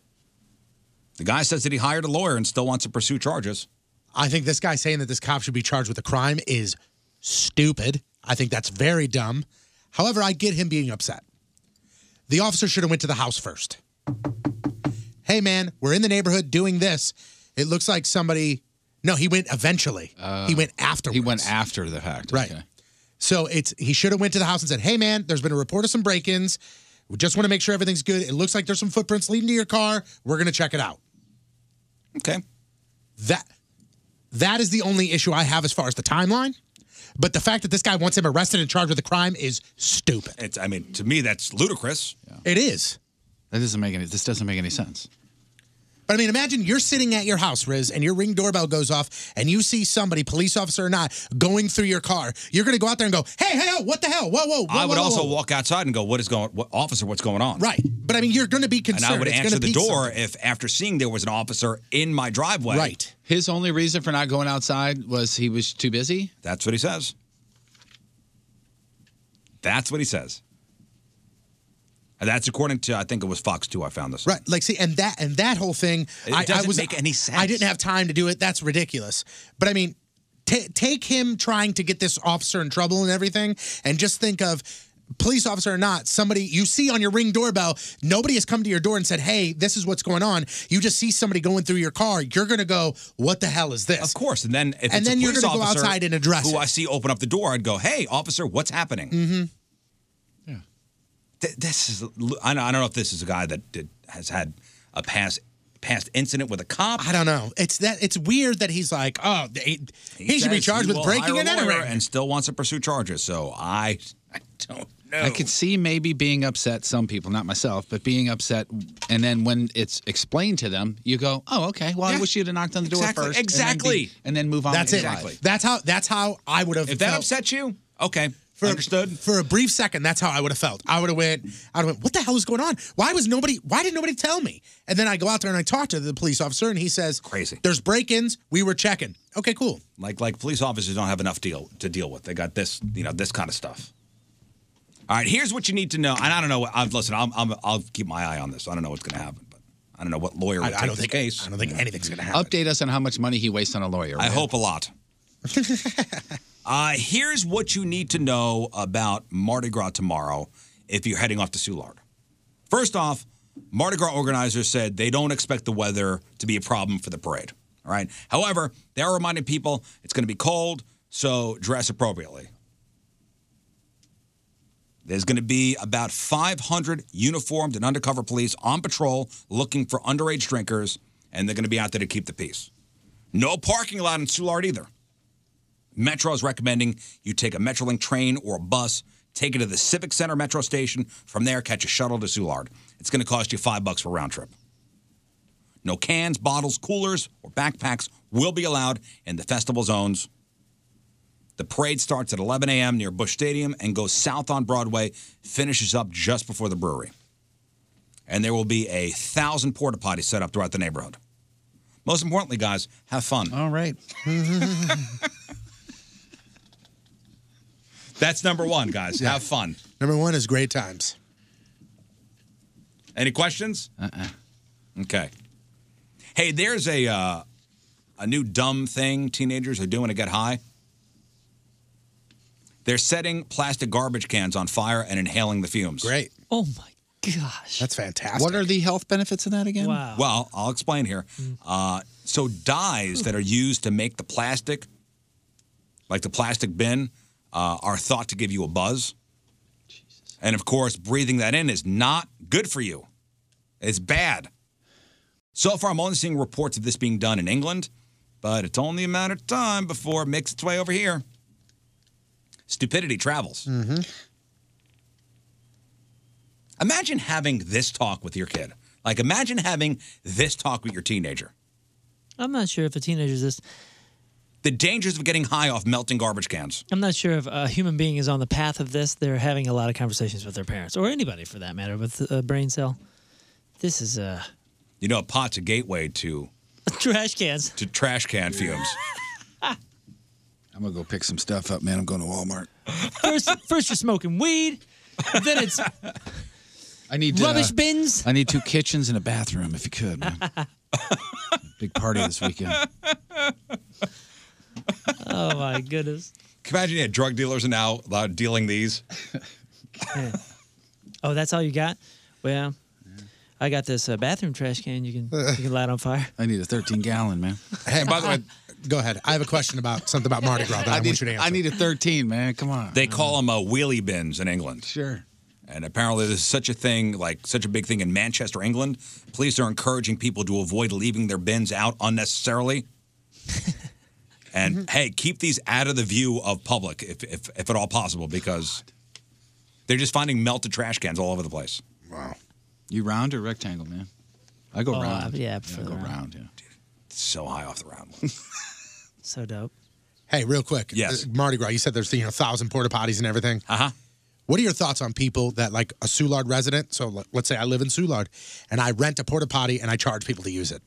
The guy says that he hired a lawyer and still wants to pursue charges. I think this guy saying that this cop should be charged with a crime is stupid. I think that's very dumb. However, I get him being upset. The officer should have went to the house first. Hey man, we're in the neighborhood doing this. It looks like somebody No, he went eventually. Oh, he went afterwards. uh, He went after the fact. Right. So it's he should have went to the house and said, "Hey man, there's been a report of some break-ins. We just want to make sure everything's good. It looks like there's some footprints leading to your car. We're going to check it out." Okay. That that is the only issue I have as far as the timeline. But the fact that this guy wants him arrested and charged with a crime is stupid. It's, I mean, to me, that's ludicrous. It is. That doesn't make any. This doesn't make any sense. But I mean, imagine you're sitting at your house, Riz, and your ring doorbell goes off, and you see somebody, police officer or not, going through your car. You're going to go out there and go, "Hey, hey, oh, what the hell? Whoa, whoa!" whoa I would whoa, also whoa. walk outside and go, "What is going? What officer? What's going on?" right. But I mean, you're going to be And concerned. I would It's gonna answer the be door something. if, after seeing there was an officer in my driveway, His only reason for not going outside was he was too busy. That's what he says. That's what he says. And that's according to I think it was Fox Two. I found this. Right. Like, see, and that and that whole thing, It I, I doesn't was make any sense. I didn't have time to do it. That's ridiculous. But I mean, ta take him trying to get this officer in trouble and everything, and just think of police officer or not, somebody you see on your ring doorbell, nobody has come to your door and said, "Hey, this is what's going on." You just see somebody going through your car. You're gonna go, "What the hell is this?" Of course, and then If and it's a then you're police gonna go officer outside and address who it. I see open up the door. I'd go, "Hey, officer, what's happening?" mm-hmm. Th- this is I don't, I don't know if this is a guy that did, has had a past past incident with a cop. I don't know. It's that it's weird that he's like, "Oh, he, he should be says charged he with will breaking hire and a lawyer entering." and still wants to pursue charges. So I I don't know. I could see maybe being upset. Some people, not myself, but being upset, and then when it's explained to them, you go, "Oh, okay. Well, I wish you'd have knocked on the door Exactly, first, and then be- exactly. and then, move on." That's it. with your life. That's how. That's how I would have. If that upset you, okay, for understood. for a brief second, that's how I would have felt. I would have went. I would have went. What the hell is going on? Why was nobody? Why did nobody tell me? And then I go out there and I talk to the police officer, and he says, "Crazy. There's break-ins. We were checking. Okay, cool. Like like police officers don't have enough deal to deal with. They got this you know this kind of stuff. All right, here's what you need to know. And I don't know. I've listen. I'm, I'm I'll keep my eye on this. I don't know what's going to happen, but I don't know what lawyer. I- Would I take don't this think- case. I don't think anything's going to happen. Update us on how much money he wastes on a lawyer. I Red. hope a lot. uh, here's what you need to know about Mardi Gras tomorrow if you're heading off to Soulard. First off, Mardi Gras organizers said they don't expect the weather to be a problem for the parade. All right. However, they are reminding people it's going to be cold, so dress appropriately. There's going to be about 500 uniformed and undercover police on patrol looking for underage drinkers, and they're going to be out there to keep the peace. No parking lot in Soulard either. Metro is recommending you take a Metrolink train or a bus, take it to the Civic Center Metro station. From there, catch a shuttle to Soulard. It's going to cost you five bucks for round trip. No cans, bottles, coolers, or backpacks will be allowed in the festival zones. The parade starts at 11 a.m. near Bush Stadium and goes south on Broadway, finishes up just before the brewery. And there will be a thousand porta potties set up throughout the neighborhood. Most importantly, guys, have fun. All right. (laughs) That's number one, guys. Have fun. Number one is great times. Any questions? Uh-uh. Okay. Hey, there's a uh, a new dumb thing teenagers are doing to get high. They're setting plastic garbage cans on fire and inhaling the fumes. Great. Oh my gosh. That's fantastic. What are the health benefits of that again? Wow. Mm. Well, I'll explain here. Uh, so dyes that are used to make the plastic, like the plastic bin, uh, are thought to give you a buzz. And of course, breathing that in is not good for you. It's bad. So far, I'm only seeing reports of this being done in England, but it's only a matter of time before it makes its way over here. Stupidity travels. Mm-hmm. Imagine having this talk with your kid. Like, imagine having this talk with your teenager. I'm not sure if a teenager's this. The dangers of getting high off melting garbage cans. I'm not sure if a human being is on the path of this. They're having a lot of conversations with their parents or anybody for that matter with a brain cell. This is a You know, a pot's a gateway to (laughs) trash cans. to trash can fumes. I'm gonna go pick some stuff up, man. I'm going to Walmart. First, first you're smoking weed, then it's I need uh, Rubbish bins. I need two kitchens and a bathroom, if you could. Man. Big party this weekend. (laughs) oh my goodness. Can you imagine you had drug dealers are now allowed dealing these. oh, that's all you got? Well, I got this uh, bathroom trash can. You can (laughs) you can light on fire. I need a 13 gallon, man. Hey, by (laughs) the (laughs) way, go ahead. I have a question about something about Mardi Gras that I, I need- want you to answer. I need a 13, man. Come on. They call them uh, wheelie bins in England. Sure. And apparently, there's such a thing, like such a big thing in Manchester, England. Police are encouraging people to avoid leaving their bins out unnecessarily. and hey, keep these out of the view of public, if, if, if at all possible, because they're just finding melted trash cans all over the place. Wow. You round or rectangle, man? I go Oh, round. I- yeah, I I prefer go the round. round. yeah. so high off the round. so dope. Hey, real quick. Yes. uh, Mardi Gras, you said there's you know thousand porta potties and everything. Uh huh. What are your thoughts on people that like a Soulard resident? So like, let's say I live in Soulard and I rent a porta potty and I charge people to use it.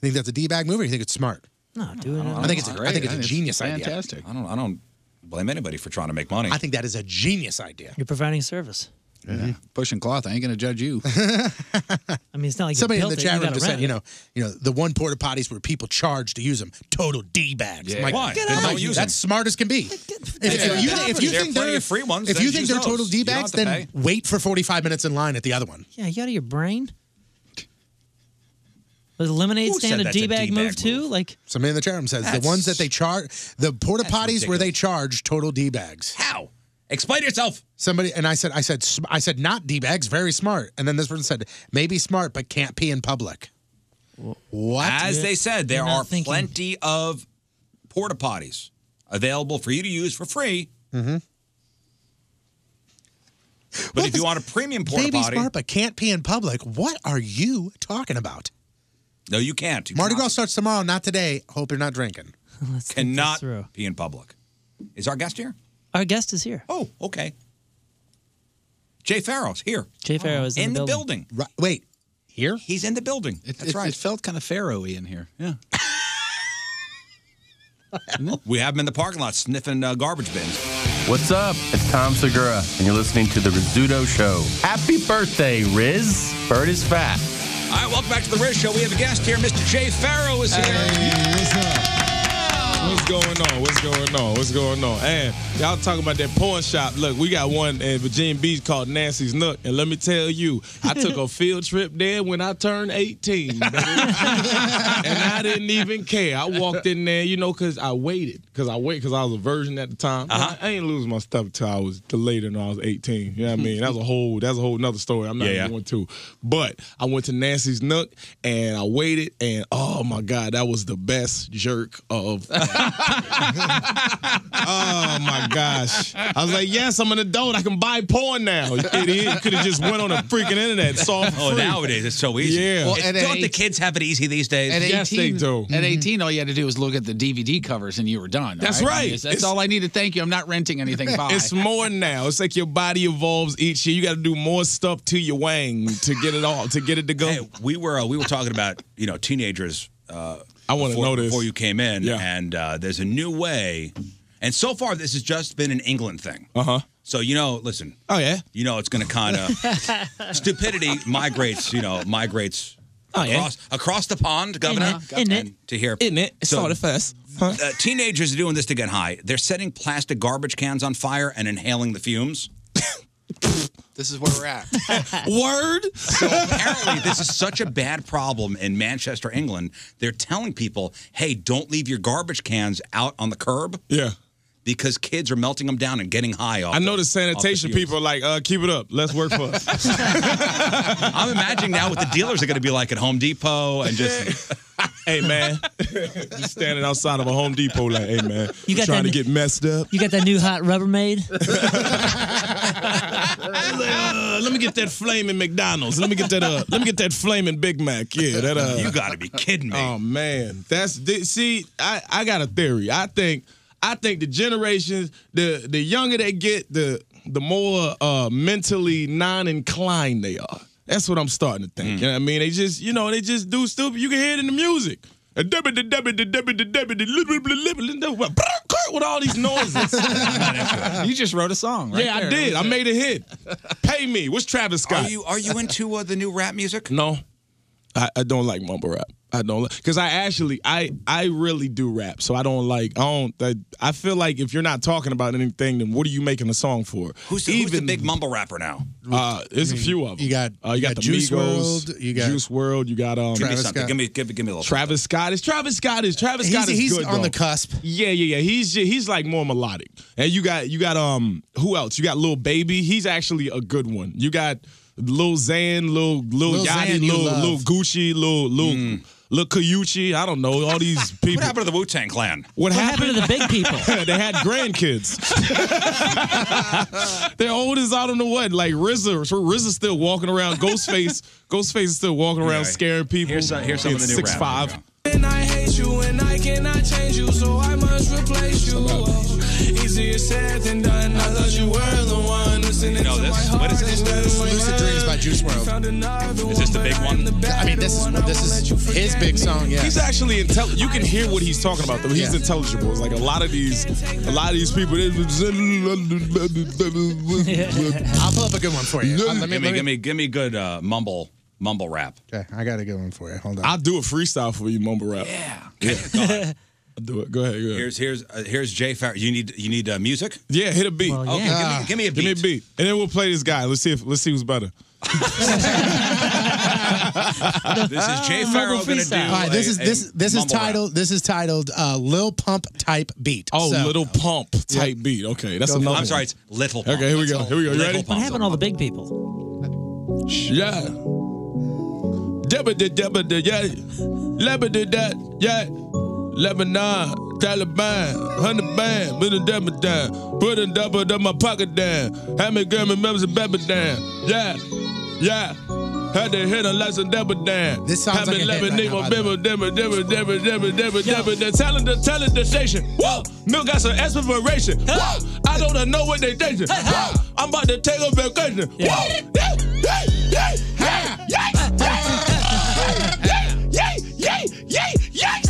You think that's a d bag move or you think it's smart? No, do it. I think it's a- I think it's a genius idea. Fantastic. I don't. I don't blame anybody for trying to make money. I think that is a genius idea. You're providing service. Yeah. Pushing cloth. I ain't gonna judge you. (laughs) I mean, it's not like you Somebody in built the it, chat you room gotta just said, rent you it. know, you know, the one porta potties where people charge to use them, total d bags. Yeah. Why? Then don't use 'em. that's smart as can be. If, if you, if you There are think plenty they're of free ones, if then you think use they're those. total You d don't bags, have to then wait for forty five minutes in line at the other one. Yeah, you out of your brain? Was lemonade Who stand said a that's a D-bag D-bag move too? Like Somebody in the chat room says That's- the ones that they charge, the porta That's potties where they charge total d bags. How? Explain yourself. Somebody and I said, I said, sm- I said, not d bags, very smart. And then this person said, maybe smart, but can't pee in public. What? As they said, there are plenty of porta potties available for you to use for free. Mhm. But if you want a premium porta Maybe potty, smart, but can't pee in public. What are you talking about? no, you (laughs) can't. You Mardi Gras starts tomorrow, not today. Hope you're not drinking. cannot be in public. Is our guest here? Our guest is here. Oh, okay. Jay Farrow's here. Jay Farrow is in, in the building. Right, wait, here? He's in the building. That's it, right. It felt kind of pharaohy in here. (laughs) Yeah. We have him in the parking lot sniffing uh, garbage bins. What's up? It's Tom Segura, and you're listening to The Rizzuto Show. Happy birthday, Riz. Bird is fat. All right, welcome back to the Riz Show. We have a guest here. Mr. Jay Farrow is here. what's up? What's going on? What's going on? What's going on? And y'all talking about that porn shop. Look, we got one in Virginia Beach called Nancy's Nook. And let me tell you, I took (laughs) a field trip there when I turned 18. baby. and I didn't even care. I walked in there, you know, because I waited. Because I waited, because I was a virgin at the time. Uh-huh. I ain't losing my stuff till I was till later than I was 18. You know what I mean? That's a whole, that's a whole nother story. I'm not Yeah, yeah. even going to. But I went to Nancy's Nook and I waited. And oh my God, that was the best jerk (laughs) of oh my gosh. I was like, yes, I'm an adult. I can buy porn now. Idiot. Could have just went on the freaking internet. and Saw it for Oh, free. nowadays it's so easy. Yeah. Well, It's- don't the kids have it easy these days? At 18, Yes, they do. Mm-hmm. At 18, all you had to do was look at the DVD covers and you were done. all That's I right. mean, that's It's- all I needed. Thank you. I'm not (laughs) renting anything. Bye. It's more now. It's like your body evolves each year. You got to do more stuff to your wang to get it all to get it to go. we were uh, we were talking about you know teenagers. Uh, I wanna before- know this. before you came in, Yeah. and uh, there's a new way. And so far, this has just been an England thing. Uh huh. So you know, listen. Oh yeah. (laughs) (laughs) You know, it's going to kind of stupidity migrates. You know, migrates Oh, yeah. across, across the pond, Governor, Isn't it? to here. Isn't it? It started first. Uh, teenagers are doing this to get high. They're setting plastic garbage cans on fire and inhaling the fumes. This is where we're at. (laughs) Word. So apparently, this is such a bad problem in Manchester, England. They're telling people, "Hey, don't leave your garbage cans out on the curb." Yeah. Because kids are melting them down and getting high off. I know the- the sanitation off the fumes. people are like, uh, keep it up. Let's work for us. (laughs) I'm imagining now what the dealers are going to be like at Home Depot and just. (laughs) hey (laughs) man, just standing outside of a Home Depot like, hey man, You you got trying that- to get messed up. You got that new hot Rubbermaid? Uh, let me get that flaming McDonald's. Let me get that. Uh, let me get that flaming Big Mac. Yeah, that. Uh, You gotta be kidding me. Oh man, that's th- see. I I got a theory. I think I think the generations, the the younger they get, the the more uh, mentally non-inclined they are. That's what I'm starting to think. You know what I mean? They just you know they just do stupid. You can hear it in the music. With all these noises. (laughs) you just wrote a song, right? yeah, I there. did. I made a hit. Pay me. What's Travis Scott? Are you are you into uh, the new rap music? No, I, I don't like mumble rap. I don't like because I actually I I really do rap, so I don't like I don't I, I feel like if you're not talking about anything, then what are you making a song for? Who's the, who's the big mumble rapper now? Uh, there's Mm-hmm. a few of them. You got uh, you, got, the Juice Migos, WRLD, you got- Juice World, you got Oh, um give me something. Give me give, me- give me a little. Travis Scott is Travis Scott is Travis He's- Scott is he's good, on though. the cusp. Yeah, yeah, yeah. He's ju- he's like more melodic. And you got you got um who else? You got Lil Baby. He's actually a good one. You got Lil Xan, Lil Lil, Lil Yachty, Xan you Lil love. Lil Gucci, Lil Lil Lil Cayuchi. I don't know all these people. Mm. (laughs) What happened to the Wu Tang Clan? What, happened to the big people? (laughs) they had grandkids. (laughs) They're old as I don't know what. Like RZA, so RZA's still walking around. Ghostface, Ghostface is still walking around scaring people. Here's some- here's some of It's the new rap. six five. And I hate you and I cannot change you, so I must replace you. Easier said than done. I thought you were the one listening know to this? my heart. What is this? Lucid Dreams by Juice WRLD. Is this the big one? I mean, this is this is his big song. Yeah. He's actually intelligent. You can hear what he's talking about, though. He's intelligible. It's like a lot of these, a lot of these people. they- (laughs) I'll pull up a good (laughs) one for you. Uh, let me- give me, let me- give me give me good uh, mumble mumble rap. Okay, I got a good one for you. Hold on. I'll do a freestyle for you, mumble rap. Yeah, go ahead. I'll do it. Go ahead. Go ahead. Here's here's uh, here's Jay Farr. You need you need uh, music. Yeah, hit a beat. Okay, give, me, give me a beat. Give me a beat, and then we'll play this guy. Let's see if let's see who's (laughs) better. this is Jay Ah. Mumble Farrow going to do. freestyle. All right, this is a- this a this is mumble rap. titled this is titled uh, Lil Pump type beat. Oh, So- little pump type beat. Okay, that's Go for another. it. I'm sorry, one. it's Little Pump. Okay, here we That's go. all. Here we go. You Little ready? Pump. What happened to all the big people? Yeah. Debba da debba da yeah. Lebba da da yeah. Lebanon, Taliban, hundred band, put a double down, put a double down my pocket down. Had me grandma members a baby down. Yeah, yeah. Had to hit a lesson double down. This sounds Had like me a hit lemon right nigga, now, by the bimbo, dimbo, dimbo, dimbo, dimbo, dimbo, dimbo. The talent, the talent, the station. Whoa, milk got some aspiration. Whoa, I don't know what they thinking. Whoa, I'm about to take a vacation. Whoa, yeah, yeah, yeah, yeah, yeah, yeah, yeah, yeah, yeah, yeah, yeah, yeah.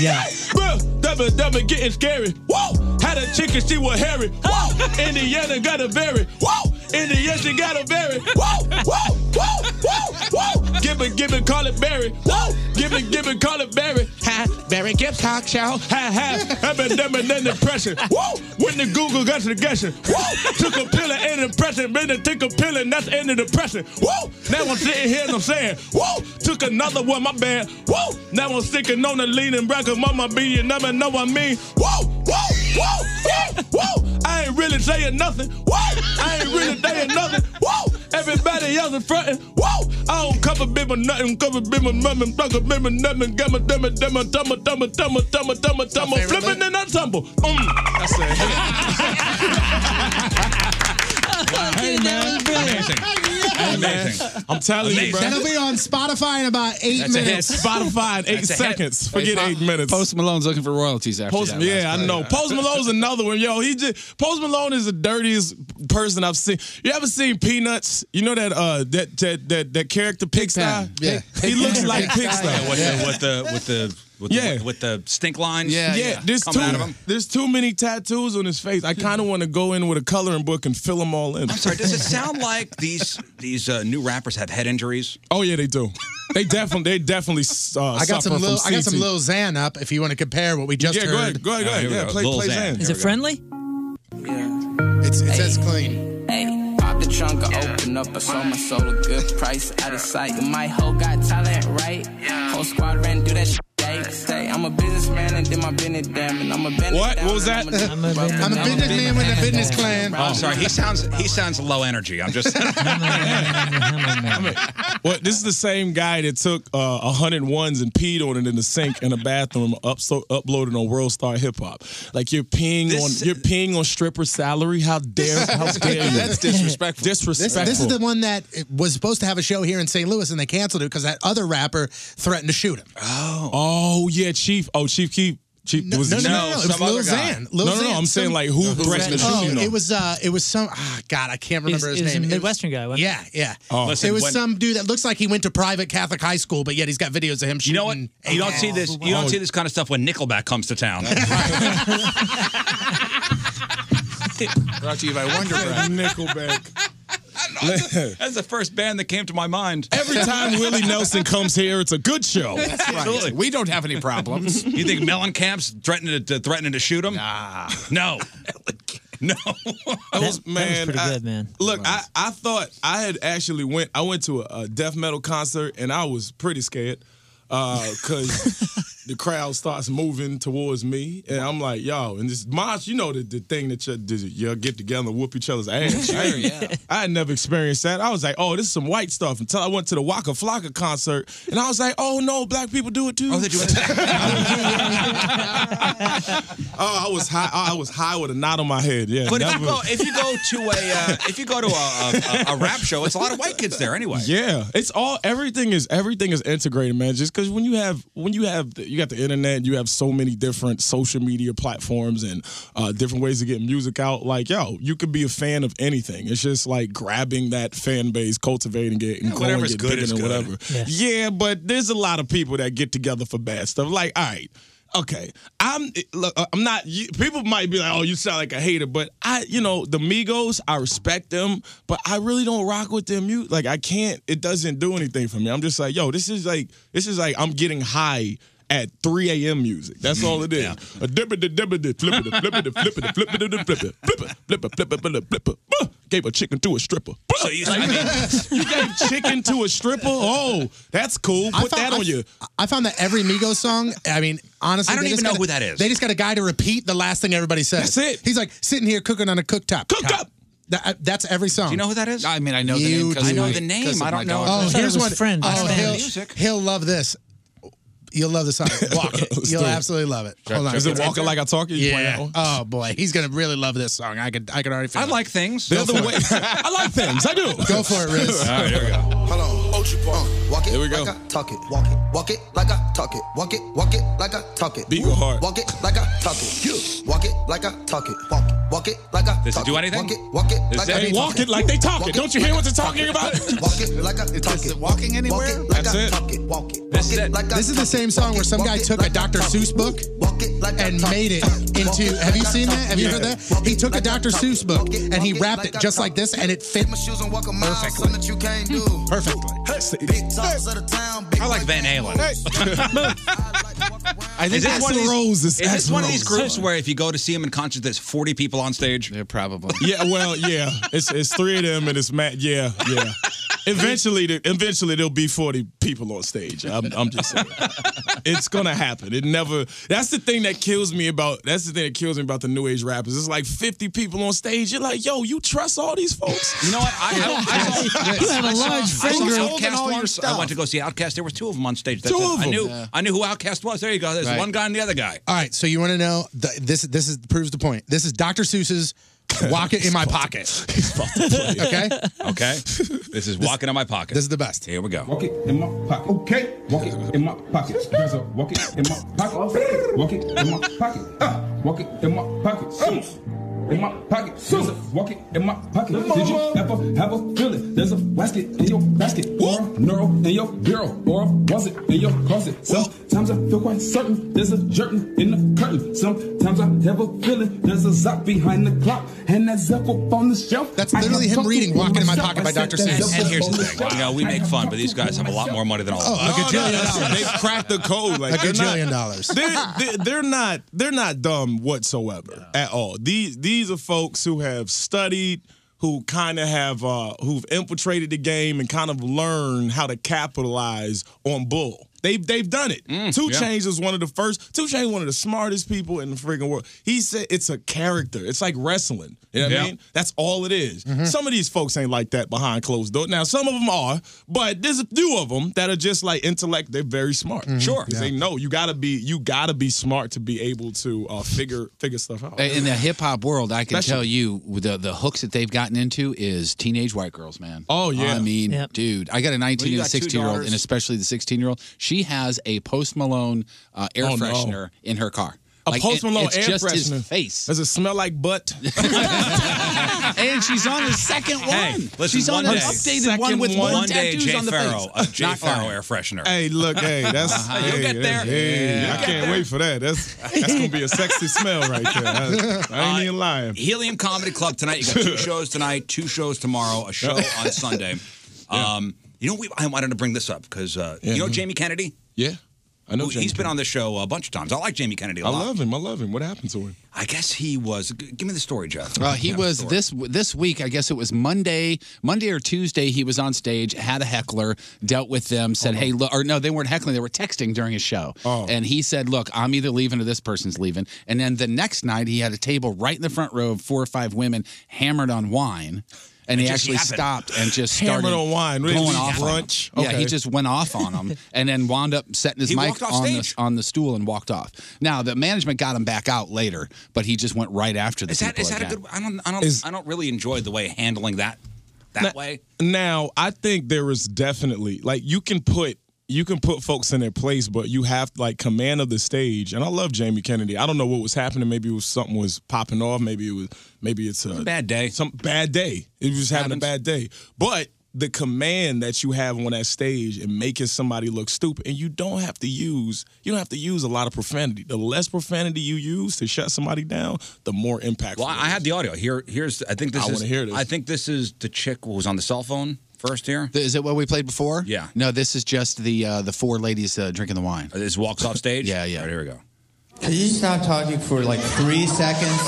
Yeah. Bruh, double double getting scary. Whoa! Had a chicken, she was hairy. Whoa! Indiana got a berry. Whoa! Indiana she got a berry. Whoa! Whoa! Whoa! Whoa! Whoa! Give it, give it, call it berry. Whoa! Give it, give it, call it berry. Ha! Berry Gibbs talk show. Ha ha! I've been dumbing in the pressure. Whoa! When the Google got to the guessing. Whoa! Took a pill and an depression. Been to take a pill and that's the end of depression. Whoa! Now I'm sitting here and I'm saying, whoa! Took another one, my bad. Whoa! Now I'm sticking on the leaning bracket, mama be you never know what I mean. Whoa! Whoa! Whoa! Whoa! Whoa! I ain't really saying nothing. Whoa! I ain't really saying nothing. Whoa! Everybody else is fronting. Whoa! I don't cover bimbo nothing, cover bimbo nothing, cover bimbo nothing, gamma dumma dumma dumma dumma dumma dumma dumma dumma flipping and I tumble. Mm. That's it. Hey, man. Amazing. I'm telling you, bro. That'll be on Spotify in about (laughs) eight That's a minutes. hit. Spotify in eight That's a hit. seconds. Forget Po- eight minutes. Post Malone's looking for royalties after Post, that. yeah, last I play. know. Post (laughs) Malone's another one, yo. He just Post Malone is the dirtiest person I've seen. You ever seen Peanuts? You know that uh that that that, that character Pigsty? Yeah. he (laughs) looks like Pigsty. Yeah, with the with the with the with, Yeah. the, with the stink lines. There's coming too, out of him. there's too many tattoos on his face. I kind of want to go in with a coloring book and fill them all in. (laughs) I'm sorry. Does it sound like these these uh, new rappers have head injuries? Oh yeah, they do. They definitely, they definitely. Uh, I got some suffer from little, I got some CT. little Xan up. If you want to compare what we just Yeah, heard, go ahead, go ahead, go All right, ahead. here we Yeah, go. play- Lil play Xan. Xan. Is it Here we go. friendly? It's, it says clean. Ayy, pop the trunk, I open up, I sold my soul a good price, out of sight. My hoe got talent, right? Whole squad ran through that shit. Day, say, I'm a businessman and did my business damn, and I'm a business What? What was that? I'm a business, I'm a businessman with a business plan. Oh, sorry. He sounds he sounds low energy. (laughs) I'm just. Well, this is the same guy that took uh, 101s and peed on it in the sink in a bathroom, up so, uploaded on World Star Hip Hop. Like you're peeing on you're peeing on stripper salary. How dare how dare you? That's disrespectful. This, Disrespectful. this is the one that was supposed to have a show here in St. Louis, and they canceled it because that other rapper threatened to shoot him. Oh. yeah, Chief. Oh, Chief Keef. Chief No, was no, it no, Chief? no, no, it was Lil Xan. Lil no, no, no. Xan, I'm saying some- like who threatened to Oh, shoot him? it was uh, it was some ah, God, I can't He's- remember his he's a name. It was- Midwestern guy, wasn't Yeah, yeah. Oh. Listen, it was when- some dude that looks like he went to private Catholic high school, but yet he's got videos of him shooting. You know what? You don't see this. You Oh, don't see this kind of stuff when Nickelback comes to town. Brought to you by Wonder Bread. Nickelback. (laughs) That's the first band that came to my mind. Every time Willie Nelson comes here, it's a good show. (laughs) That's right. Absolutely. We don't have any problems. You think Mellencamp's threatening to, threatening to shoot him? Nah. No. no. (laughs) I was man. I- man. Look, I, I thought I had actually went. I went to a, a death metal concert and I was pretty scared (laughs) because the crowd starts moving towards me and I'm like, yo, and this mosh, you know, the, the thing that you, you get together and whoop each other's ass. (laughs) Sure, right? yeah. I had never experienced that. I was like, oh, this is some white stuff. Until I went to the Waka Flocka concert and I was like, oh no, black people do it too. Oh, they (laughs) do it. oh, I was high. I was high with a knot on my head. Yeah, But if never- you, go, if you go to a uh, if you go to a, a, a, a rap show, it's a lot of white kids there anyway. Yeah, it's all everything is everything is integrated, man. Just because when you have when you have the, you got the internet, you have so many different social media platforms and uh, different ways to get music out. Like, yo, you could be a fan of anything. It's just like grabbing that fan base, cultivating it, and Yeah, growing whatever's it good bigger is than good. whatever. Yeah. but there's a lot of people that get together for bad stuff. Like, all right. Okay, I'm look. I'm not. You, people might be like, "Oh, you sound like a hater," but I, you know, the Migos, I respect them, but I really don't rock with them. You like, I can't. It doesn't do anything for me. I'm just like, yo, this is like, this is like, I'm getting high at 3 a.m. music. That's all it is. A dippity dippity flippity flippity flippity flippity flippity flipper flipper flipper flipper flipper. Bah! Gave a chicken to a stripper. So you, I mean, you gave chicken to a stripper? Oh, that's cool. I Put found- that I- on you. I found that every Migos song. I mean, honestly, I don't they just even know got a- who that is. They just got a guy to repeat the last thing everybody says. That's it. He's like sitting here cooking on a cooktop. Cooktop. That, uh, that's every song. Do you know who that is? I mean, I know the you name 'cause do. of my- 'cause of my daughter. Oh, here's one. Oh, he'll, Music. he'll love this. You'll love the (laughs) song. Walk it. Let's You'll do it. absolutely love it. Check- is it Walking Like I Talk? You playing that Yeah. one? Oh boy, he's gonna really love this song. I could. I could already. Feel I like things. They're the way. I like things. I do. Go for it, (laughs) Riz. All right, here we go. Uh, walk it Here we go. like I talk it. Walk it, walk it like I talk it. Walk it, walk it like I talk it. Beat go hard. Walk it like I talk it. Yeah. Walk it like I talk it. Walk it, walk it like I Does it talk do it. anything? Walk it, walk it Does like it- I They walk it like they talk it. Don't you hear what they're talking about? (laughs) Walk it like I talk it. walking anywhere? Walk it like That's I it. talk it. Walk it, This walk is it like I This is the talk it. same song where some guy took a Dr. Seuss book and made it into. Have you seen that? Have you heard that? He took a Dr. Seuss book and he wrapped it just like this, and it fit perfectly. That you can't do. Perfectly. Big talks of the town. I like Van Halen. (laughs) I think Axl Rose is Is this Axl one of these Rose. groups where if you go to see him in concert, there's 40 people on stage? Yeah, probably. Yeah, well, yeah. It's it's three of them and it's Matt. Yeah, yeah. Eventually, the- eventually there'll be forty people on stage. I'm, I'm just saying, it's gonna happen. It never. That's the thing that kills me about. That's the thing that kills me about the new age rappers. It's like fifty people on stage. You're like, yo, you trust all these folks? You know what? (laughs) I, I, I, I, You have a I saw- large I saw uh, finger. Holding Outcast all your once. I stuff. went to go see Outcast. There were two of them on stage. Two of it. I them. knew. Yeah. I knew who Outcast was. There you go. There's Right. one guy and the other guy. All right, so you want to know the, this? This is proves the point. This is Dr. Seuss's "Walk It in My Pocket." okay. Okay. This is walking in my pocket. This is the best. Here we go. in my pocket. Okay. Walk it in my pocket. Dress up. Walk it in my pocket. Walk it in my pocket. Uh, walk it in my pocket. in my pocket. There's a rocket in my pocket. Did you ever have a feeling? There's a basket in your basket, or a neural in your bureau, or was it in your closet? Sometimes I feel quite certain there's a jerkin in the curtain. Sometimes I have a feeling there's a zop behind the clock, and that's up up on the shelf. That's literally him reading Walking in My Pocket by Dr. And, Seuss. and here's the thing, you know, we make fun, but these guys have a lot more money than all of us. No, no, that's- They've cracked the code. Like A they're gajillion not, (laughs) dollars. They're, they're, they're not they're not dumb whatsoever at all. These these are folks who have studied, who kind of have uh, who've infiltrated the game and kind of learned how to capitalize on bull. They've they've done it. Two yeah. Chainz was one of the first. Two Chainz one of the smartest people in the freaking world. He said it's a character. It's like wrestling. You know what Yeah. I mean? That's all it is. Some of these folks ain't like that behind closed doors. Now, some of them are, but there's a few of them that are just like intellect. They're very smart. Sure, 'Cause they know you gotta be you gotta be smart to be able to uh, figure figure stuff out. In the hip hop world, I can Especially- tell you the the hooks that they've gotten into is teenage white girls, man. Oh, yeah. I mean, Yep. dude, I got a 19 Well, you and a got two 16 year old, and daughters. especially the 16 year old. She has a Post Malone uh, air Oh, no. freshener in her car. a Like, Post and Malone it's air just his freshener. face. Does it smell like butt? and she's on the second one. Hey, listen, she's on one an day- updated one with one more day tattoos Jay on the Farrow, face. a (laughs) Jay Not Farrow fine. air freshener. Hey, look, (laughs) hey, that's Uh-huh. hey, You'll get that's- there. hey, You'll I get can't there. wait for that. That's that's gonna be a sexy smell right there. (laughs) I, I ain't Uh, even lying. Helium Comedy Club tonight. You got two shows tonight, two shows tomorrow, a show Yeah. on Sunday. Um, you know, we, I wanted to bring this up because uh, Yeah. you know Jamie Kennedy. Yeah, I know. Who- Jamie he's been on this show a bunch of times. I like Jamie Kennedy a I lot. love him. I love him. What happened to him? I guess he was. g- Give me the story, Jeff. Uh, he Yeah, was story. this this week. I guess it was Monday, Monday or Tuesday. He was on stage, had a heckler, dealt with them, said, Uh-huh. "Hey, look," or no, they weren't heckling; they were texting during his show. Oh. And he said, "Look, I'm either leaving or this person's leaving." And then the next night, he had a table right in the front row of four or five women hammered on wine. And It he just actually happened. stopped and just Hammered started on wine. What going did he off eat? on 'em. Brunch? Yeah, he Okay. just went off on them (laughs) and then wound up setting his He mic walked off on stage. the, on the stool and walked off. Now the management got him back out later, but he just went right after the Is that people is that a again. good? I don't. I don't. Is- I don't really enjoy the way handling that that Now- way. Now, I think there is definitely like you can put you can put folks in their place, but you have like command of the stage. And I love Jamie Kennedy. I don't know what was happening. Maybe it was something was popping off. Maybe it was maybe it's a, bad day. Some bad day. It was having a bad day. But the command that you have on that stage and making somebody look stupid, and you don't have to use you don't have to use a lot of profanity. The less profanity you use to shut somebody down, the more impactful. Well, I I have the audio here. Here's. I think this I is. wanna hear this. I think this is the chick who was on the cell phone first here. Is it what we played before? Yeah. No, this is just the uh, the four ladies uh, drinking the wine. This walks off stage. (laughs) yeah, yeah. here we go. Could you stop talking for like three seconds?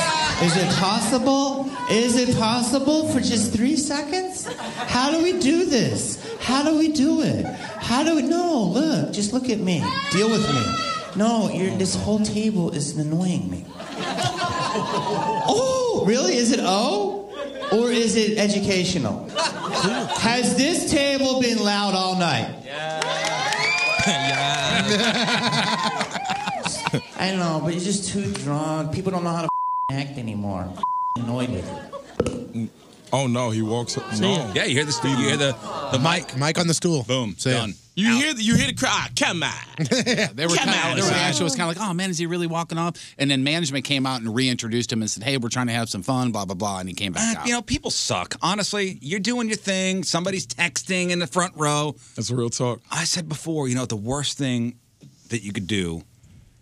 Is it possible? Is it possible for just three seconds? How do we do this? How do we do it? How do we? No, look, just look at me. Deal with me. No, you're, this whole table is annoying me. (laughs) Oh, really? Is it oh? Or is it educational? Has this table been loud all night? (laughs) I know, but you're just too drunk. People don't know how to (laughs) act anymore. I'm annoyed with it. (laughs) Oh no, he walks up. See No. ya. Yeah, you hear this. You hear the the mic. Mic on the stool. Boom. done. You hear the, you hear the crowd. "Ah, Come on. They were Come kinda, on, their son. reaction was kind of like, "Oh man, is he really walking off?" And then management came out and reintroduced him and said, "Hey, we're trying to have some fun." Blah blah blah, and he came back Uh, out. you know, people suck. Honestly, you're doing your thing. Somebody's texting in the front row. That's real talk. I said before, you know, the worst thing that you could do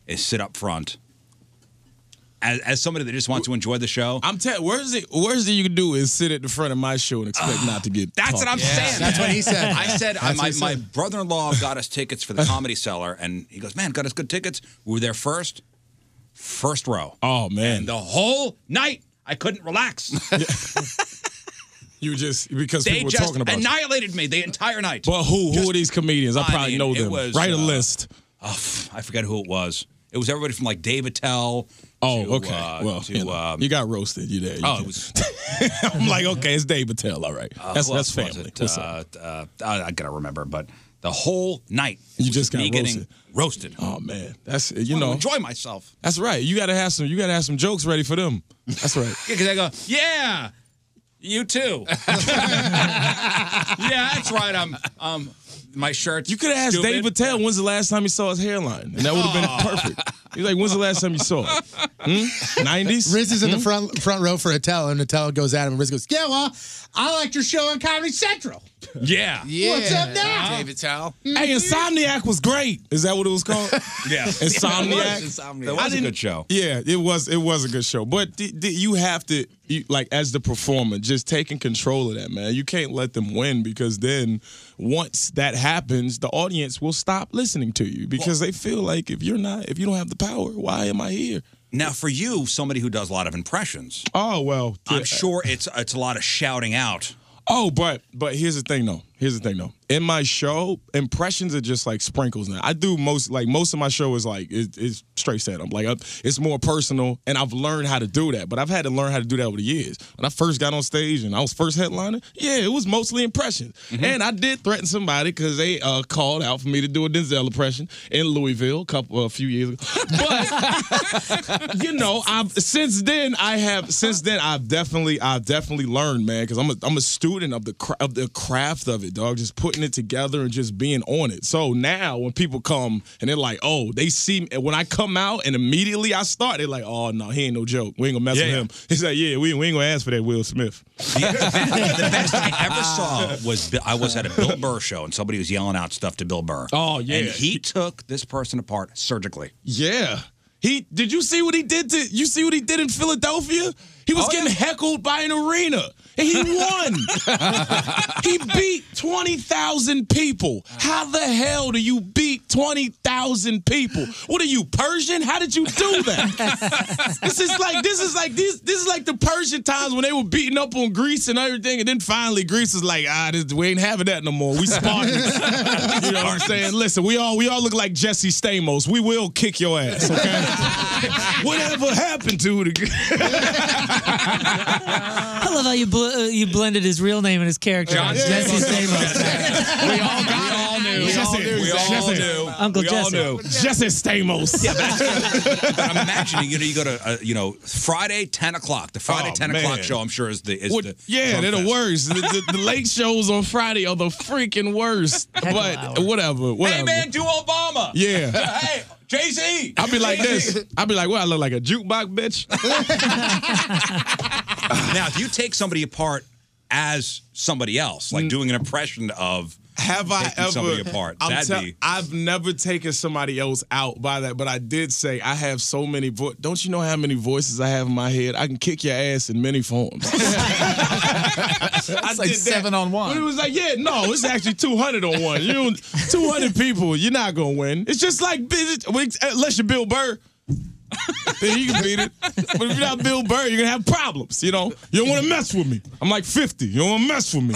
is sit up front. As, as somebody that just wants to enjoy the show, I'm telling. Where's it? Where's it you can do is sit at the front of my show and expect not to get. (sighs) That's talked what I'm to. saying. (laughs) I said I, my, my brother-in-law got us tickets (laughs) for the Comedy Cellar, and he goes, "Man, got us good tickets. We were there first, first row. Oh man, and the whole night I couldn't relax. (laughs) you just because they people were just talking about. you. annihilated me the entire night. But who? Who are these comedians? I I probably mean, know it them. was, Write a uh, list. Oh, pff, I forget who it was. It was everybody from like Dave Attell. Oh, to, okay. uh, well, to, you, know, um, you got roasted. You there? (laughs) You oh, did. it was. I'm like, okay, it's Dave Patel. All right, Uh, that's who that's else was family. it? What's uh, up? uh, I, I gotta remember, but the whole night You just got me roasted. getting roasted. Oh man, that's you I wanna know. enjoy myself. That's right. You gotta have some. You gotta have some jokes ready for them. That's right. (laughs) Yeah, because I go, yeah, you too. (laughs) yeah, that's right. I'm um, my shirt. You could have asked stupid. (laughs) Dave Patel when's the last time he saw his hairline, and that would have been perfect. He's like, when's the last time you saw it? Hmm? Nineties. Riz is in the front front row for Attell, and Attell goes at him, and Riz goes, (laughs) "Yeah, well, I liked your show on Comedy Central." Yeah. What's up now? Uh, David Towel. Hey, (laughs) Insomniac was great. Is that what it was called? Mm-hmm. (laughs) (laughs) Yeah. Insomniac. That I was a didn't- good show. Yeah, it was. It was a good show. But d- d- you have to, you, like, as the performer, just taking control of that, man. You can't let them win because then, once that happens, the audience will stop listening to you because they feel like if you're not, if you don't have the power, why am I here? Now, for you, somebody who does a lot of impressions, Oh well, I'm sure it's it's a lot of shouting out. Oh, but but here's the thing though. Here's the thing though. In my show, impressions are just like sprinkles now. I do most like most of my show is like it, it's straight set up. Like uh, it's more personal, and I've learned how to do that. But I've had to learn how to do that over the years. When I first got on stage and I was first headliner, yeah, it was mostly impressions. And I did threaten somebody because they uh, called out for me to do a Denzel impression in Louisville a couple a few years ago. (laughs) you know, I've since then I have since then I've definitely I've definitely learned, man, because I'm a I'm a student of the cra- of the craft of it, dog. Just putting it together and just being on it. So now when people come and they're like, oh, they see me, when I come out and immediately I start, they're like, oh no, he ain't no joke. We ain't gonna mess Yeah. with him. He's like, yeah, we, we ain't gonna ask for that Will Smith. the best I ever saw was Bi- I was at a Bill Burr show and somebody was yelling out stuff to Bill Burr. Oh, yeah. and he took this person apart surgically. Yeah. He did you see what he did to you see what he did in Philadelphia? He was getting heckled by an arena and he won. he beat 20,000 people. How the hell do you beat 20,000 people? What are you Persian? How did you do (laughs) that? this is like this is like this this is like the Persian times when they were beating up on Greece and everything and then finally Greece is like, "Ah, this, we ain't having that no more. We Spartans." (laughs) you know what I'm saying? Listen, we all we all look like Jesse Stamos. We will kick your ass, (laughs) okay? Whatever happened to the I love how you bl- uh, you blended his real name and his character. John Jesse Stamos. Stamos. We all got it. We all knew. We all knew. Uncle We all Jesse. knew. Jesse Stamos. Yeah, But I'm imagining you know you go to uh, you know Friday 10 o'clock the Friday Oh, 10 o'clock man. show. I'm sure is the is What- the yeah, Trump they're the fest. worst. The, the- the (laughs) late shows on Friday are the freaking worst. But whatever, whatever. Hey man, do Obama. (laughs) Yeah. hey, Jay Z. I'll be like this. I'll be like, well, I look like a jukebox bitch. (laughs) now, if you take somebody apart as somebody else, like doing an impression of Mm. Have I taking ever? somebody apart, I'm that'd tell- be I've never taken somebody else out by that, but I did say I have so many. Vo- Don't you know how many voices I have in my head? I can kick your ass in many forms. (laughs) I like seven on one. But it was like, yeah, no, it's actually 200 on one. You don't- 200 people, you're not going to win. It's just like, unless you're Bill Burr. then you can beat it. But if you're not Bill Burr, you're gonna have problems. You know, you don't want to mess with me. I'm like 50. You don't want to mess with me.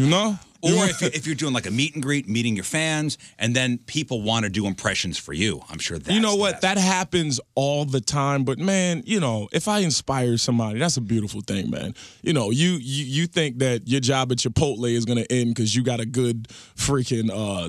(laughs) you know. (laughs) Or if, you- if you're doing like a meet and greet, meeting your fans, and then people want to do impressions for you, I'm sure that. you know what? That happens all the time. But man, you know, if I inspire somebody, that's a beautiful thing, man. You know, you you, you think that your job at Chipotle is gonna end because you got a good freaking uh,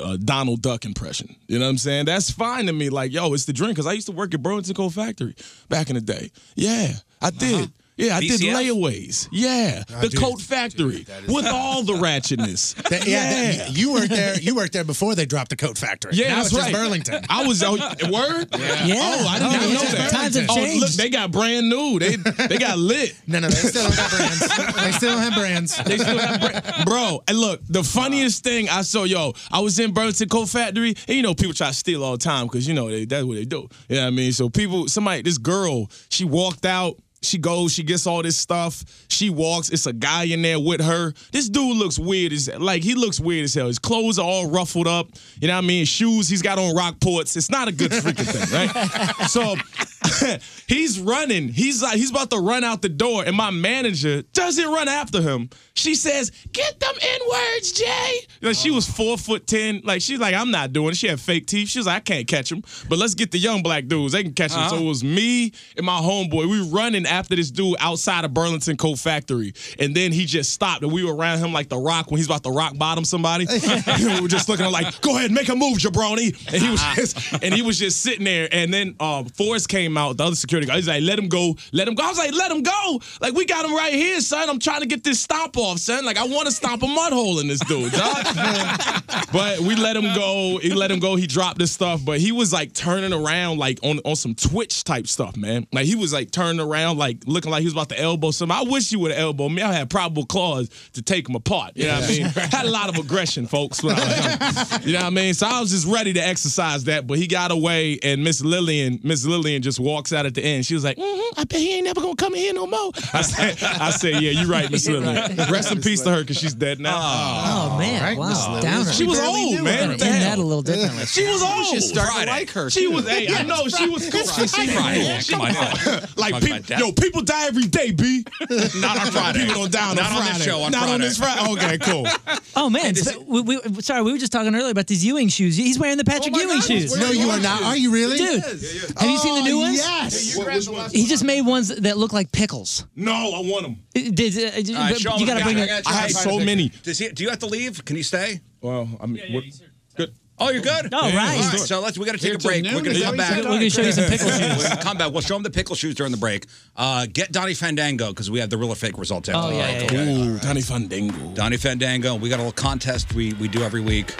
uh, uh, Donald Duck impression. You know what I'm saying? That's fine to me. Like, yo, it's the drink. Because I used to work at Burlington Coal Factory back in the day. Yeah, Uh-huh. I did. Yeah, I did BCF? layaways. Yeah, Ah, the dude. Coat Factory (laughs) with all the ratchetness. That- yeah, that- you worked there. You worked there before they dropped the coat factory. (laughs) Yeah, now that's it's right. just Burlington. I was (laughs) oh, word. Yeah. Oh, I didn't Oh, even know it's that. just times have oh, changed. look, they got brand new. They they got lit. (laughs) No, no, they still don't have brands. They still have brands. They still have brands. Bro, and look, the funniest thing I saw, yo, I was in Burlington Coat Factory, and you know people try to steal all the time because you know they, that's what they do. You know what I mean? So people, somebody, this girl, she walked out. She goes, she gets all this stuff. She walks. It's a guy in there with her. This dude looks weird as like he looks weird as hell. His clothes are all ruffled up. You know what I mean? His shoes he's got on Rockports. It's not a good freaking thing, right? So (laughs) he's running. He's like he's about to run out the door, and my manager doesn't run after him. She says, "Get them in words, Jay." You know, she was four foot ten. Like she's like, "I'm not doing." it. She had fake teeth. She was like, "I can't catch him, but let's get the young black dudes. They can catch him." So Uh-huh. it was me and my homeboy. We running after this dude outside of Burlington Coat Factory, and then he just stopped, and we were around him like the Rock when he's about to rock bottom somebody. (laughs) we (laughs) were just looking at him (laughs) (laughs) like, "Go ahead, make a move, jabroni," and he was just, and he was just sitting there. And then uh, Forrest came out out. The other security guard, he's like, let him go, let him go. I was like, let him go. Like, we got him right here, son. I'm trying to get this stomp off, son. Like, I want to stomp a mud hole in this dude, dog. but we let him go. He let him go. He dropped his stuff, but he was like turning around, like on, on some Twitch type stuff, man. Like, he was like turning around, like looking like he was about to elbow something. I wish you would have elbowed me. I had probable cause to take him apart. You know what I mean? Had a lot of aggression, folks. when I was young. You know what I mean? So I was just ready to exercise that, but he got away, and Miss Lillian, Miss Lillian just walks out at the end. She was like, mm. (laughs) I bet he ain't never gonna come in here no more. (laughs) I said, I said, yeah, you're right, Miss Lillian. Rest in peace to her, cause she's dead now. Oh, man, wow, downer. She was We barely knew old, her. Gotta man. What the end hell? that a little differently. She was We old. should start to like her, She too. was. Hey, I Yes, know she was. Friday. She It's Friday. She Come on was. now. Like Talk about people, that. yo, people die every day, b. (laughs) Not on Friday. People don't die on a Not on this Friday. show, on Not on Friday. this Friday. Okay, cool. (laughs) Oh man, so- we, we, sorry, we were just talking earlier about these Ewing shoes. Oh He's wearing the Patrick Ewing shoes. No, you are not. Are you really? dude? Have you seen the new Oh, ones? Yes. He just made ones that look like pickles. No, I want them. Did, uh, did- All right, but show him you the gotta bring picture. it. gotta try to find a picture. Does he, do you have to leave? Can you stay? Well, I mean, what- good. Oh, you're good. Oh, right. All right. So let's we got to take Here a till break. noon? We're going Is to that come what you said? We're gonna back. show you (laughs) some pickle shoes. We're gonna come back. We'll show them the pickle shoes during the break. Uh, get Donnie Fandango because we have the real or fake results out. Oh, yeah, yeah, yeah. Ooh, Donnie Fandango. Donnie Fandango. We got a little contest we we do every week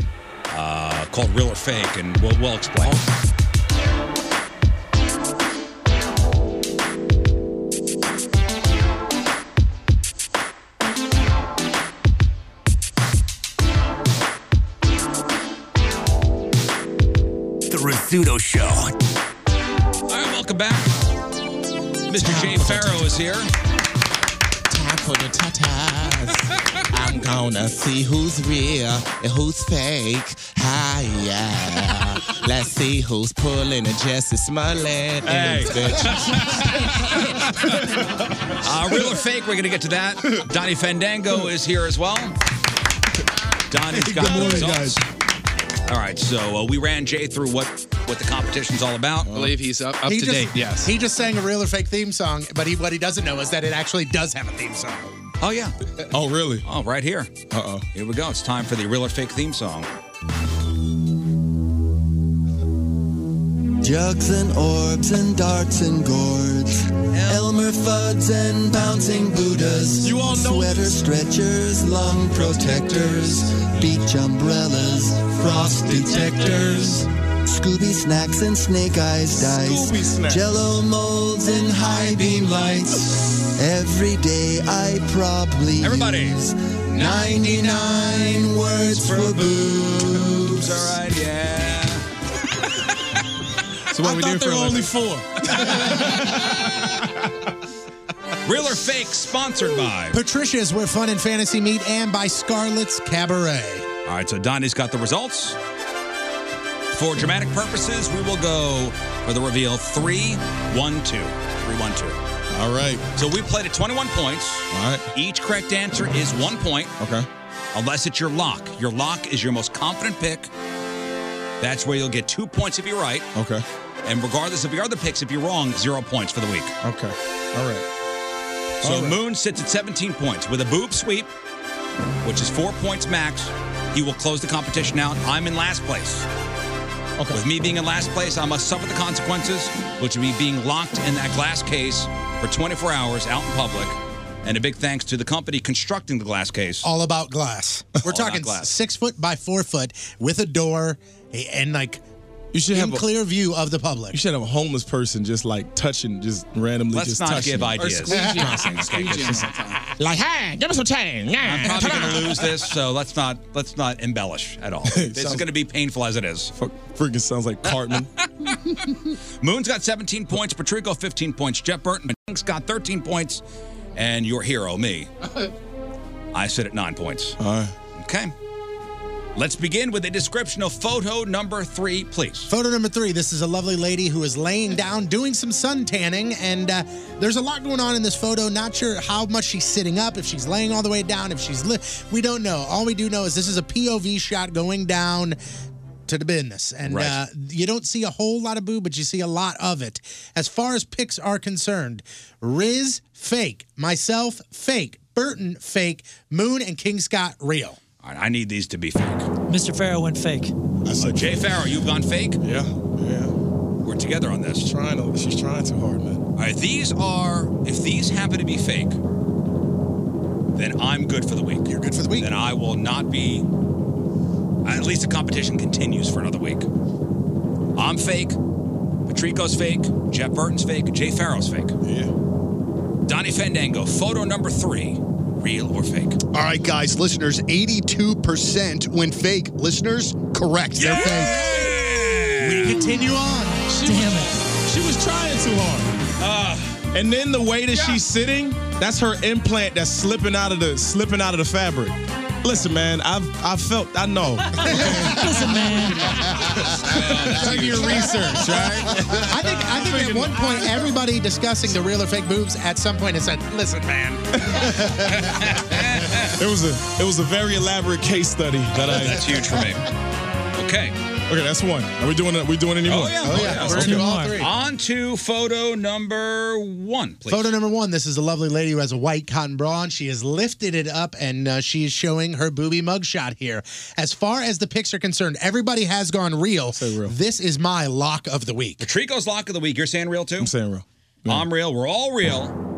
uh, called Real or Fake, and we'll we'll explain. The Rizzuto Show. All right, welcome back. Mr. Jay Farrow is here. Time for the tatas. I'm gonna see who's real and who's fake. Hi, yeah. Let's see who's pulling a Jesse Smollett. Hey. Hey. (laughs) Uh, real or fake? We're going to get to that. Donnie Fandango is here as well. Donnie's got the results. All right, so uh, we ran Jay through what what the competition's all about. I believe he's up, He just- He just sang a real or fake theme song, but he what he doesn't know is that it actually does have a theme song. Oh yeah. oh really? Oh, right here. Uh oh. Here we go. It's time for the real or fake theme song. Jugs and orbs and darts and gourds. Elmer Fuds and bouncing Buddhas. You all know Sweater stretchers, lung protectors. Beach umbrellas, frost detectors. Scooby snacks and snake eyes dice. Jello molds and high beam lights. Every day I probably Everybody. use 99 words for boobs. All right, yeah. So what I we thought do there for a were only four. (laughs) Real or fake? Sponsored by. Patricia's, where fun and fantasy meet, and by Scarlet's Cabaret. All right, so Donnie's got the results. For dramatic purposes, we will go for the reveal 3 1 2. 3 1 2. All right. So we played at 21 points. All right. Each correct answer is one point. Okay. Unless it's your lock. Your lock is your most confident pick. That's where you'll get two points if you're right. Okay. And regardless of your other picks, if you're wrong, zero points for the week. Okay. All right. So All right. Moon sits at 17 points with a boob sweep, which is four points max. He will close the competition out. I'm in last place. Okay. With me being in last place, I must suffer the consequences, which would be being locked in that glass case for 24 hours out in public. And a big thanks to the company constructing the (laughs) glass case. All about glass. (laughs) We're All about talking glass. six foot by four foot with a door and like you should in have a- clear view of the public. You should have a homeless person just like touching, just randomly Let's just not touching. give it. ideas. Or squeezing. Not saying squeezing. like, hey, give us a chain. I'm probably going to lose this, so let's not let's not embellish (laughs) at all. This is Sounds- going to be painful as it is. Freaking sounds like Cartman. (laughs) Moon's got 17 points, Patrico 15 points, Jeff Burton has got 13 points, and your hero, me, I sit at nine points. Okay. Let's begin with a description of photo number three, please. Photo number three. This is a lovely lady who is laying down doing some sun tanning, and uh, there's a lot going on in this photo. Not sure how much she's sitting up, if she's laying all the way down, if she's li- we don't know. All we do know is this is a POV shot going down to the business, and Right. uh, you don't see a whole lot of boob, but you see a lot of it. As far as picks are concerned, Riz fake, myself fake, Burton fake, Moon and King Scott real. All right, I need these to be fake. Mr. Farrow went fake. Uh, Jay Farrow, you've gone fake? Yeah. Yeah. We're work together on this. She's trying to. She's trying too hard, man. All right, these are. If these happen to be fake, then I'm good for the week. You're good for the week. Then I will not be. At least the competition continues for another week. I'm fake. Patrico's fake. Jeff Burton's fake. Jay Farrow's fake. Yeah. Donnie Fandango. Photo number three. Real or fake? All right, guys, listeners, 82% went fake. Listeners, correct. They're fake. We continue on. Damn it. She was trying too hard. Uh, and then the way that she's sitting, that's her implant that's slipping out of the slipping out of the fabric. Listen, man, I've I felt I know. Listen, man. Do your research, right? I think I think at one point everybody discussing the real or fake boobs at some point has said, "Listen, man." It was a it was a very elaborate case study that I. That's huge for me. Okay. Okay, that's one. Are we doing it? We doing any more? Oh yeah. We're Okay. doing On to photo number one, please. Photo number one. This is a lovely lady who has a white cotton bra on. She has lifted it up and uh, she is showing her booby mugshot here. As far as the pics are concerned, everybody has gone real. This is my lock of the week. Patrico's lock of the week. You're saying real too? I'm saying real. I'm real. We're all real.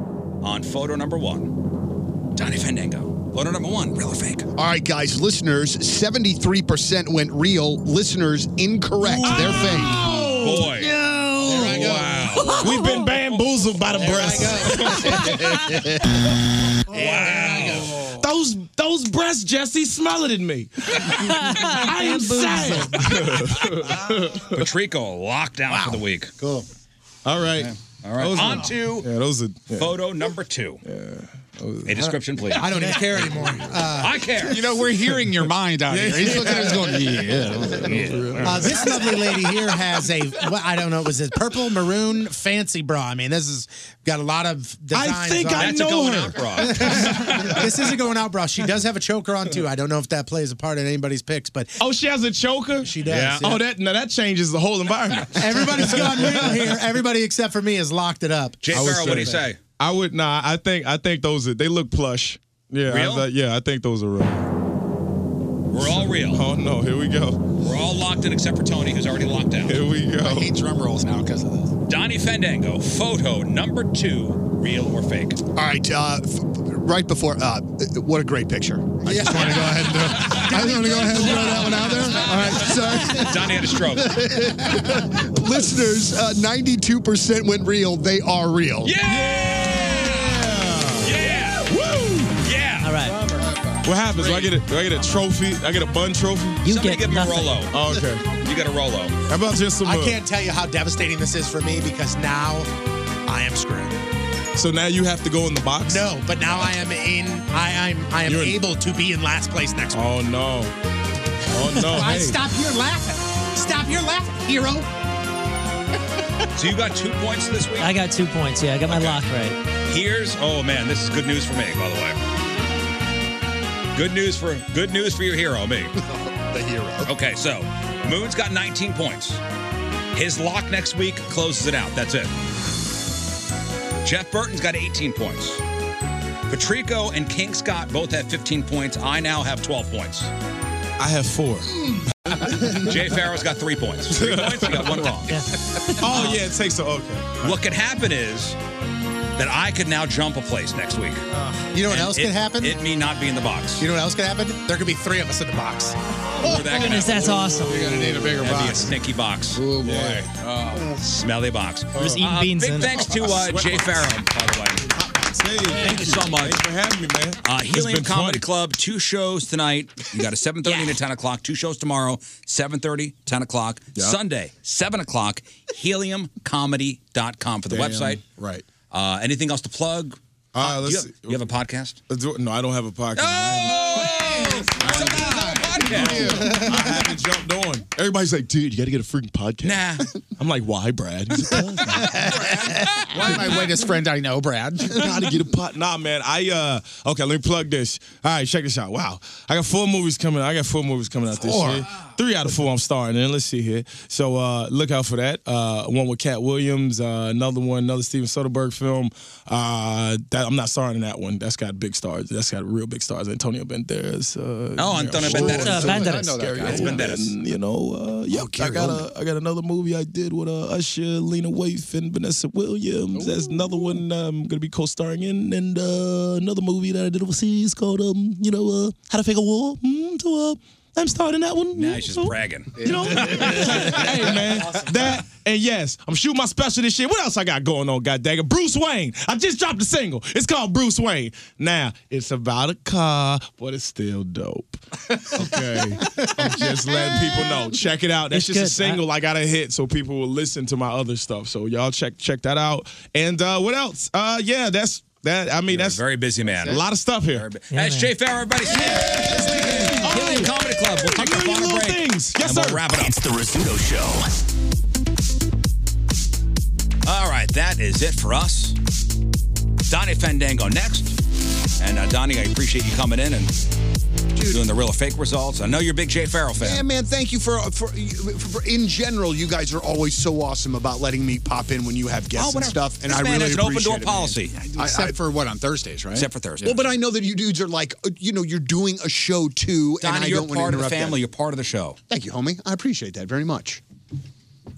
On photo number one, Donnie Fandango. Photo number one, (laughs) real or fake? All right, guys, listeners, 73% went real. Listeners, incorrect. They're fake. Boy. Wow. We've been bamboozled by the breasts. (laughs) wow. (laughs) Those those breasts, Jesse, smelling at (laughs) me. I am sad. Patrico locked down for the week. Cool. All right. All right. Those On are- to yeah, those are yeah. photo number two. A description, please. I don't even care anymore. (laughs) I care. You know, we're hearing your mind out here. He's looking at us (laughs) going, yeah. yeah. Uh, this lovely lady here has a, well, I don't know, was it purple, maroon, fancy bra? I mean, this has got a lot of designs. think on I it. That's a know going her. out (laughs) this is a going out bra. She does have a choker on, too. I don't know if that plays a part in anybody's picks, but Oh, she has a choker. She does, Yeah. yeah. Oh, that now that changes the whole environment. (laughs) everybody's (laughs) gone real here. Everybody except for me has locked it up. I would I would nah. I think I think those are, they look plush. Yeah, Real? I, yeah. I think those are real. We're all real. Oh no, here we go. We're all locked in except for Tony, who's already locked out. Here we go. I hate drum rolls now (laughs) because of this. Donnie Fandango, photo number two, real or fake? All right, uh, f- right before, uh, what a great picture. I just want to go ahead and do I just want to go ahead and throw that one out there. All right, sorry. (laughs) Donnie had a stroke. (laughs) Listeners, uh, 92% went real. They are real. Yeah! Woo! Yeah! All right. What happens? Do I get a do I get a trophy? I get a bun trophy? You Somebody get give him a nothing. Rolo. Oh, okay. You got a Rolo. How about just some? I uh, can't tell you how devastating this is for me because now I am screwed. So now you have to go in the box. No, but now I am in. I, I'm. I am You're in- able to be in last place next week. Oh no. Oh no. I hey. stop your laughing. Stop your laughing, hero. So you got two points this week? I got two points. Yeah, I got my lock right. Here's oh man, this is good news for me, by the way. Good news for good news for your hero, me. (laughs) the hero. Okay, so Moon's got 19 points. His lock next week closes it out. That's it. Jeff Burton's got 18 points. Patrico and King Scott both have 15 points. I now have (laughs) 12 points. I have four. Jay Farrow's got three points. Three points, he got one wrong. Oh yeah, it takes a okay. What could happen is that I could now jump a place next week. You know what And else could it- happen? It me not be in the box. You know what else could happen? There could be three of us in the box. Oh, Or that could Oh, Goodness, happen. that's awesome. You're gonna need a bigger That'd be a box. sneaky box. Oh boy. Smelly box. just eating Uh, beans Big in it. thanks to uh, Jay Farrow, by the way. Thank you so much. Thanks for having me, man. Uh, It's Helium been Comedy Club, two shows tonight. You got a 7.30 and a 10 o'clock. Two shows tomorrow, 7.30, 10 o'clock. Yeah. Sunday, 7 o'clock, heliumcomedy.com for the Damn website. Right. Uh, anything else to plug? Uh, you, let's Uh, have, you have a podcast? no, I don't have a podcast. I haven't jumped on. (laughs) (laughs) Everybody's like, dude, you got to get a freaking podcast. Nah. I'm like, why, Brad? My latest friend I know, (laughs) Brad. Gotta get a pot. Nah, man. I uh. Okay, let me plug this. All right, check this out. Wow, I got four movies coming. I got four movies coming out Four? this year. Three out of four I'm starring in. Let's see here. So uh, look out for that. Uh, one with Cat Williams. Uh, another one, another Steven Soderbergh film. Uh, that I'm not starring in that one. That's got big stars. That's got real big stars. Antonio Banderas. Uh, (laughs) Oh, Antonio Banderas. Uh, Banderas. I know that guy. It's Banderas. And, You know, uh, yeah, I got a, I got another movie I did with uh, Usher, Lena Waithe, and Vanessa Williams. That's another one I'm gonna be co-starring in, and uh, another movie that I did overseas called um, you know, uh, How to Fake a War. Mm, so uh, I'm starting that one. Now he's just (laughs) bragging. You (laughs) know, (laughs) hey man, that and yes, I'm shooting my special this year. What else I got going on, God dang it? Bruce Wayne. I just dropped a single. It's called Bruce Wayne. Now it's about a car, but it's still dope. Okay, I'm just letting people know. Check it out. That's just It's a good. single I got a hit, so people will listen to my other stuff. So y'all check check that out. And uh, what else? Uh, yeah, that's that. I mean, that's very busy man. A lot of stuff here. That's Jay Farrow, everybody. See you this weekend. Oh. Gillian Comedy Club. We'll take a final break. Yes, and We'll wrap it up. It's the Rizzuto Show. All right, that is it for us. Donnie Fandango next. And uh, Donnie, I appreciate you coming in and doing the real or fake results. I know you're a big Jay Farrell fan. Yeah, man. Thank you for, for for in general. You guys are always so awesome about letting me pop in when you have guests Oh, and whatever. stuff, and This I man really has an open appreciate door it, man. policy. I- Except I- for what on Thursdays, right? Except for Thursdays. Well, but I know that you dudes are like, uh, you know, you're doing a show too, and Donnie, I you're don't want to part of interrupt the family. That. You're part of the show. Thank you, homie. I appreciate that very much.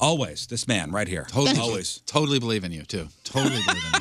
Always, this man right here. Totally. Always. Totally believe in you, too. (laughs) Totally believe in you.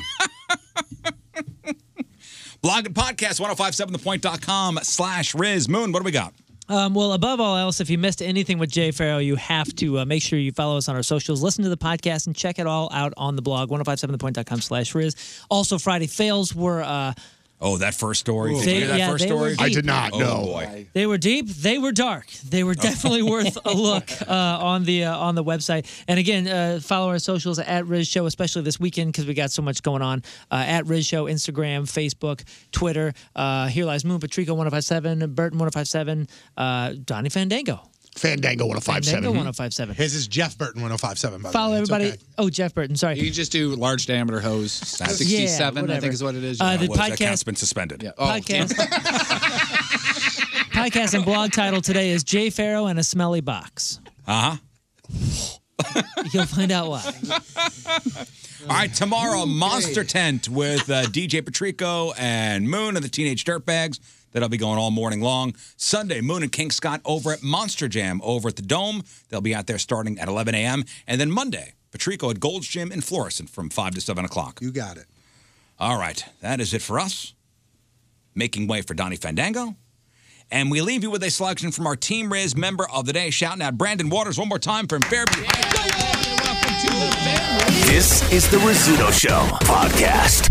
Blog and podcast, 1057thepoint.com slash Riz Moon. What do we got? Um, well, above all else, if you missed anything with Jay Farrell, you have to uh, make sure you follow us on our socials, listen to the podcast, and check it all out on the blog, 1057thepoint.com slash Riz. Also, Friday fails were. Uh, Oh, that first story. Did They- you hear that yeah, first they were story? deep. I did not, oh, no. boy. They were deep. They were dark. They were definitely worth a look uh, on the uh, on the website. And again, uh, follow our socials at Riz Show, especially this weekend because we got so much going on. Uh, at Riz Show, Instagram, Facebook, Twitter. Uh, Here lies Moon, Patrico one zero five seven, Burton one zero five seven, uh, Donnie Fandango. Fandango 1057. Fandango 1057. His is Jeff Burton 1057. By Follow the way. It's everybody. okay. Oh, Jeff Burton. Sorry. You just do large diameter hose, 67, I whatever. think is what it is. Uh, the What is podcast- That's been suspended. Yeah. Oh, podcast. podcast and blog title today is Jay Farrow and a Smelly Box. Uh huh. You'll find out why. All right, tomorrow, Monster Tent with uh, (laughs) DJ Patrico and Moon and the Teenage Dirtbags. That'll be going all morning long. Sunday, Moon and King Scott over at Monster Jam over at the Dome. They'll be out there starting at 11 a.m. And then Monday, Patrico at Gold's Gym in Florissant from 5 to 7 o'clock. You got it. All right, that is it for us. Making way for Donnie Fandango. And we leave you with a selection from our Team Riz member of the day, shouting out Brandon Waters one more time from Fairview. This is the Rizzuto Show podcast.